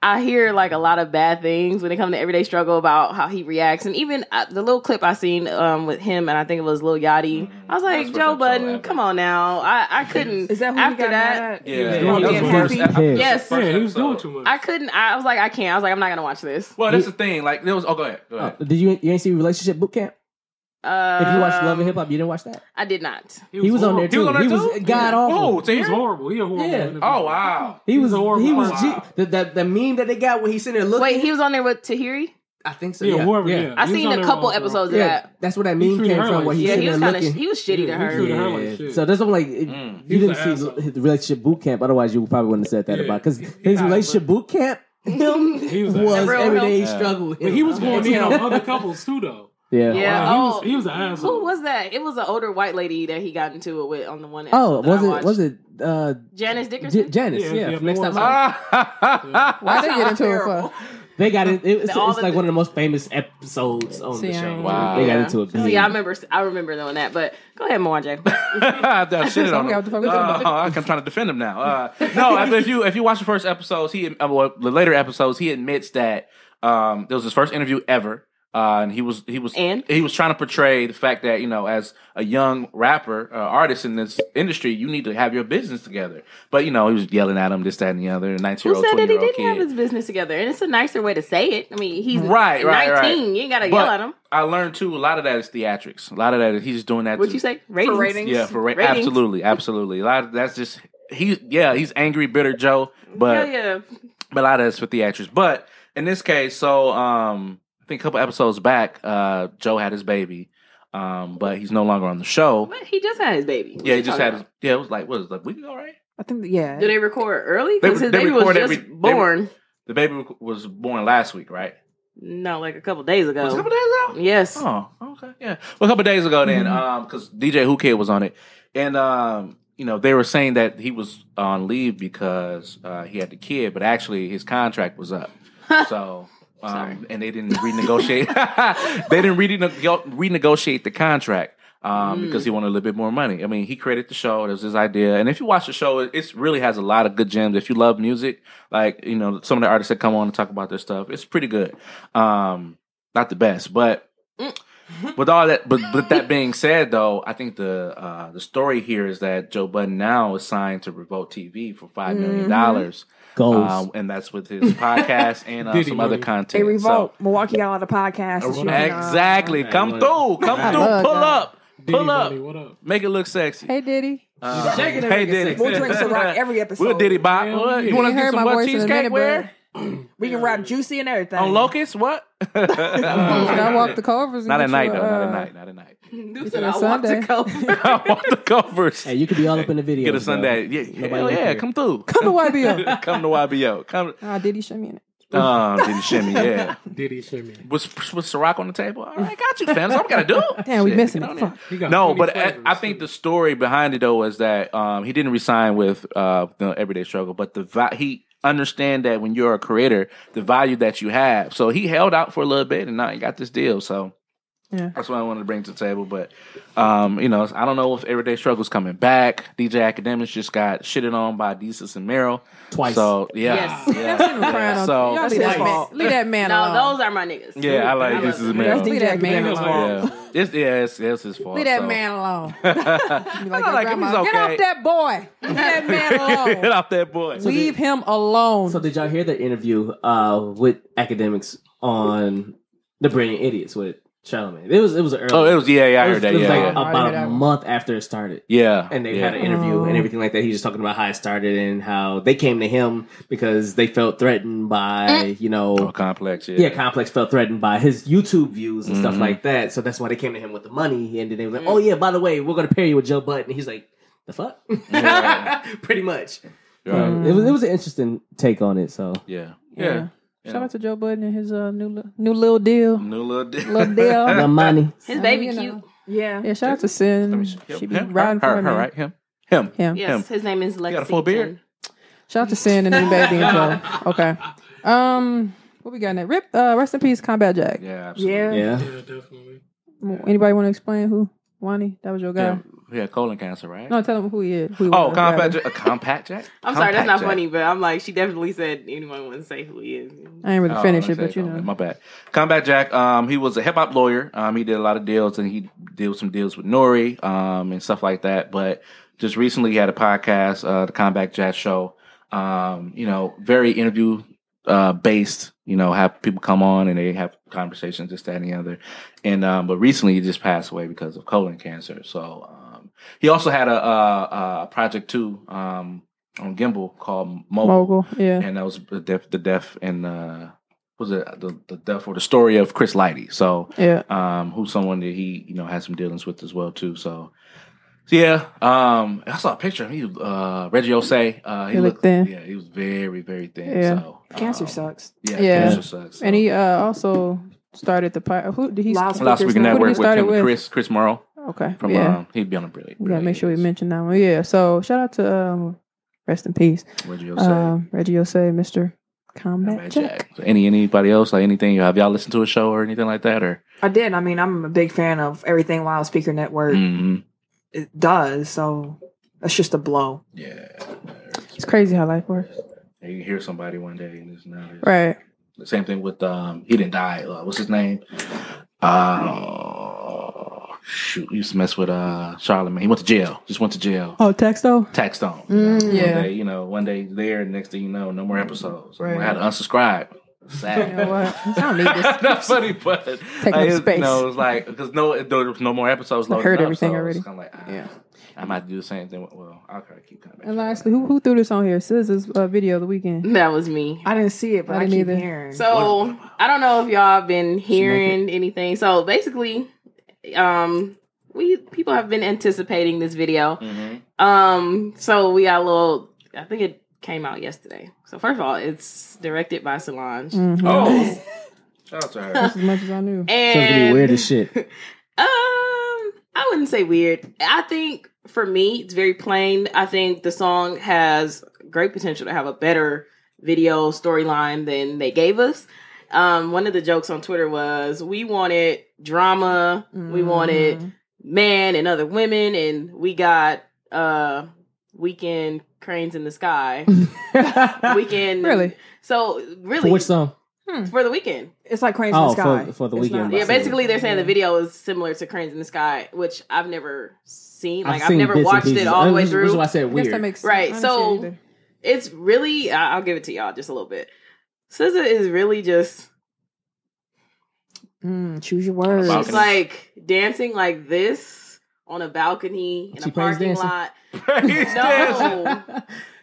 A: I hear like a lot of bad things when it comes to everyday struggle about how he reacts, and even uh, the little clip I seen um, with him, and I think it was Lil Yachty. I was like,
E: That's what
A: Joe
E: I'm so
A: Budden,
E: happy.
A: come on now. I I couldn't.
G: Is that who
A: after
G: you got
A: that?
G: mad at?
E: Yeah,
G: Yeah,
E: that was
G: yeah,
E: the first.
G: happy.
E: that was the
A: Yes.
E: first
B: Yeah, he was doing
E: episode.
B: too much.
A: I couldn't. I, I was like, I can't. I was like, I'm not gonna watch this.
E: Well, that's the thing. Like, there was. Oh, go ahead. Go
D: Oh,
B: Uh,
E: ahead.
D: did you you ain't see Relationship Boot Camp?
A: Uh,
D: If you watched Love and Hip Hop, you didn't watch that.
A: I did not.
D: He was on there
B: horrible.
E: He
D: too.
E: was on there
D: He was
E: too?
D: god
E: Oh,
D: awful.
E: to
B: He was horrible. He was horrible.
D: Yeah.
B: interview.
E: Oh wow.
D: He
B: He
D: was
B: was a horrible
D: he was
B: person.
D: G- the, the the meme that they got when he's sitting there looking.
A: Wait, he was on there with Tahiri.
D: I think so.
B: Yeah,
D: Yeah,
B: whoever. Yeah,
D: yeah.
A: I
B: He was
A: seen
B: on
A: a
B: there
A: couple
B: with all the-
A: episodes of
D: Yeah,
A: that.
D: that's where that meme
B: treated
D: came
B: her
D: from.
B: like
D: Where he's
A: Yeah,
D: sitting
A: he was
D: there
A: kind of
D: looking.
A: he was shitty to
B: Yeah, he
A: her.
B: treated her like
D: Yeah.
B: shit.
D: So that's what I'm like. it-
E: Mm.
D: You
B: He
D: didn't
B: was
D: see
B: an
D: his,
B: asshole.
D: his relationship boot camp. Otherwise, you probably wouldn't have said that
B: Yeah.
D: about because
B: He- he
D: his
B: not,
D: relationship boot camp him
B: He was
D: was,
B: an asshole.
D: everyday
A: Yeah.
D: struggle.
B: But he was going to
D: Yeah.
B: know other couples too, though.
D: Yeah.
A: Yeah.
B: Wow, he
A: oh,
B: was- he was an asshole.
A: Who was that? It was an older white lady that he got into it with on the one.
D: Oh,
A: episode that
D: was
A: I
D: it
A: watched.
D: was it uh,
A: Janice
D: J-
A: Dickerson?
D: Janice?
B: Yeah,
D: Yeah.
B: yeah,
D: from next
B: more
D: time
B: like-
E: Ah.
I: Why did they get into it for?
D: they got it. it- it's
A: All
D: it's
A: the-
D: like one of the most famous episodes on
I: See,
D: the
I: I
D: show.
I: don't
E: Wow.
D: They got
A: Yeah.
D: into it.
A: See,
D: big.
A: I remember. I remember knowing that. But go ahead, Moan J.
E: that shit on
I: Somebody
E: him.
I: have to fuck with him.
E: Uh, I'm trying to defend him now. Uh, no, if- if you if you watch the first episodes, he uh, well, the later episodes, he admits that um, it was his first interview ever, uh, and he was he was
A: And?
E: he was trying to portray the fact that you know as a young rapper uh, artist in this industry, you need to have your business together. But you know he was yelling at him this that and the other, nineteen year
A: Who
E: old
A: said that
E: twenty
A: he
E: year old
A: didn't have
E: kid.
A: his business together? And it's a nicer way to say it. I mean, he's
E: Right, right, right.
A: 19. You ain't gotta yell at him.
E: I learned too. A lot of that is theatrics. A lot of that is he's just doing that.
A: What
E: to-
A: you say? Ratings.
G: ratings.
E: Yeah, for ra-
A: Ratings.
E: absolutely, absolutely. A lot of that's just he. Yeah, he's angry, bitter Joe, but
A: Hell yeah.
E: but a lot of that's for theatrics. But in this case, so um, I think a couple episodes back, uh, Joe had his baby, um, but he's no longer on the show.
A: What? He just had his baby. What
E: Yeah, he
A: you
E: just
A: talking
E: had.
A: about?
E: His, yeah, it was like what was it, like a week ago, right?
G: I think, that- yeah.
A: Do they record early?
E: They-
A: Because his
E: they
A: baby was
E: record
A: just
E: every- they-
A: born.
E: The baby was born last week, right?
A: no, like a couple days ago.
E: Was it a couple days ago.
A: Yes.
E: Oh, okay, yeah. Well, a couple days ago, then, um, because DJ Who Kid was on it, and um, you know, they were saying that he was on leave because uh, he had the kid, but actually his contract was up, so. Um, and they didn't renegotiate. they didn't renego- renegotiate the contract um, because he wanted a little bit more money. I mean, he created the show. It was his idea. And if you watch the show, it it's really has a lot of good gems. If you love music, like you know, some of the artists that come on and talk about their stuff, it's pretty good. Um, not the best, but with all that, but but that being said, though, I think the uh, the story here is that Joe Budden now is signed to Revolt TV for five
I: Mm-hmm.
E: million dollars,
D: Goals.
E: um, and that's with his podcast and uh,
B: Diddy
E: some
B: money. Oh
E: other content.
G: They
E: So-
G: revolt. Milwaukee got a lot of podcasts. that you can, uh,
E: exactly. Come
D: I
E: through. Come
I: I
E: through.
I: love
E: Pull
I: that.
E: up.
B: Diddy
E: Pull up.
B: Money, what up?
E: Make it look sexy.
I: Hey, Diddy.
E: Uh,
D: shaking it,
E: hey,
D: make it
E: Diddy.
D: sexy.
G: We'll drink Ciroc every episode.
E: We'll Diddy Bop.
B: Hell
E: What?
B: yeah.
E: You want
I: You
E: to do
I: heard
E: some
I: my
E: what
I: voice in a minute,
E: cheesecake? Where?
G: We can wrap juicy and everything.
E: On Locust? What?
I: Should I
E: Not
I: walk the covers? and
E: at
I: get
E: night,
I: you,
E: though. Not
I: uh,
E: at night. Not at night.
A: Dude
I: It's
A: said,
I: on
A: I want to
I: Sunday.
A: go.
E: I want the covers.
D: Hey, you could be all up in the video.
E: Get a Sunday. Yeah, hell
D: look
E: yeah,
D: here.
E: come through.
I: Come to YBO.
E: come to YBO. Come.
I: Ah, Diddy, show me in it.
E: Oh, diddy shimmy, yeah.
B: Diddy shimmy.
E: Was was Ciroc on the table? All right, got you, fam. That's what I'm gonna do.
I: Damn, we
E: Shit,
I: missing
E: get
I: it.
E: on
I: Fuck.
B: He got
E: No,
B: many
E: but I,
B: flavors,
E: I think
B: too.
E: the story behind it though was that um, he didn't resign with uh, the Everyday Struggle, but the va- he understand that when you're a creator, the value that you have. So he held out for a little bit, and now he got this deal. So
I: Yeah.
E: that's what I wanted to bring to the table. But um, you know, I don't know if Everyday Struggle's coming back. DJ Academics just got shitted on by Desus and Meryl
D: Twice.
E: So yeah,
A: Yes.
E: yeah.
I: Send him crying on-
E: So-
I: y'all
D: That's
I: leave,
D: his
I: that man,
D: fault.
I: leave that man
A: No,
I: alone.
A: those are my niggas.
E: yeah, I like
A: love
E: this is
A: them.
I: That's
E: Meryl.
I: leave that man
B: Daniels
I: alone.
E: Yeah, it's yeah, it's, it's his fault.
I: Leave that
E: so.
I: man alone.
E: I
I: Be
E: like,
I: like your
E: him, he's
I: grandma, Get
E: okay."
I: off that boy. Leave that man
E: Get
I: alone.
E: off that boy.
I: Leave him alone.
D: So did y'all hear the interview uh, with academics on the Brilliant Idiots with Charlamagne? It was it was early.
E: Oh, it was yeah, yeah, I
D: It
E: heard
D: was-
E: that.
D: it was
E: Yeah,
D: like
E: yeah.
I: I heard
D: about
I: that
D: a
I: one.
D: month after it started.
E: yeah.
D: and they
E: yeah.
D: had an interview and everything like that. He was just talking about how it started and how they came to him because they felt threatened by you
E: Oh,
D: know
E: complex. Yeah.
D: yeah, Complex felt threatened by his YouTube views and stuff
E: Mhm.
D: like that. So that's why they came to him with the money and then they were like, oh yeah, by the way, we're gonna pair you with Joe Button. And he's like, the fuck,
E: Yeah.
D: pretty much.
E: Right.
D: Um, it was it was an interesting take on it. So
E: yeah. Yeah.
I: Yeah.
E: You
I: Shout
E: know,
I: out to Joe Budden and his uh, new li- new little deal.
E: New little dick.
I: Little deal.
D: the money.
A: His
I: So,
A: baby
I: you know.
A: cute.
G: Yeah.
I: Yeah, shout out to Sin. Um, She be riding
E: her,
I: for
E: her,
I: me.
E: right? Him. Him.
I: Him.
A: Yes, his name is Lexington.
E: got a full beard?
I: Shout out to Sin and the new baby and Chloe. Okay. Um, what we got next? Rip. Uh, rest in peace, Combat Jack.
E: Yeah. Absolutely.
G: Yeah.
D: Yeah,
B: Yeah, definitely.
I: Anybody want to explain who Wani? That was your guy.
E: Yeah. Yeah. Colon cancer, right?
I: No, tell them who he is. Who he
E: oh,
I: was,
E: compact.
I: rather.
E: Jack. A compact jack.
A: I'm sorry, that's
E: Compact
A: not
E: Jack.
A: funny, but I'm like, she definitely said anyone wouldn't say who he is.
I: I ain't really
E: Oh,
I: finish
E: I
I: it, but you
E: said Combat.
I: know.
E: My bad. Combat Jack, um, he was a hip hop lawyer. Um, he did a lot of deals and he did some deals with Nori, um, and stuff like that. But just recently he had a podcast, uh, the Combat Jack Show. Um, you know, very interview uh based, you know, have people come on and they have conversations, this, that, and the other. And um, but recently he just passed away because of colon cancer. So um he also had a uh a project too, um on Gimbal called Mobile
I: Mogul. Yeah.
E: and that was the death, the death, and uh, was it the, the death or the story of Chris Lighty? So,
I: Yeah.
E: um, who's someone that he you know had some dealings with as well too. So, so yeah, um, I saw a picture of him. He, uh, Reggie Osei, uh, he,
I: He looked
E: looked,
I: thin.
E: yeah, he was very very thin.
I: Yeah.
E: So um,
G: Cancer sucks.
E: Yeah,
I: Yeah.
E: cancer sucks.
I: And he uh, also started the pi- who did he?
G: Loud
E: last week
I: Who did he
E: in network with
I: start it
E: him,
I: with?
E: Chris Chris Morrow
I: Okay.
E: from
I: yeah.
E: um, he'd be on a brilliant.
I: we gotta make sure we
E: Brilliant
I: mention that one. Yeah. So shout out to um, rest in peace,
E: Reggie Osei.
I: um, Reggie Osei, Mister Combat
E: Combat
I: Jack.
E: Jack. So Any anybody else like anything? Have y'all listened to a show or anything like that? Or
G: I did. I mean, I'm a big fan of everything Wild Speaker Network
E: Mhm.
G: it does. So that's just a blow.
E: yeah,
I: It's crazy how life works.
E: And you hear somebody one day and it's not his.
I: Right.
E: The same thing with um he didn't die. Uh, what's his name? Uh shoot, he used to mess with uh Charlemagne. He went to jail. Just went to jail.
I: Oh, Texto.
E: Tax on.
I: yeah.
E: One day, you know, one day he's there, and next thing you know, no more episodes.
I: Right.
E: I had to unsubscribe. Sad.
I: You know what? I don't need this.
E: Not funny, but
I: Take up
E: it-
I: space.
E: No, it was like because no, there was no more episodes.
I: I
E: loaded
I: heard
E: up,
I: everything
E: so it's
I: already.
E: kinda like, ah,
I: Yeah.
E: I might do the same thing. Well, I'll try to keep coming.
I: And lastly, who who threw this on here? Scissors uh, video of the weekend.
A: That was me.
G: I didn't see it, but
I: I
G: I,
I: didn't
G: keep
I: either.
G: hearing.
A: So I don't know if y'all been hearing anything. So basically, um, we people have been anticipating this video.
E: Mhm.
A: Um, so we got a little. I think it came out yesterday. So first of all, it's directed by Solange.
C: Mm.
I: Mhm.
E: Oh, shout out to her.
I: That's as much as I knew.
D: so it's gonna be
A: And
D: weird as shit.
A: Um, I wouldn't say weird. I think for me, it's very plain. I think the song has great potential to have a better video storyline than they gave us. Um, one of the jokes on Twitter was we wanted drama, we
G: Mm-hmm.
A: wanted men and other women, and we got uh weekend cranes in the sky. weekend
I: Really?
A: So
D: For
A: really
D: which song?
A: for the weekend.
G: It's like Cranes
D: Oh,
G: in the Sky.
D: for, for the
G: It's
D: weekend.
G: not-
D: by
A: Yeah,
D: Sylvia.
A: basically they're saying the video is similar to Cranes in the Sky, which I've never seen. Like
D: I've
A: I've,
D: seen
A: never
D: bits and
A: watched it
D: pieces.
A: all the way
D: Which is- Which is
A: through.
D: why I said
I: I guess
D: weird.
I: that makes
A: Right,
I: sense. I
A: so-
I: didn't see it
A: It's really I- I'll give it to y'all just a little bit. SZA is really just
G: Mm, choose your words.
E: Balcony.
A: she's like dancing like this on a balcony in
D: She
A: a
D: praise
A: parking
D: dancing?
A: lot.
E: Praise
A: No.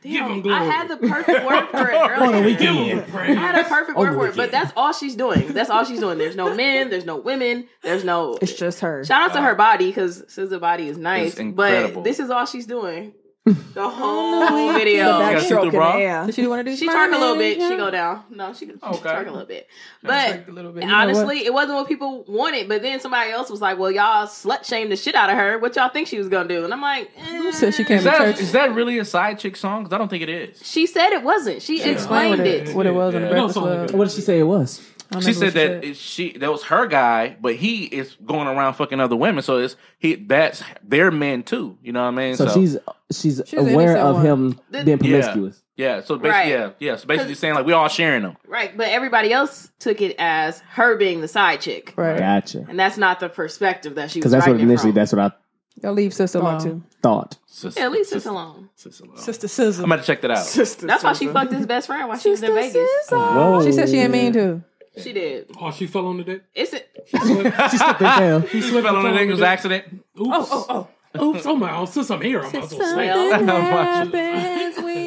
B: Give 'em
A: Damn, I
B: glory.
A: had the perfect word for it
D: On the
A: earlier.
D: weekend.
A: I had a perfect
D: On
A: word
D: the
A: for it, but
D: weekend.
A: that's all she's doing. That's all she's doing. There's no men, there's no women, there's no
G: It's just her.
A: Shout out to her body because SZA body is nice, but
E: incredible.
A: this is all she's doing. The whole video.
E: back- see through
G: Backstroke in
E: bra?
G: the air.
C: Does she do one of these?
A: She twerk a little bit.
C: mermaids?
A: She go down. No, she, she
E: Okay.
A: twerk a little bit. But
O: Like a little bit.
A: And
O: You know what?
A: honestly, it wasn't what people wanted. But then somebody else was like, "Well, y'all slut shamed the shit out of her. What y'all think she was gonna do?" And I'm like, eh.
C: said she came
E: Is
C: to
E: that,
C: church.
E: is that really a side chick song? Because I don't think it is.
A: She said it wasn't. She explained
C: what
A: it.
C: it, what it was on the
E: Yeah.
C: Breakfast
B: No, something
C: Club.
B: like
D: What did she say it
C: I
D: was?
C: don't
E: She
C: remember
E: said
C: what
E: that it- she that was her guy, but he is going around fucking other women. So it's he that's their men too. You know what I mean?
D: So she's she's
C: She was the
D: aware
C: innocent
D: of
C: one.
D: him
A: The-
D: being promiscuous.
E: yeah. So basically,
A: Right.
E: yeah, yeah. So basically saying like we all sharing them.
A: Right. But everybody else took it as her being the side chick.
C: Right.
D: Gotcha.
A: And that's not the perspective that she was
D: Because that's what
A: writing it
D: initially
A: from.
D: that's what I
C: Y'all leave sister
P: Thought
C: alone.
P: to.
D: thought.
E: Sis-
A: yeah, at least it's
E: sis-
A: alone.
E: sis alone.
C: Sister
E: I'm
C: Sizzle.
E: about to check that out.
A: That's why she fucked his best friend while she was in Vegas.
D: Whoa.
C: She said she ain't mean to.
A: She did.
B: Oh, she fell on the dick.
A: It's a,
D: She slipped it down.
B: She
E: She fell on a nigga's
B: Oops.
E: accident.
B: Oh, oh, oh. Oops. Oh my. Oh, since I'm here, I'm about to slap.
A: well,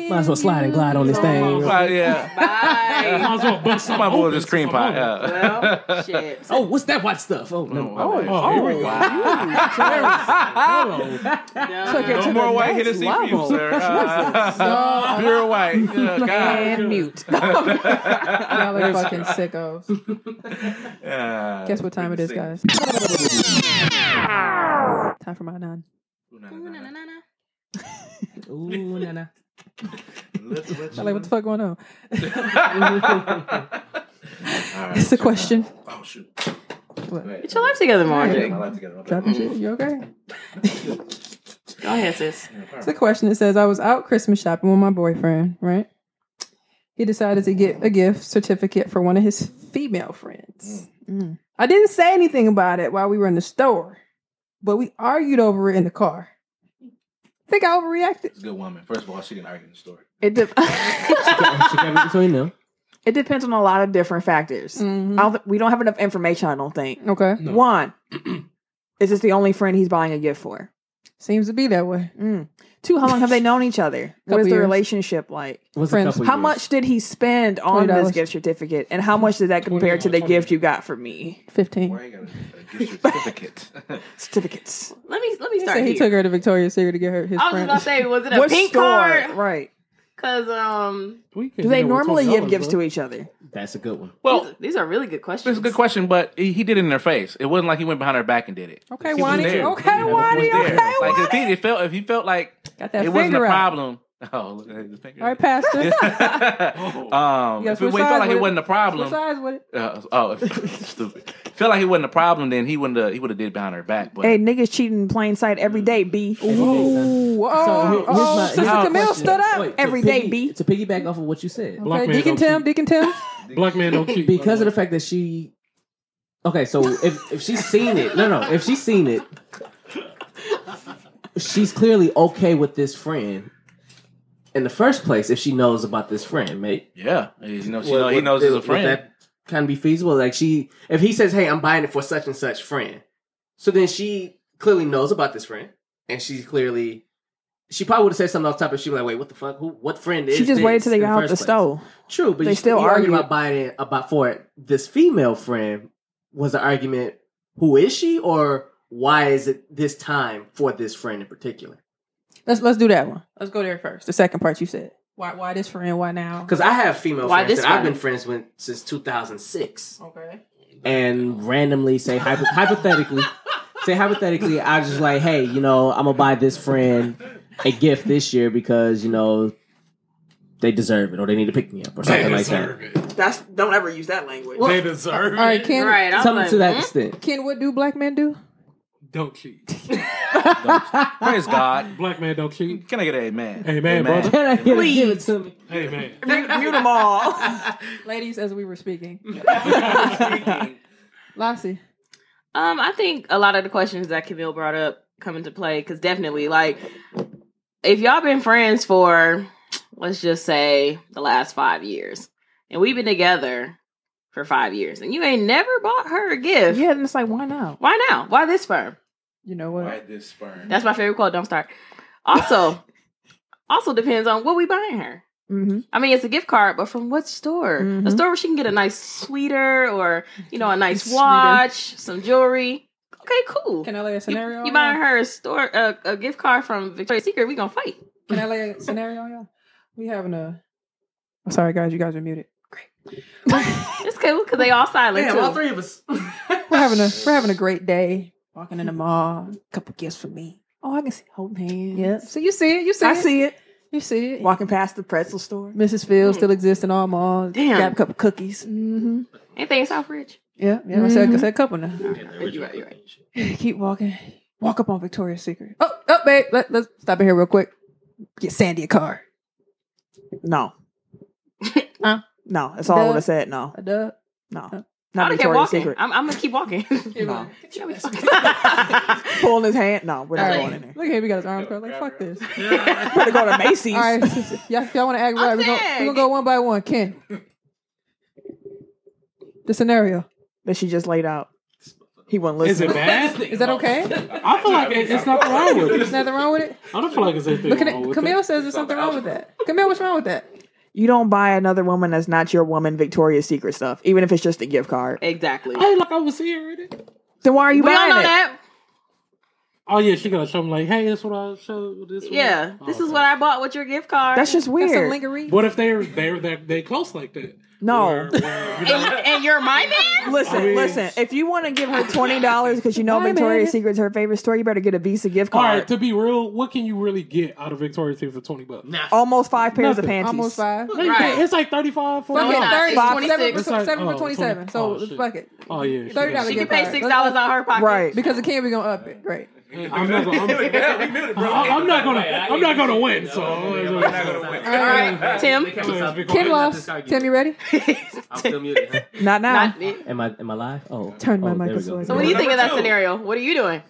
D: Might as well slide and glide on this thing.
E: Well, yeah.
A: bye.
B: Might as well bust
E: My
B: something
E: boy
B: open
E: just cream
B: since I'm
E: pie.
B: on it.
E: Yeah.
A: well, shit.
D: Oh, what's that white stuff? Oh, no.
E: Oh,
B: Oh, here we go.
A: No.
E: No more white hidden sea for you, sir. Uh, Pure white. Yeah, God.
G: And mute.
C: Y'all are fucking sickos.
E: Yeah.
C: Guess what time it is, guys? time for my nine.
D: Ooh, nah, nah.
C: I'm like, what the fuck going on?
E: All right.
C: It's a question.
E: Oh, shoot.
C: What?
E: Wait.
A: Get your life together,
E: Get
A: Marjorie.
E: my life together. Okay.
C: Dropping shit. You okay?
A: Go ahead, sis.
C: It's a question that says I was out Christmas shopping with my boyfriend, right? He decided to get a gift certificate for one of his female friends. Mm. I didn't say anything about it while we were in the store, but we argued over it in the car. I think I overreacted.
E: It's a good woman. First of all, she didn't argue in the story.
G: It, de-
D: She came in between them.
G: it depends on a lot of different factors.
C: Mm-hmm.
G: I don't thi- we don't have enough information, I don't think.
C: Okay.
B: No.
G: One, is this the only friend he's buying a gift for?
C: Seems to be that way.
G: Mm. Two, how long have they known each other? What
C: Couple
G: is the
C: years.
G: relationship like?
D: What's a
C: Friends.
D: couple
G: How
D: years?
G: much did he spend on this
C: $20.
G: gift certificate? And how much did that compare to the gift you got from me?
C: 15.
E: Why you got a, a gift certificate?
G: Certificates.
A: Let me let me
C: He
A: start.
C: said he
A: here.
C: took her to Victoria's Secret to get her his
A: I was just
C: friend.
A: about to say, was it a
G: What
A: pink
G: store?
A: card?
G: Right.
A: Because um,
B: We can
G: Do
B: get
G: they
B: it with
G: normally
B: $20,
G: give gifts
B: bro.
G: to each other?
D: That's a good one.
E: well,
A: these are really good questions.
E: it's a good question, but he, he did it in her face. It wasn't like he went behind her back and did it.
C: okay,
E: He was
C: Wani.
E: there.
C: Okay,
E: He was
C: Wani.
E: there.
C: Okay,
E: Like
C: Wani.
E: if he, it felt, if he felt like
C: Got that
E: it wasn't a
C: finger out.
E: problem. Oh, look at his finger.
C: All right, Pastor.
E: um,
C: You gotta
E: if it
C: switch
E: felt
C: sides
E: like
C: with
E: it
C: it.
E: wasn't a
C: What
E: problem,
C: size would it?
E: uh, oh, stupid. Felt like it wasn't a problem, then he wouldn't. Have, he would have did it behind her back. But
G: Hey, niggas cheating in plain sight every day, B.
C: Ooh, oh,
D: here- here's
C: oh,
D: my-
C: Sister
D: here's my
C: Camille
D: question.
C: stood up.
D: Wait, to
G: every day,
D: piggy-
G: B.
D: To piggyback off of what you said.
B: Black
C: Okay,
B: man
C: Deacon
B: don't
C: Tim, Deacon Tim.
B: Black man don't cheat.
D: because of the fact that she okay so if, if she's seen it no no if she's seen it she's clearly okay with this friend in the first place if she knows about this friend mate
E: yeah, you know, she
D: Would-
E: know, he
D: would-
E: knows he's a
D: would
E: friend.
D: that kind of be feasible like she if he says hey i'm buying it for such and such friend so then she clearly knows about this friend and she clearly she probably would have said something off top if she was like wait what the fuck who what friend is
G: She just
D: this
G: waited till they
D: in
G: got out the
D: first place?
G: stove.
D: True, but
G: They
D: you,
G: still
D: you argue
G: argue.
D: about Biden about for it. This female friend was an argument. Who is she, or why is it this time for this friend in particular?
C: Let's let's do that one. Let's go there first. The second part you said. Why why this friend? Why now?
D: Because I have female
A: Why
D: friends
A: this
D: that I've
A: one?
D: been friends with since 2006,
C: Okay.
D: and randomly say hypo- hypothetically, say hypothetically, I just like, hey, you know, I'm gonna buy this friend a gift this year because you know they deserve it or they need to pick me up or something like that.
G: That's don't ever use that language.
B: They deserve
C: All right,
B: it.
C: Ken.
A: Right. I'm
D: Something
A: like,
D: to that
A: mm.
D: extent.
C: Ken, what do black men do?
B: Don't cheat.
E: Praise God.
B: Black man don't cheat.
E: Can I get an amen?
B: Amen, brother.
D: Can I get it? Give it to me.
B: Hey man.
G: Mute them all.
C: Ladies, as we were speaking. Lassie.
A: Um, I think a lot of the questions that Camille brought up come into play because definitely, like, if y'all been friends for, let's just say, the last five years, and we've been together for five years, and you ain't never bought her a gift,
G: yeah, and it's like, why not?
A: why now? Why this firm?
C: You know what?
E: Why this sperm?
A: That's my favorite quote. Don't start. Also, also depends on what we buying her.
G: Mm-hmm.
A: I mean, it's a gift card, but from what store? A
G: Mhm.
A: store where she can get a nice sweater or you know a nice
G: Sweater.
A: watch, some jewelry. Okay, cool.
C: Can I lay a
A: You,
C: scenario?
A: you buying her a store a, a gift card from Victoria's Secret? We gonna fight.
C: Can I lay a scenario on y'all? We having a. I'm sorry, guys. You guys are muted.
A: It's cool because they all silent
Q: Damn,
A: too.
Q: all three of us.
C: We're having a we're having a great day. Walking in the mall. Couple gifts for me.
G: Oh, I can see holding hands.
C: Yeah. So you see it. You see
G: I
C: it.
G: see it.
C: You see it.
G: Walking past the pretzel store.
C: Mrs. Field still exists in all malls.
A: Damn.
C: Grab a couple cookies.
G: Mm-hmm.
A: Anything South Ridge?
C: Yeah, yeah. I said I said a couple now.
A: You're right, you're right.
C: Keep walking. Walk up on Victoria's Secret. Oh, oh, babe. Let, let's stop in here real quick. Get Sandy a car.
G: No.
C: Huh?
G: No, it's all
C: Duh.
G: of us said no.
C: A duh.
G: No.
C: Huh?
G: Not
A: I kept
G: Victoria's
A: walking.
G: Secret.
A: I'm, I'm gonna keep walking.
G: No.
A: She gonna be fucking-
G: Pulling his hand. No, we're not
C: All right.
G: going in there.
C: Look at him. He got his arms crossed. Like, fuck this.
G: Better go to Macy's.
C: All right. Y'all, if y'all want to act right, we're going
A: sick.
C: to go one by one. Ken. The scenario.
G: That she just laid out. He wouldn't
B: Is
G: listen.
B: it bad?
C: Is that okay?
B: I feel like it, it's nothing wrong with
C: There's
B: it.
C: nothing wrong with it?
B: I don't feel like it's anything
C: Look at
B: wrong
C: it.
B: with
C: Camille
B: it.
C: says there's something wrong with that. Camille, what's wrong with that?
G: You don't buy another woman that's not your woman Victoria's Secret stuff, even if it's just a gift card.
A: exactly.
B: Hey, look, I was here. ain't it?
G: Then why are you
A: We all
G: buying
A: know
G: it?
A: that.
B: Oh yeah, she gotta show me like, hey, that's what I showed. This
A: Yeah,
B: one.
A: this
B: Oh,
A: is
B: okay.
A: what I bought with your gift card.
G: That's just
C: That's some
G: weird.
C: lingerie.
B: What if they're they're they they close like that?
G: no.
B: Where- where, you know,
A: and, and you're my man.
G: Listen,
B: I mean-
G: listen. If you want to give her twenty dollars because you know
C: Why,
G: Victoria's
C: man?
G: Secret's her favorite store, you better get a Visa gift
B: all
G: card.
B: right, to be real, what can you really get out of Victoria's Secret for twenty bucks?
G: Almost five pairs
B: Nothing.
G: of panties.
C: Almost five.
B: Like,
A: Right.
B: It's like 35, 40
C: Fuck it,
A: not.
C: thirty.
A: It's
C: Seven
A: 26.
C: for- Seven
B: Oh,
C: for twenty-seven. So
B: oh, shit.
C: fuck it.
B: Oh yeah, she
C: Thirty
B: got
C: dollar
B: it.
A: She
C: gift
A: can
C: card.
A: pay six dollars out her pocket.
G: Right.
C: Because the can we gonna up it. Right.
B: I'm not gonna. I'm, I'm not gonna. I'm not gonna win. So
C: All
A: All
C: right.
A: right, Tim.
C: Ken lost. Tim, you ready?
Q: I'm still muted. huh?
G: Not now.
A: Not-
D: Am I am I live? Oh,
C: Turn my
D: oh, there we
C: mic
D: go.
C: so I
A: so what do you think of that
Q: Number two.
A: scenario? What are you doing?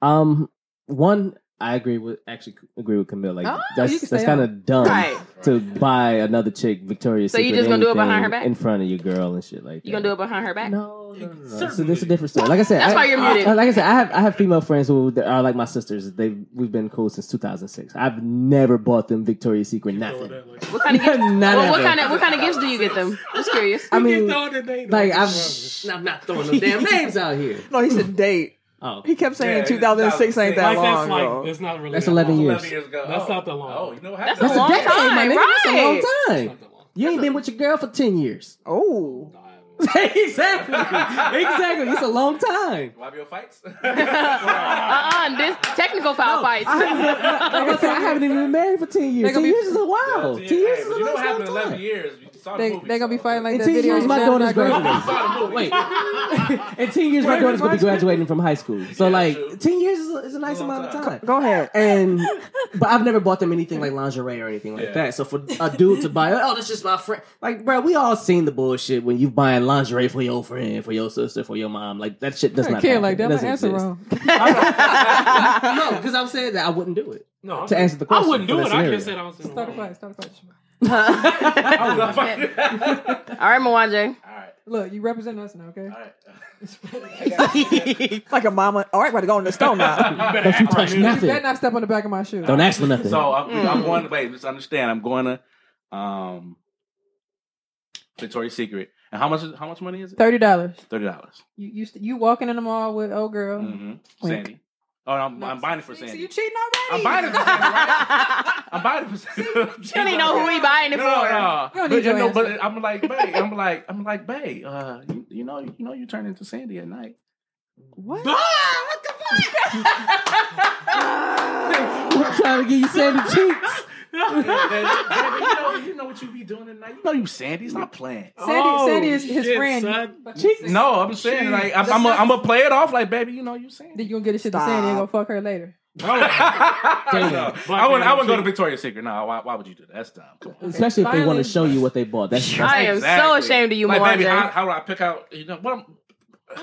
D: Um, one, I agree with actually agree with Camille. Like
C: Oh, you can
D: that's
C: stay
D: that's kind of dumb
A: Right.
D: to buy another chick Victoria's
A: So you
D: Secret
A: just gonna do it behind
D: anything
A: her back?
D: in front of your girl and shit like
A: You
D: that.
A: gonna do it behind her back?
D: No, no, no, no. So this is a different story. Like I said,
A: That's
D: I,
A: why you're
D: I-
A: muted.
D: I- like I said, I have I have female friends who are like my sisters. They we've been cool since 2006. I've never bought them Victoria's Secret nothing.
A: What kind of gifts?
D: None
A: well, what
D: of
A: kind
D: them.
A: of what kind of gifts do you get them? Just curious.
D: I mean, like I've
Q: I'm not throwing no damn names.
D: names out here.
G: No, he said date.
D: Oh,
G: He kept saying
E: Yeah,
G: 2006 ain't that
B: Like
G: long
B: that's like
G: ago.
B: that's not really.
D: that's
B: that
D: 11
B: long.
D: years.
E: ago.
B: That's
E: Oh.
B: not that long.
E: Oh, you know what
A: That's
E: happened?
A: a long
D: decade,
A: time,
D: my nigga. That's a long
A: right.
D: time. You ain't been with your girl for 10 years.
G: Oh,
D: exactly. Exactly. It's a long time.
E: Lobio fights?
A: Uh-uh, this technical foul fights.
D: I haven't, like I said, I haven't even been married for ten years.
C: gonna
D: Ten
C: be-
D: years is a while.
E: Hey,
D: Ten years is a
E: but you know what happened in
D: long, long
E: 11
D: time.
E: years? You saw
C: They
E: the movie,
C: they gonna be
E: so-
C: fighting like
D: In
C: that
D: ten
C: video.
D: years, my
C: Saturday
D: daughter's
C: Night Live.
D: graduating.
E: Saw the movie.
D: Wait. In ten years, my daughter's gonna be graduating from high school. So like,
E: true.
D: ten years is a, is a nice amount of time.
G: go ahead.
D: And but I've never bought them anything like lingerie or anything like
E: Yeah.
D: that. So for a dude to buy, oh, that's just my friend. Like, bro, we all seen the bullshit when you buying lingerie for your friend, for your sister, for your mom. Like that shit does
C: I
D: not.
C: can't like
D: happen. It
C: that. My
D: doesn't
C: answer
D: exist.
C: wrong.
D: No, because I'm saying that I wouldn't do it.
B: No, I'm-
D: To answer the question
B: I wouldn't do
D: for
B: it.
D: that
B: I
D: scenario.
B: just said I was in the
C: Start a
B: wrong.
C: fight. Start a fight.
A: All right, Mwanje.
C: Look, you represent us now, okay?
G: Like a mama. All right, we're going to the stone now.
D: Don't you touch
C: You
D: nothing.
C: better not step on the back of my shoe.
D: Don't ask for nothing.
E: So I'm,
A: Mm.
E: I'm going to, wait, just understand, I'm going to um, Victoria's Secret. And how much is, how much money is it?
C: Thirty dollars.
E: $30.
C: You you st- you walking in the mall with old girl.
A: Um,
E: Mm-hmm. Sandy. Oh, I'm, I'm buying it for
C: So
E: Sandy.
C: you cheating
E: I'm
C: already?
E: buying it for Sandy, right? I'm buying it for Sandy. You
A: She don't even know who we buying it
E: No,
A: for.
E: no,
C: You don't
E: no.
C: need
E: But, you
C: your
E: know,
C: answer.
E: but I'm like, babe, I'm like, I'm like, babe, uh, you, you know, you know, you turn into Sandy at night.
G: what?
D: I'm trying to get you sandy cheeks.
E: And- and- baby, you, know, you know what you be doing at night. You know you Sandy's not playing.
C: Sandy, Sandy is his
B: Oh, shit,
C: friend.
B: son.
E: No, I'm saying like I'm I'm gonna play it off like baby, you know you Sandy.
C: Then you gonna get this shit to Sandy and go fuck her later.
E: I wouldn't I wouldn't go to Victoria's Secret. No, why, why would you do that? That's dumb. Come on.
D: Especially if they want to
C: Violence.
D: show you what they bought. That's
A: I am so
E: Exactly.
A: ashamed of you,
E: Like,
A: Mwanje.
E: baby, how, how do I pick out? You know what? I'm,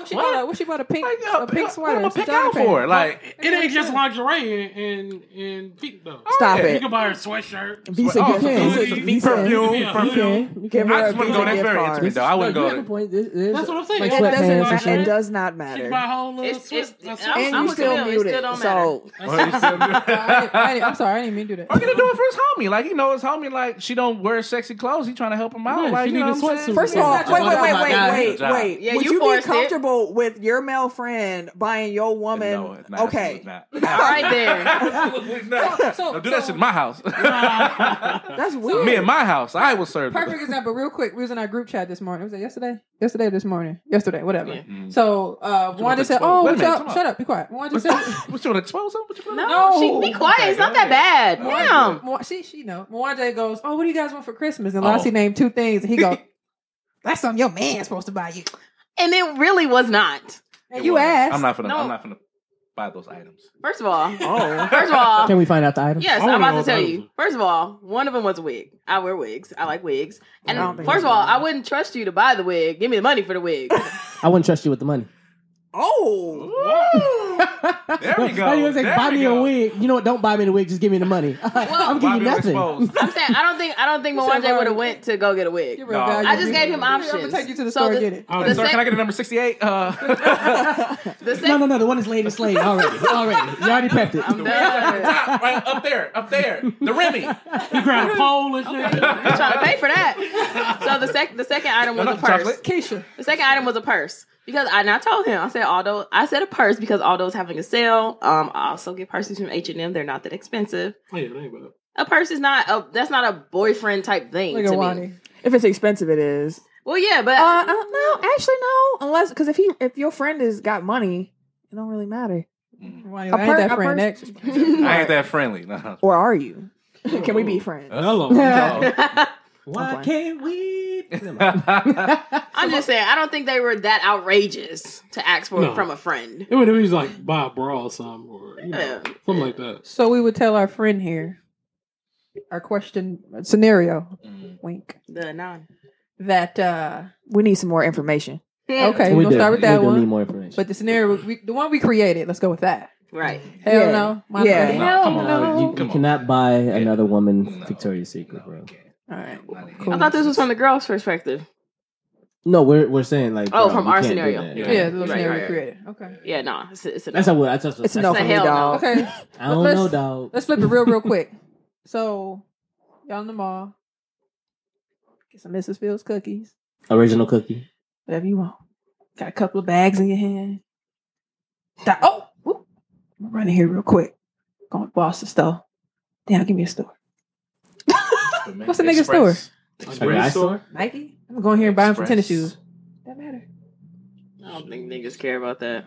C: What she bought? A, what she bought? A pink,
E: Like,
C: a pink
E: what
C: sweater.
E: am I
C: It's a
E: pick
C: Johnny
E: out
C: Pants.
E: for? Like,
B: It ain't just lingerie and and and pink though.
G: Stop
E: oh, yeah,
B: You
G: it.
B: can buy her a sweatshirt.
G: Visa
E: Oh,
G: gift
E: so
G: card.
E: you-
G: Visa.
E: perfume,
B: Yeah,
E: perfume.
B: you
D: You
G: Give her
E: I
G: a
E: just
G: Visa
E: wouldn't go there.
G: gift
E: It's very
G: card.
E: intimate, though. I wouldn't
D: you
E: go
D: have a
E: there.
D: point. This- this-
B: That's what I'm saying.
D: Like
B: It
G: It doesn't,
D: sweatpants and
G: ma- it
D: shit.
G: does not
B: She
G: matter.
B: can buy a whole little
A: It's- it's-
B: sweat- a
A: I'm-
B: sweatshirt. Oh,
G: And
A: I'm
G: you
A: with
G: still
A: Camille, it
G: muted.
A: still don't
G: so
C: I didn't, I didn't, I'm sorry, I didn't mean to do that.
E: I'm gonna do it for his homie. Like he knows his homie. Like she don't wear sexy clothes. He trying to help him out.
B: Yeah,
E: like
B: she need
E: you know
B: a
E: what I'm saying?
B: sweatsuit.
G: first of all,
D: It's not
G: wait,
D: your
G: wait,
D: job.
G: wait,
E: It's
G: wait,
E: your
G: wait,
E: job.
G: wait.
A: Yeah,
G: Would
A: you
G: you be
A: forced it.
G: comfortable comfortable with your male friend buying your woman.
E: No, it's not.
G: okay.
E: It's not.
G: right there.
E: Absolutely not.
C: so-
E: Don't do that
C: so-
E: shit in my house.
G: That's weird.
E: Me in my house, I will serve.
C: Perfect example, real quick. We was in our group chat this morning. Was it yesterday? Yesterday or this morning? Yesterday, whatever.
E: Mm.
C: So uh, Wanda said,
E: exposed.
C: "Oh,
E: Wait a
C: what's
E: minute,
C: up?
E: come on.
C: Shut up! Be quiet." Wanda
E: What's
C: said,
E: that? What you want to expose them? What you wanna-
A: No,
C: No.
A: she be quiet. It's not that bad. Damn.
C: Mo- she she know. Mwanje goes, "Oh, what do you guys want for Christmas?" And Lassie
E: Oh.
C: named two things, and he goes, "That's something your man's supposed to buy you."
A: And it really was not.
C: And
E: It
C: you
E: wasn't.
C: asked.
E: I'm not gonna.
A: No.
E: I'm not gonna buy those items.
A: First of all,
B: Oh.
A: first of all,
D: Can we find out the item?
A: Yes,
B: I wanna
A: I'm
B: know
A: about to
B: if
A: tell
B: that was
A: you.
B: a-
A: First of all, one of them was a wig. I wear wigs. I like wigs. And
G: I don't think
A: first
G: it's
A: of all,
G: a wig.
A: I wouldn't trust you to buy the wig. Give me the money for the wig.
D: I wouldn't trust you with the money.
G: Oh,
E: There we go.
D: Now you're gonna say,
E: There
D: buy
E: we
D: me
E: go.
D: a wig. You know what? Don't buy me the wig. Just give me the money. I'm
E: Why
D: giving
E: we
D: you nothing.
E: exposed?
A: I'm saying I don't think I don't think
C: said
A: Mwanje would
C: Ryan.
A: have went to go get a wig.
C: You're real
E: No.
C: valuable.
A: I just gave him
C: I'm
A: options.
C: gonna take you to the
A: So
C: store.
A: the-
C: and get it.
B: Oh,
A: The
E: Sir,
A: sec-
E: can I get a number 68? Uh,
A: The sec-
D: No, no, no. The one that's laid is laid already. Already. You already prepped it.
A: I'm done.
E: top, right up there, up there. The Remy.
B: You grab a pole and shit.
A: I'm trying to pay for that. So the sec- the second item was
E: No,
A: a
E: no,
A: purse.
E: chocolate.
C: Keisha.
A: The second item was a purse because I, and I told him I said Aldo I said a purse because Aldo's having a sale. Um, I also get purses from H and M. They're not that expensive.
B: Oh, yeah, they ain't bad.
A: A purse is not a that's not a boyfriend type thing
C: Look at
A: to me.
C: Wani.
G: if it's expensive, it is.
A: Well, yeah, but
G: Uh, uh, no, actually, no. Unless because if he if your friend has got money, it don't really matter.
C: Wani,
G: A
C: I ain't
G: per-
C: that
G: a
C: friend.
G: per-
C: Next.
E: I ain't that friendly. No.
G: Or are you? Can we be friends?
B: Hello.
E: No.
C: Uh,
D: Why
G: Okay.
D: can't we?
A: I'm just saying I don't think they were that outrageous to ask for
B: No.
A: from a friend.
B: Even if he's like buy a bra or something or you know,
A: Yeah.
B: something like that.
C: So we would tell our friend here, our question uh, scenario,
E: Mm.
C: wink,
A: The non.
C: that uh
G: We need some more information.
A: Hmm.
C: okay,
D: we
C: we're gonna
D: do.
C: start with that
D: we do need
C: one.
D: more information.
C: But the scenario,
A: Mm-hmm.
C: we, the one we created, let's go with that.
A: Right.
C: Hell
G: Yeah.
C: no, Wani,
G: Yeah.
C: Wani.
E: No, come on.
D: Uh, you,
E: Come
D: you
E: on.
D: cannot buy another woman
E: No.
D: Victoria's Secret, bro.
C: All right.
A: I thought this was from the girl's perspective.
D: No, we're we're saying like
A: Oh,
D: bro,
A: from
D: you
A: our
D: can't do
A: scenario.
D: that.
E: Yeah.
C: Yeah, the
A: Right,
C: scenario
A: right,
C: we
A: right.
C: created. Okay.
A: Yeah, no. It's a, it's a
D: That's a
A: no.
D: what that's, that's,
G: It's a no
A: It's a
G: for me,
A: hell no.
G: dog.
C: Okay.
D: I don't
C: Let's-
D: know, dog.
C: Let's flip it real, real quick. So, y'all in the mall, get some Mrs. Fields cookies,
D: Original cookie.
C: whatever you want. Got a couple of bags in your hand. Di- oh, whoop. I'm running here real quick. Going to Boston store. Damn, give me a store. What's the nigga's
E: Express.
B: Like,
D: A guy
B: Ray
D: store?
C: Nike. I'm going here and buy them some tennis
E: Express.
C: shoes. That matter.
A: I don't think niggas care about that.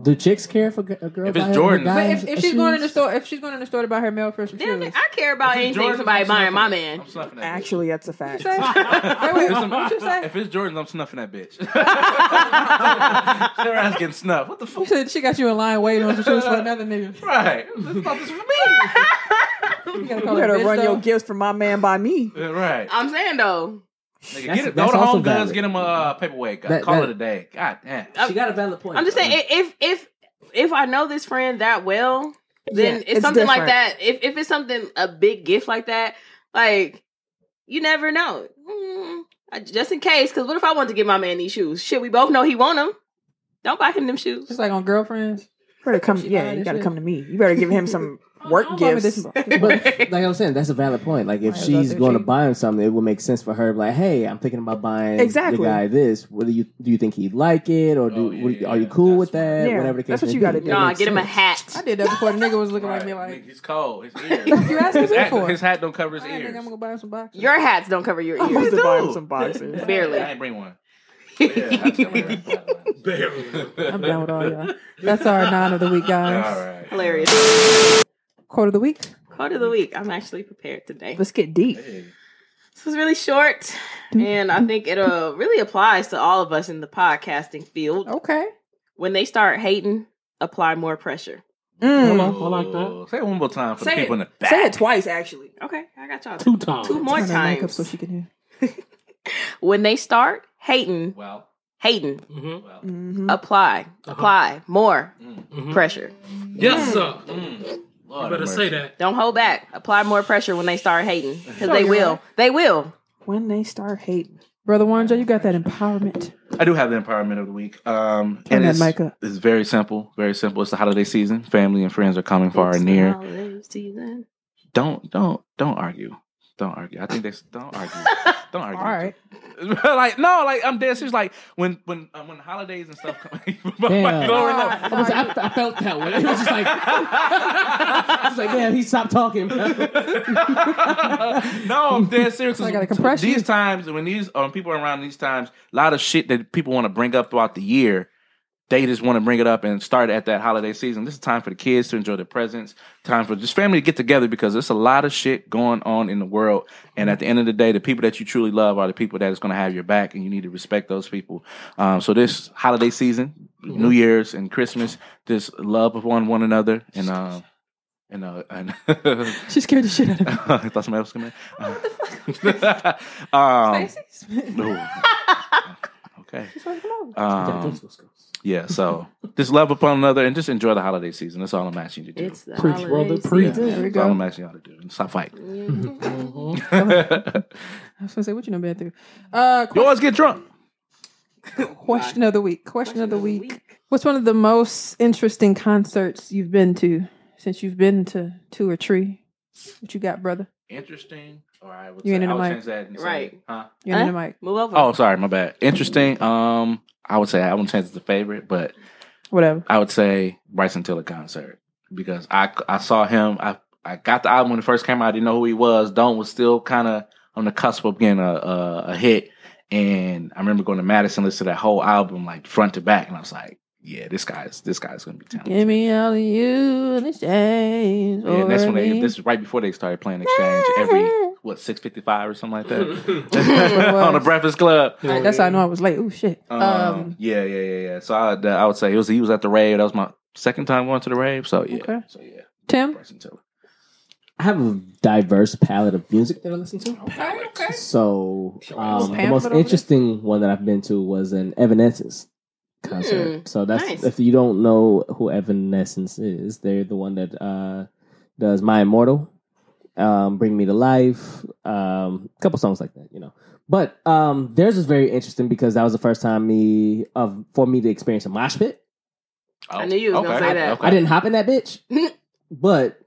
D: Do chicks care if a, g- a girl?
E: If it's
D: buy her
E: Jordan.
D: guy
C: But if, if she's going in the
D: shoes?
C: store, if she's going in the store to buy her mail for some
A: Damn,
C: shoes.
A: nigga, I care
E: If
A: about
E: it's
A: anything
E: Jordans,
A: somebody
E: I'm
A: buying my
E: snuffing it.
A: man.
E: I'm snuffing that bitch.
G: Actually, that's a fact.
C: Say- Wait, wait,
E: If it's-
C: what'd you say?
E: If it's Jordan, I'm snuffing that bitch. Her ass getting snuffed. What the
C: You
E: fuck?
C: said she got you in line waiting on some shoes for another nigga.
E: Right. This thought this was for
C: You gotta
G: You
C: call her
G: better
C: bitch,
G: run your
C: though.
G: gifts for my man by me.
E: me. Right.
A: I'm saying though.
E: Nigga,
D: That's-
E: get it. Throw
D: that's
E: the
D: also
E: home guns.
D: valid.
E: Get him a uh, paperweight.
D: That-
E: Call
D: that-
E: it a day. God damn.
D: She got a valid point.
A: I'm just
D: bro.
A: saying i- if if if I know this friend that well,
G: Yeah,
A: then it's,
G: it's
A: something like
G: different.
A: that. If if it's something a big gift like that, like you never know. Mm, I- just in case, because what if I want to give my man these shoes? Shit, we both know he want them. Don't buy him them shoes.
C: Just like on girlfriends.
G: You better come.
C: She
G: Yeah,
C: buying
G: you
C: this
G: gotta
C: shit.
G: come to me. You better give him some work
C: Don't buy me
G: gifts.
C: this-
D: But like I'm saying, that's a valid point. Like if
C: Right,
D: she's
C: about
D: going to
C: their
D: buy him something, it would make sense for her. Like, hey, I'm thinking about buying
G: Exactly.
D: the guy this. What do you do? You think he'd like it, or do
E: Oh, yeah,
D: what-
E: yeah,
D: are you
E: yeah.
D: cool with
E: That's
D: that?
G: smart. Yeah,
D: Whatever the case
G: that's what
D: may
G: you
D: be.
G: gotta
D: That
G: do.
A: Nah,
D: makes
A: get him a
D: sense.
A: hat.
C: I did that before. The nigga was looking like me
E: Nigga,
C: like,
E: he's cold. His ears.
C: You asking
E: his,
C: me
E: hat,
C: for it.
E: his hat don't cover his
C: I ain't
E: ears.
C: think I'm gonna buy some boxes.
A: Your hats don't cover your
G: Supposed
A: ears.
G: to buy him
E: do.
G: some boxes.
A: Barely.
E: I ain't bring one. Yeah, I just got my Barely.
C: I'm done with all y'all. That's our nine of the week,
E: All
C: guys.
E: right.
A: Hilarious.
C: Quote of the week.
A: Quote of the week. I'm actually prepared today.
G: Let's get deep.
E: Hey.
A: This was really short, and I think it uh, really applies to all of us in the podcasting field.
C: Okay.
A: When they start hating, apply more pressure.
B: Hello,
G: Mm.
B: I like that.
E: Say it one more time for
G: Say
E: the people
G: it.
E: in the back.
G: Say it twice, actually.
A: Okay, I got y'all.
B: Two times.
A: Two more
C: Turn her mic up
A: times.
C: so she can hear.
A: when they start hating,
E: Well,
A: hating,
B: Mhm.
E: well.
C: Uh,
G: hmm
A: apply,
B: Uh-huh.
A: apply more
B: Mhm.
A: pressure.
B: Yes, sir.
E: Mm. Lord
B: You
E: have
B: better
E: mercy.
B: say that.
A: Don't hold back. Apply more pressure when they start hating because they will. They will.
G: When they start hating,
C: Brother Wanja, you got that empowerment.
E: I do have the empowerment of the week. Um,
C: Turn
E: and
C: that
E: it's,
C: mic up.
E: it's very simple. Very simple. It's the holiday season. Family and friends are coming far and near.
A: Season.
E: Don't don't don't argue. Don't argue. I think they s- don't argue. Don't argue.
C: All right.
E: like no, like I'm dead serious. Like when when um, when holidays and stuff come, my, my
D: Damn.
E: glory, no.
D: I, was, I, I felt that way. It was just like, I was like, damn, he stopped talking.
E: no, I'm dead serious.
I: I gotta compress
E: these
I: you.
E: times when these um, people are around these times, a lot of shit that people want to bring up throughout the year, they just want to bring it up and start at that holiday season. This is time for the kids to enjoy their presents, time for just family to get together because there's a lot of shit going on in the world. And at the end of the day, the people that you truly love are the people that is going to have your back, and you need to respect those people. Um, so this holiday season, New Year's and Christmas, just love upon one another and. Uh, and, uh, and
I: She scared the shit out of me.
E: I thought somebody else was coming. What the um, no. okay. Um, yeah. So just love upon another and just enjoy the holiday season. That's all I'm asking you to do.
F: It's the
B: Preach, brother, preach.
E: Yeah,
I: There we
E: that's all
I: go. Mm-hmm.
E: I'm asking y'all to do. And stop fighting.
I: I was gonna say, what you know been through? Uh,
E: you always get drunk.
I: question of the week. Question, of the week. What's one of the most interesting concerts you've been to since you've been to two or three? What you got, brother?
E: Interesting. All right.
I: You say- ain't in I the would mic.
E: change that and
F: say- Right.
E: Huh?
I: You're on the
F: Huh?
I: mic.
F: Move over.
E: Oh, sorry. My bad. Interesting. Um, I would say I wouldn't change it to favorite, but
I: Whatever.
E: I would say Bryson Tiller concert because I I saw him. I I got the album when it first came out. I didn't know who he was. Don was still kind of on the cusp of getting a, a a hit, and I remember going to Madison listen to that whole album like front to back, and I was like, yeah, this guy's this guy's gonna be talented.
I: Give me all of you in exchange.
E: Yeah, and that's
I: for
E: when they,
I: me.
E: this is right before they started playing Exchange every what six fifty five or something like that
I: was.
E: on the Breakfast Club.
I: That's how I know I was late. Oh shit.
E: Um,
I: Um,
E: yeah, yeah, yeah, yeah. So I would, uh, I would say it was he was at the rave. That was my second time going to the rave. So yeah,
I: Okay.
E: so yeah,
I: Tim.
E: Bryson Tiller.
D: I have a diverse palette of music that I listen
B: Oh,
D: to. So
I: Little
D: um, the
I: pamphlet
D: most
I: over there?
D: interesting one that I've been to was an Evanescence concert. so that's
F: nice.
D: if you don't know who Evanescence is, they're the one that uh, does My Immortal, um, Bring Me to Life, um, a couple songs like that, you know. But um, theirs was very interesting because that was the first time me of for me to experience a mosh pit.
E: Oh,
F: I knew you was gonna say that.
D: I didn't hop in that bitch. but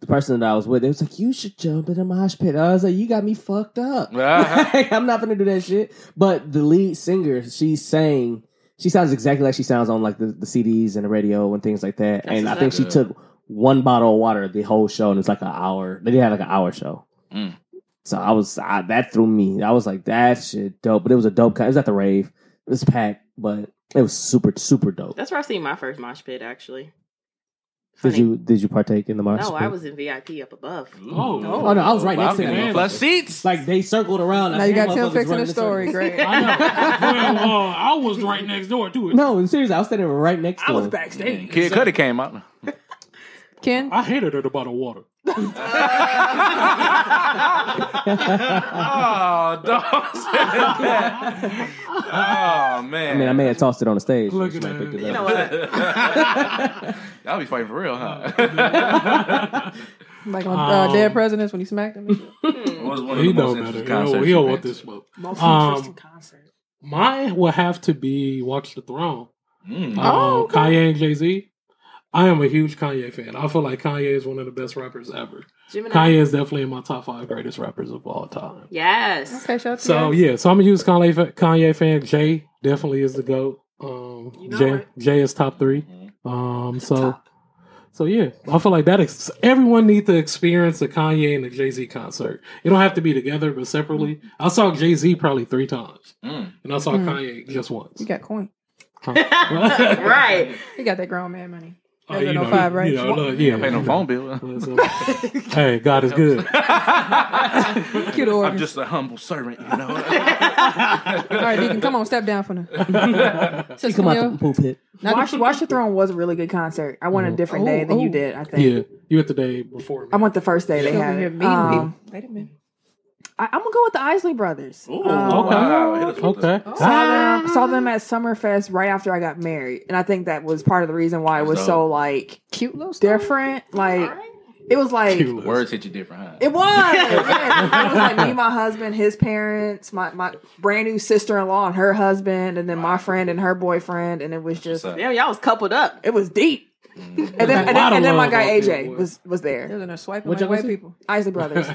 D: the person that I was with, it was like, you should jump in the mosh pit. I was like, you got me fucked up.
E: Uh-huh.
D: Like, I'm not gonna do that shit. But the lead singer, she sang. She sounds exactly like she sounds on like the, the CDs and the radio and things like that.
F: That's
D: and I
F: what's
D: think
E: up.
D: she took one bottle of water the whole show, and it's like an hour. They did have like an hour show.
E: Mm.
D: So I was I, that threw me. I was like that shit dope, but it was a dope. Kind. It was at the rave. It was packed, but it was super super dope.
F: That's where I seen my first mosh pit actually.
D: Did
F: Funny.
D: you did you partake in the mosh?
F: No,
D: pit?
F: I was in VIP up above.
B: Oh,
D: Oh, no, I was right next to
B: damn.
D: him.
E: Plus seats.
D: Like they circled around. I
I: Now you
D: seen
I: got Tim
D: motherfuckers
I: fixing
D: running
I: the
D: in
I: story.
D: circles.
I: Great.
B: I know. well, uh, I was right next door to it.
D: No, and seriously, I was standing right next to
G: I was
D: him.
G: backstage.
E: Kid Cudi came out.
I: Ken.
B: I hated it about the water.
E: oh, don't say that. Oh man.
D: I mean, I may have tossed it on the stage. but
B: Look at
D: somebody
B: that.
D: picked it
B: You
D: up.
E: I'll be fighting for real, huh?
I: Like on uh,
B: Um,
I: Dead Presidents when he smacked him.
E: What was one of the
B: He
E: most
B: know better.
E: interesting
B: He don't,
E: concerts
B: he
E: you
B: don't
E: been
B: want
E: to?
B: this smoke.
G: Most
B: Um,
G: interesting concert.
B: Mine will have to be Watch the Throne.
E: Mm.
B: Oh, Kanye and Jay Z. I am a huge Kanye fan. I feel like Kanye is one of the best rappers ever.
F: Gemini.
B: Kanye is definitely in my top five greatest rappers of all time.
F: Yes.
I: okay, shout out to
B: So
I: you.
B: yeah, so I'm a huge Kanye fa- Kanye fan. Jay definitely is the goat. Um,
G: You know
B: Jay
G: it. Mm-hmm.
B: Jay is top three. Um, so so yeah, I feel like that ex- everyone needs to experience a Kanye and a Jay Z concert. It don't have to be together, but separately.
G: Mm-hmm.
B: I saw Jay Z probably three times,
E: Mm.
B: and I saw
I: Mm.
B: Kanye just once.
I: You got coin.
F: right.
I: You got that grown man money.
B: Oh,
I: There's no five, right?
B: You know, look, yeah,
E: mm. Pay no
B: you
E: phone
B: know.
E: bill.
B: hey, God is good.
I: Cute
E: I'm
I: organ.
E: just a humble servant, you know.
I: All right, Deacon, come on, step down for now.
D: He
I: Sister
D: come out
I: Camille,
D: the poop pit.
I: Not
G: Watch, Watch the Throne was a really good concert. I went a different
I: Oh,
G: day than you
I: oh.
G: did. I think.
B: Mm-hmm. Yeah, you at the day before. me.
G: I went the first day they
I: over
G: had
I: here
G: it.
I: meeting
G: Um,
I: people. Wait a minute.
G: I, I'm gonna go with the Isley Brothers.
E: Ooh,
G: Um,
B: okay.
E: wow, hit us with this.
B: Okay.
G: Saw
B: Ah.
G: them, saw them at Summerfest right after I got married, and I think that was part of the reason why it was so like
I: Cute little stuff.
G: different. Like it was like
B: Cute.
E: Words hit you different, huh?
G: it was. yeah. It was like me, my husband, his parents, my my brand new sister in law and her husband, and then my friend and her boyfriend, and it was just
E: What's up?
F: Damn, y'all was coupled up.
G: it was deep. And then, and then, and then my guy AJ was was there.
C: They're swiping
G: What
C: like
G: y'all
C: white
G: say?
C: people.
G: Isley Brothers.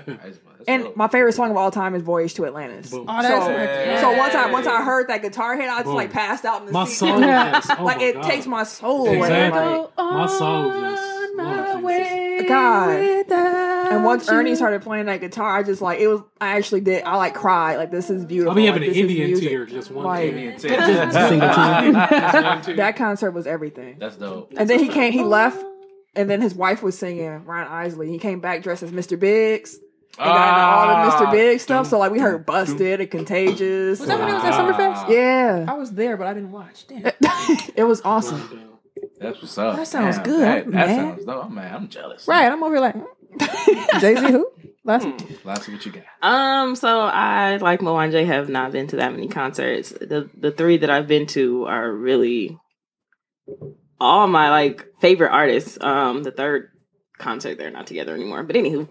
G: And my favorite song of all time is "Voyage to Atlantis."
C: Oh, that's
G: so,
C: wicked.
G: so one time, once I heard that guitar hit, I just
B: Boom.
G: like passed out in the
B: My
G: seat.
B: soul just- oh
G: like
B: my
G: it
B: God.
G: takes my soul away.
B: Exactly.
G: Like,
B: My soul just. Lord
G: God. And once Ernie started playing that guitar, I just like it was. I actually did. I like cried. Like this is
B: Jesus.
G: beautiful.
B: I'll be having
G: like,
B: an
G: this is
B: Indian
G: music.
B: tear, just one
G: Like-
B: tear.
G: that concert was everything.
E: That's dope.
G: And then he came. He left, and then his wife was singing Ron Isley. He came back dressed as Mr. Biggs. And got into all the
E: Ah.
G: Mr. Big stuff. So like we heard Busted and Contagious.
C: Was that when it was at Summerfest?
G: Yeah.
C: I was there, but I didn't watch. Damn.
G: Uh, It was awesome.
E: That's what's up.
C: That sounds
E: Damn,
C: good.
E: That,
C: I'm
E: that
C: mad.
E: sounds dope. I'm mad. I'm jealous.
C: Right, I'm over here like Jay Z who? Last
G: Hmm.
E: Lots of what you got.
A: Um, so I like Moanje have not been to that many concerts. The the three that I've been to are really all my like favorite artists. Um, the third concert they're not together anymore. But anywho,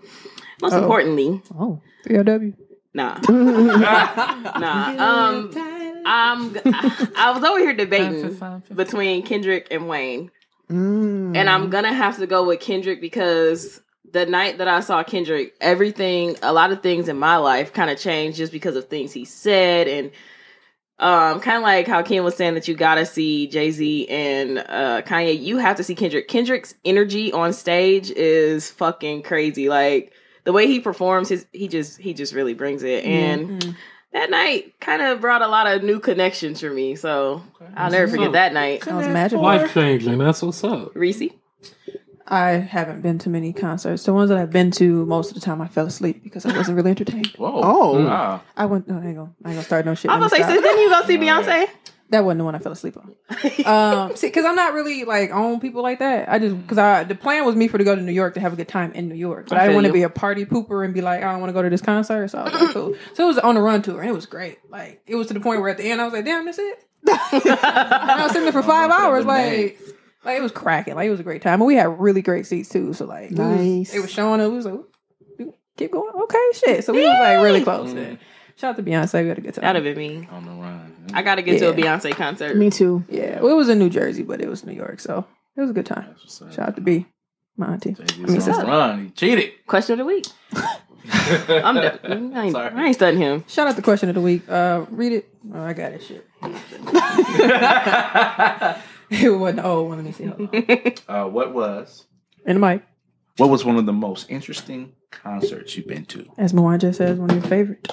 A: most
C: Oh.
A: importantly,
C: Oh, 3LW.
A: nah. nah. Um, I'm g- I, I was over here debating between Kendrick and Wayne, and I'm gonna have to go with Kendrick because the night that I saw Kendrick, everything, a lot of things in my life kind of changed just because of things he said and. Um, kind of like how Ken was saying that you gotta see Jay Z and uh, Kanye, you have to see Kendrick. Kendrick's energy on stage is fucking crazy. Like the way he performs, his he just he just really brings it. And that night kind of brought a lot of new connections for me. So I'll never forget that night.
C: Sounds magical.
B: Life changing. That's what's up.
A: Reese,
C: I haven't been to many concerts. The ones that I've been to, most of the time I fell asleep because I wasn't really entertained.
E: Whoa. Ah,
C: Oh.
E: Wow.
C: I went. No, I ain't gonna. I ain't gonna start no shit.
A: I'm gonna
C: Let me
A: say,
C: stop.
A: since then you go see Beyonce.
C: That wasn't the one I fell asleep on. um, see, because I'm not really like on people like that. I just because I the plan was me for to go to New York to have a good time in New York, but
A: I
C: I, didn't
A: feel
C: want to
A: you.
C: be a party pooper and be like, I don't want to go to this concert. So I was like, cool. So it was on the run tour, and it was great. Like it was to the point where at the end I was like, damn, that's it. and I was sitting there for five hours, like. Like it was cracking. Like it was a great time, and we had really great seats too. So like, it was-
R: Nice.
C: It was showing up. We was like, "Ooh, keep going, okay, shit. So we was like really close. then. Shout out to Beyonce. We had a good time.
A: That'd have been me.
E: On the run.
A: I gotta get to a
C: Yeah.
A: Beyonce concert.
G: Me too.
C: Yeah, well, it was in New Jersey, but it was New York, so it was a good time. Shout out to B, my auntie. I mean,
E: He's on
C: sister.
E: the run. He cheated.
A: Question of the week. I'm done. I ain't, I ain't studying him.
C: Shout out the question of the week. Uh, read it. Oh, I got it. Shit. it wasn't. Oh, well, let me see. Hold on.
E: Uh, what was
C: And Mike,
E: what was one of the most interesting concerts you've been to
C: as Moan just says, one of your favorite.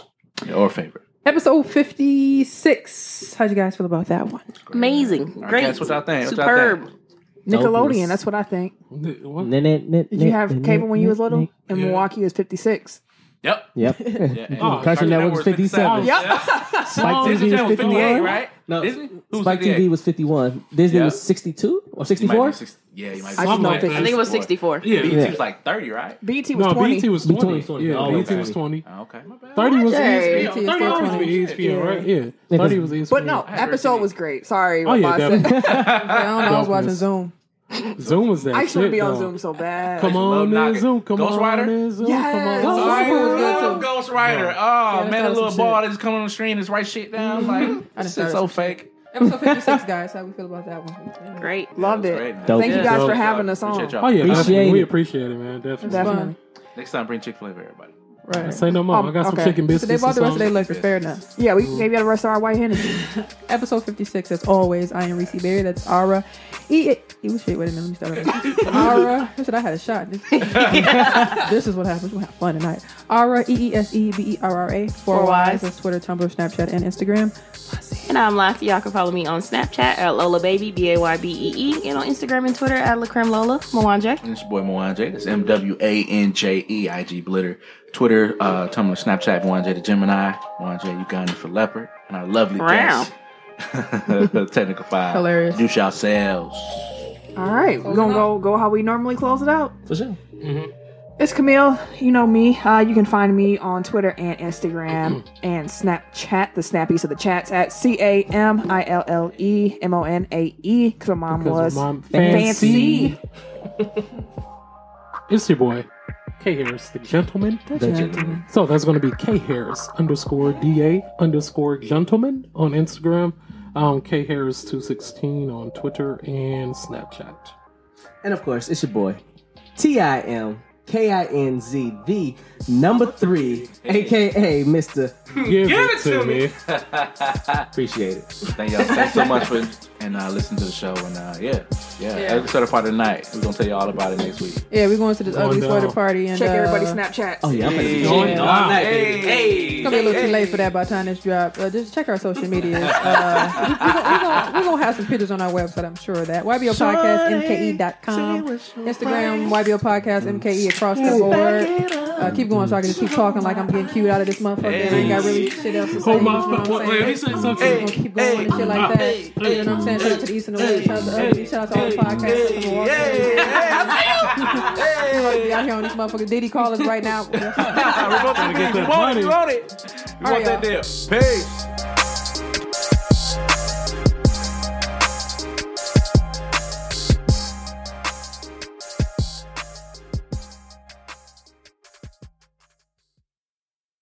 E: or favorite?
C: Episode fifty-six. How'd you guys feel about that one?
A: Amazing. Great.
E: Guess what I think. What y'all think?
A: Superb.
G: Nickelodeon, that's what I think. Did you have cable when you was little? And
B: Yeah.
G: Milwaukee was 56.
E: Yep.
D: Yep.
E: Yeah, and
B: Oh,
D: Cartoon Network was 57.
G: Yep.
D: Spike
E: Disney
D: TV was
E: Channel was 58,
D: 58,
E: right?
D: No,
E: Disney? Who was
D: Spike
E: 58?
D: TV was 51. Disney
E: Yeah.
D: was 62 or
E: You might be
D: 64?
E: 60 Yeah, you might
G: I just
B: Something
G: know
B: like that.
G: 50.
A: I think it was 64.
B: Yeah.
E: BT
D: Yeah.
E: was like 30, right?
G: BT was
B: No,
G: 20.
B: BT was
D: BT was
B: 20.
D: 20.
B: Yeah,
D: Oh,
B: BT
D: okay.
B: was 20.
E: Oh, Okay, my bad.
B: 30 was E
A: Jay.
B: ESPN.
C: BT was
B: 30 always been
C: 20.
B: ESPN, right? Yeah.
D: Yeah.
B: 30 was E ESPN.
G: but no,
E: I heard
G: episode
E: TV.
G: was great. Sorry.
B: Oh,
G: what
B: yeah,
G: I said.
B: definitely.
C: I don't know. I was watching
B: Darkness.
C: Zoom.
B: Zoom was that
G: I used to
B: shit,
G: be on
B: though.
G: Zoom so bad.
B: Come
E: Love
B: on in
E: Nugget.
B: Zoom. Come
E: Ghost
B: on
E: Rider?
B: in Zoom.
G: Yes.
B: Come
G: Ghost
B: on.
G: Rider. Oh, was good,
E: Love Ghost Rider. Oh
C: Yeah, that
E: man, that
C: was
E: little
C: some
E: ball that's coming on the screen is right shit down.
G: Mm-hmm.
E: Like
C: I just
E: this shit's
C: started
E: so
C: some
E: fake.
C: Episode fifty-six, guys. How we feel about that one?
A: Great.
G: Loved
E: That was
G: it.
E: great, man.
D: Dope.
G: Thank you
A: Yeah.
G: guys for
E: Dope.
G: having us
E: Appreciate
G: on.
E: y'all.
B: Oh, yeah.
D: Appreciate
B: definitely.
D: it.
B: We appreciate it, man. Definitely.
G: Definitely.
E: Next time, bring Chick Fil A for everybody.
C: Right.
B: Say no more.
G: Um,
B: I got
G: okay.
B: some chicken
C: So
B: biscuits.
C: they bought the
B: and
C: rest of their
B: something.
C: liquor. Fair enough.
G: Yeah, we maybe had the rest of our white Hennessy.
C: Episode 56, as always, I am Reese Berry. That's Ara. E- e- Ooh, shit, wait a minute. Let me start over. Ara. I said I had a shot. This, this is what happens. We have fun tonight. Ara, E E S E B E R R A. Four
A: Four
C: Y's.
A: Ys.
C: That's Twitter, Tumblr, Snapchat, and Instagram.
A: And I'm Lassie. Y'all can follow me on Snapchat at Lola Baby, B A Y B E E, and on Instagram and Twitter at Lacreme Lola, Moanje.
E: And it's your boy Moan J. That's M W A N J E I G Blitter. Twitter, uh, Tumblr, Snapchat, Moan J the Gemini, Moan J Uganda for Leopard, and our lovely
A: Wow.
E: guest, Technical Five.
C: Hilarious.
E: Do yourselves.
G: All right, we're gonna go go how we normally close it out.
D: For sure.
G: It's Camille. You know me. Uh, you can find me on Twitter and Instagram and Snapchat. The snappies of the chats at C A M I L L E M O N A E because my mom was
B: Because my mom
G: fancy.
B: fancy. It's your boy, K Harris, the gentleman. So that's going to be K Harris underscore DA underscore gentleman on Instagram. Um, K Harris 216 on Twitter and Snapchat.
D: And of course, it's your boy, T I M K I N Z, the number three, aka Mr.
B: Give it to me.
D: Appreciate it.
E: Thank y'all thanks so much for and uh, listen to the show and uh, yeah, yeah.
S: Yeah.
E: Episode of part of the night. We're gonna tell you all about it next week.
C: Yeah, we're going to this
B: Going
C: ugly sweater
B: down.
C: party and
G: Check
C: uh,
G: everybody's Snapchat.
D: Oh, yeah, I'm gonna be
E: Yeah.
D: going all night.
E: Hey, hey.
C: It's gonna be a little too late for that by the time this drop. Uh, just check our social media. Uh, we're, gonna, we gonna have some pictures on our website, I'm sure of that. YBO Podcast, MKE.com. Instagram, YBO Podcast,
B: Mm.
C: MKE across the board. Uh, keep going so I can just keep talking like I'm getting cued out of this motherfucker and I ain't got really shit else to say.
B: Hold
C: you
B: my-
C: know what I'm
B: what-
C: saying?
B: wait, let me say
C: I'm just
B: something.
C: gonna keep going and shit like that. You know what I'm saying? Shout out to the East and the West. Shout out to the Ugly. Shout out to all the podcasts. from Milwaukee. We out here on these motherfuckers. Diddy call us right now.
E: We're gonna get
B: that
E: that money.
B: money.
E: You want it? You want
C: Hurry
E: that
C: up.
E: deal? Peace.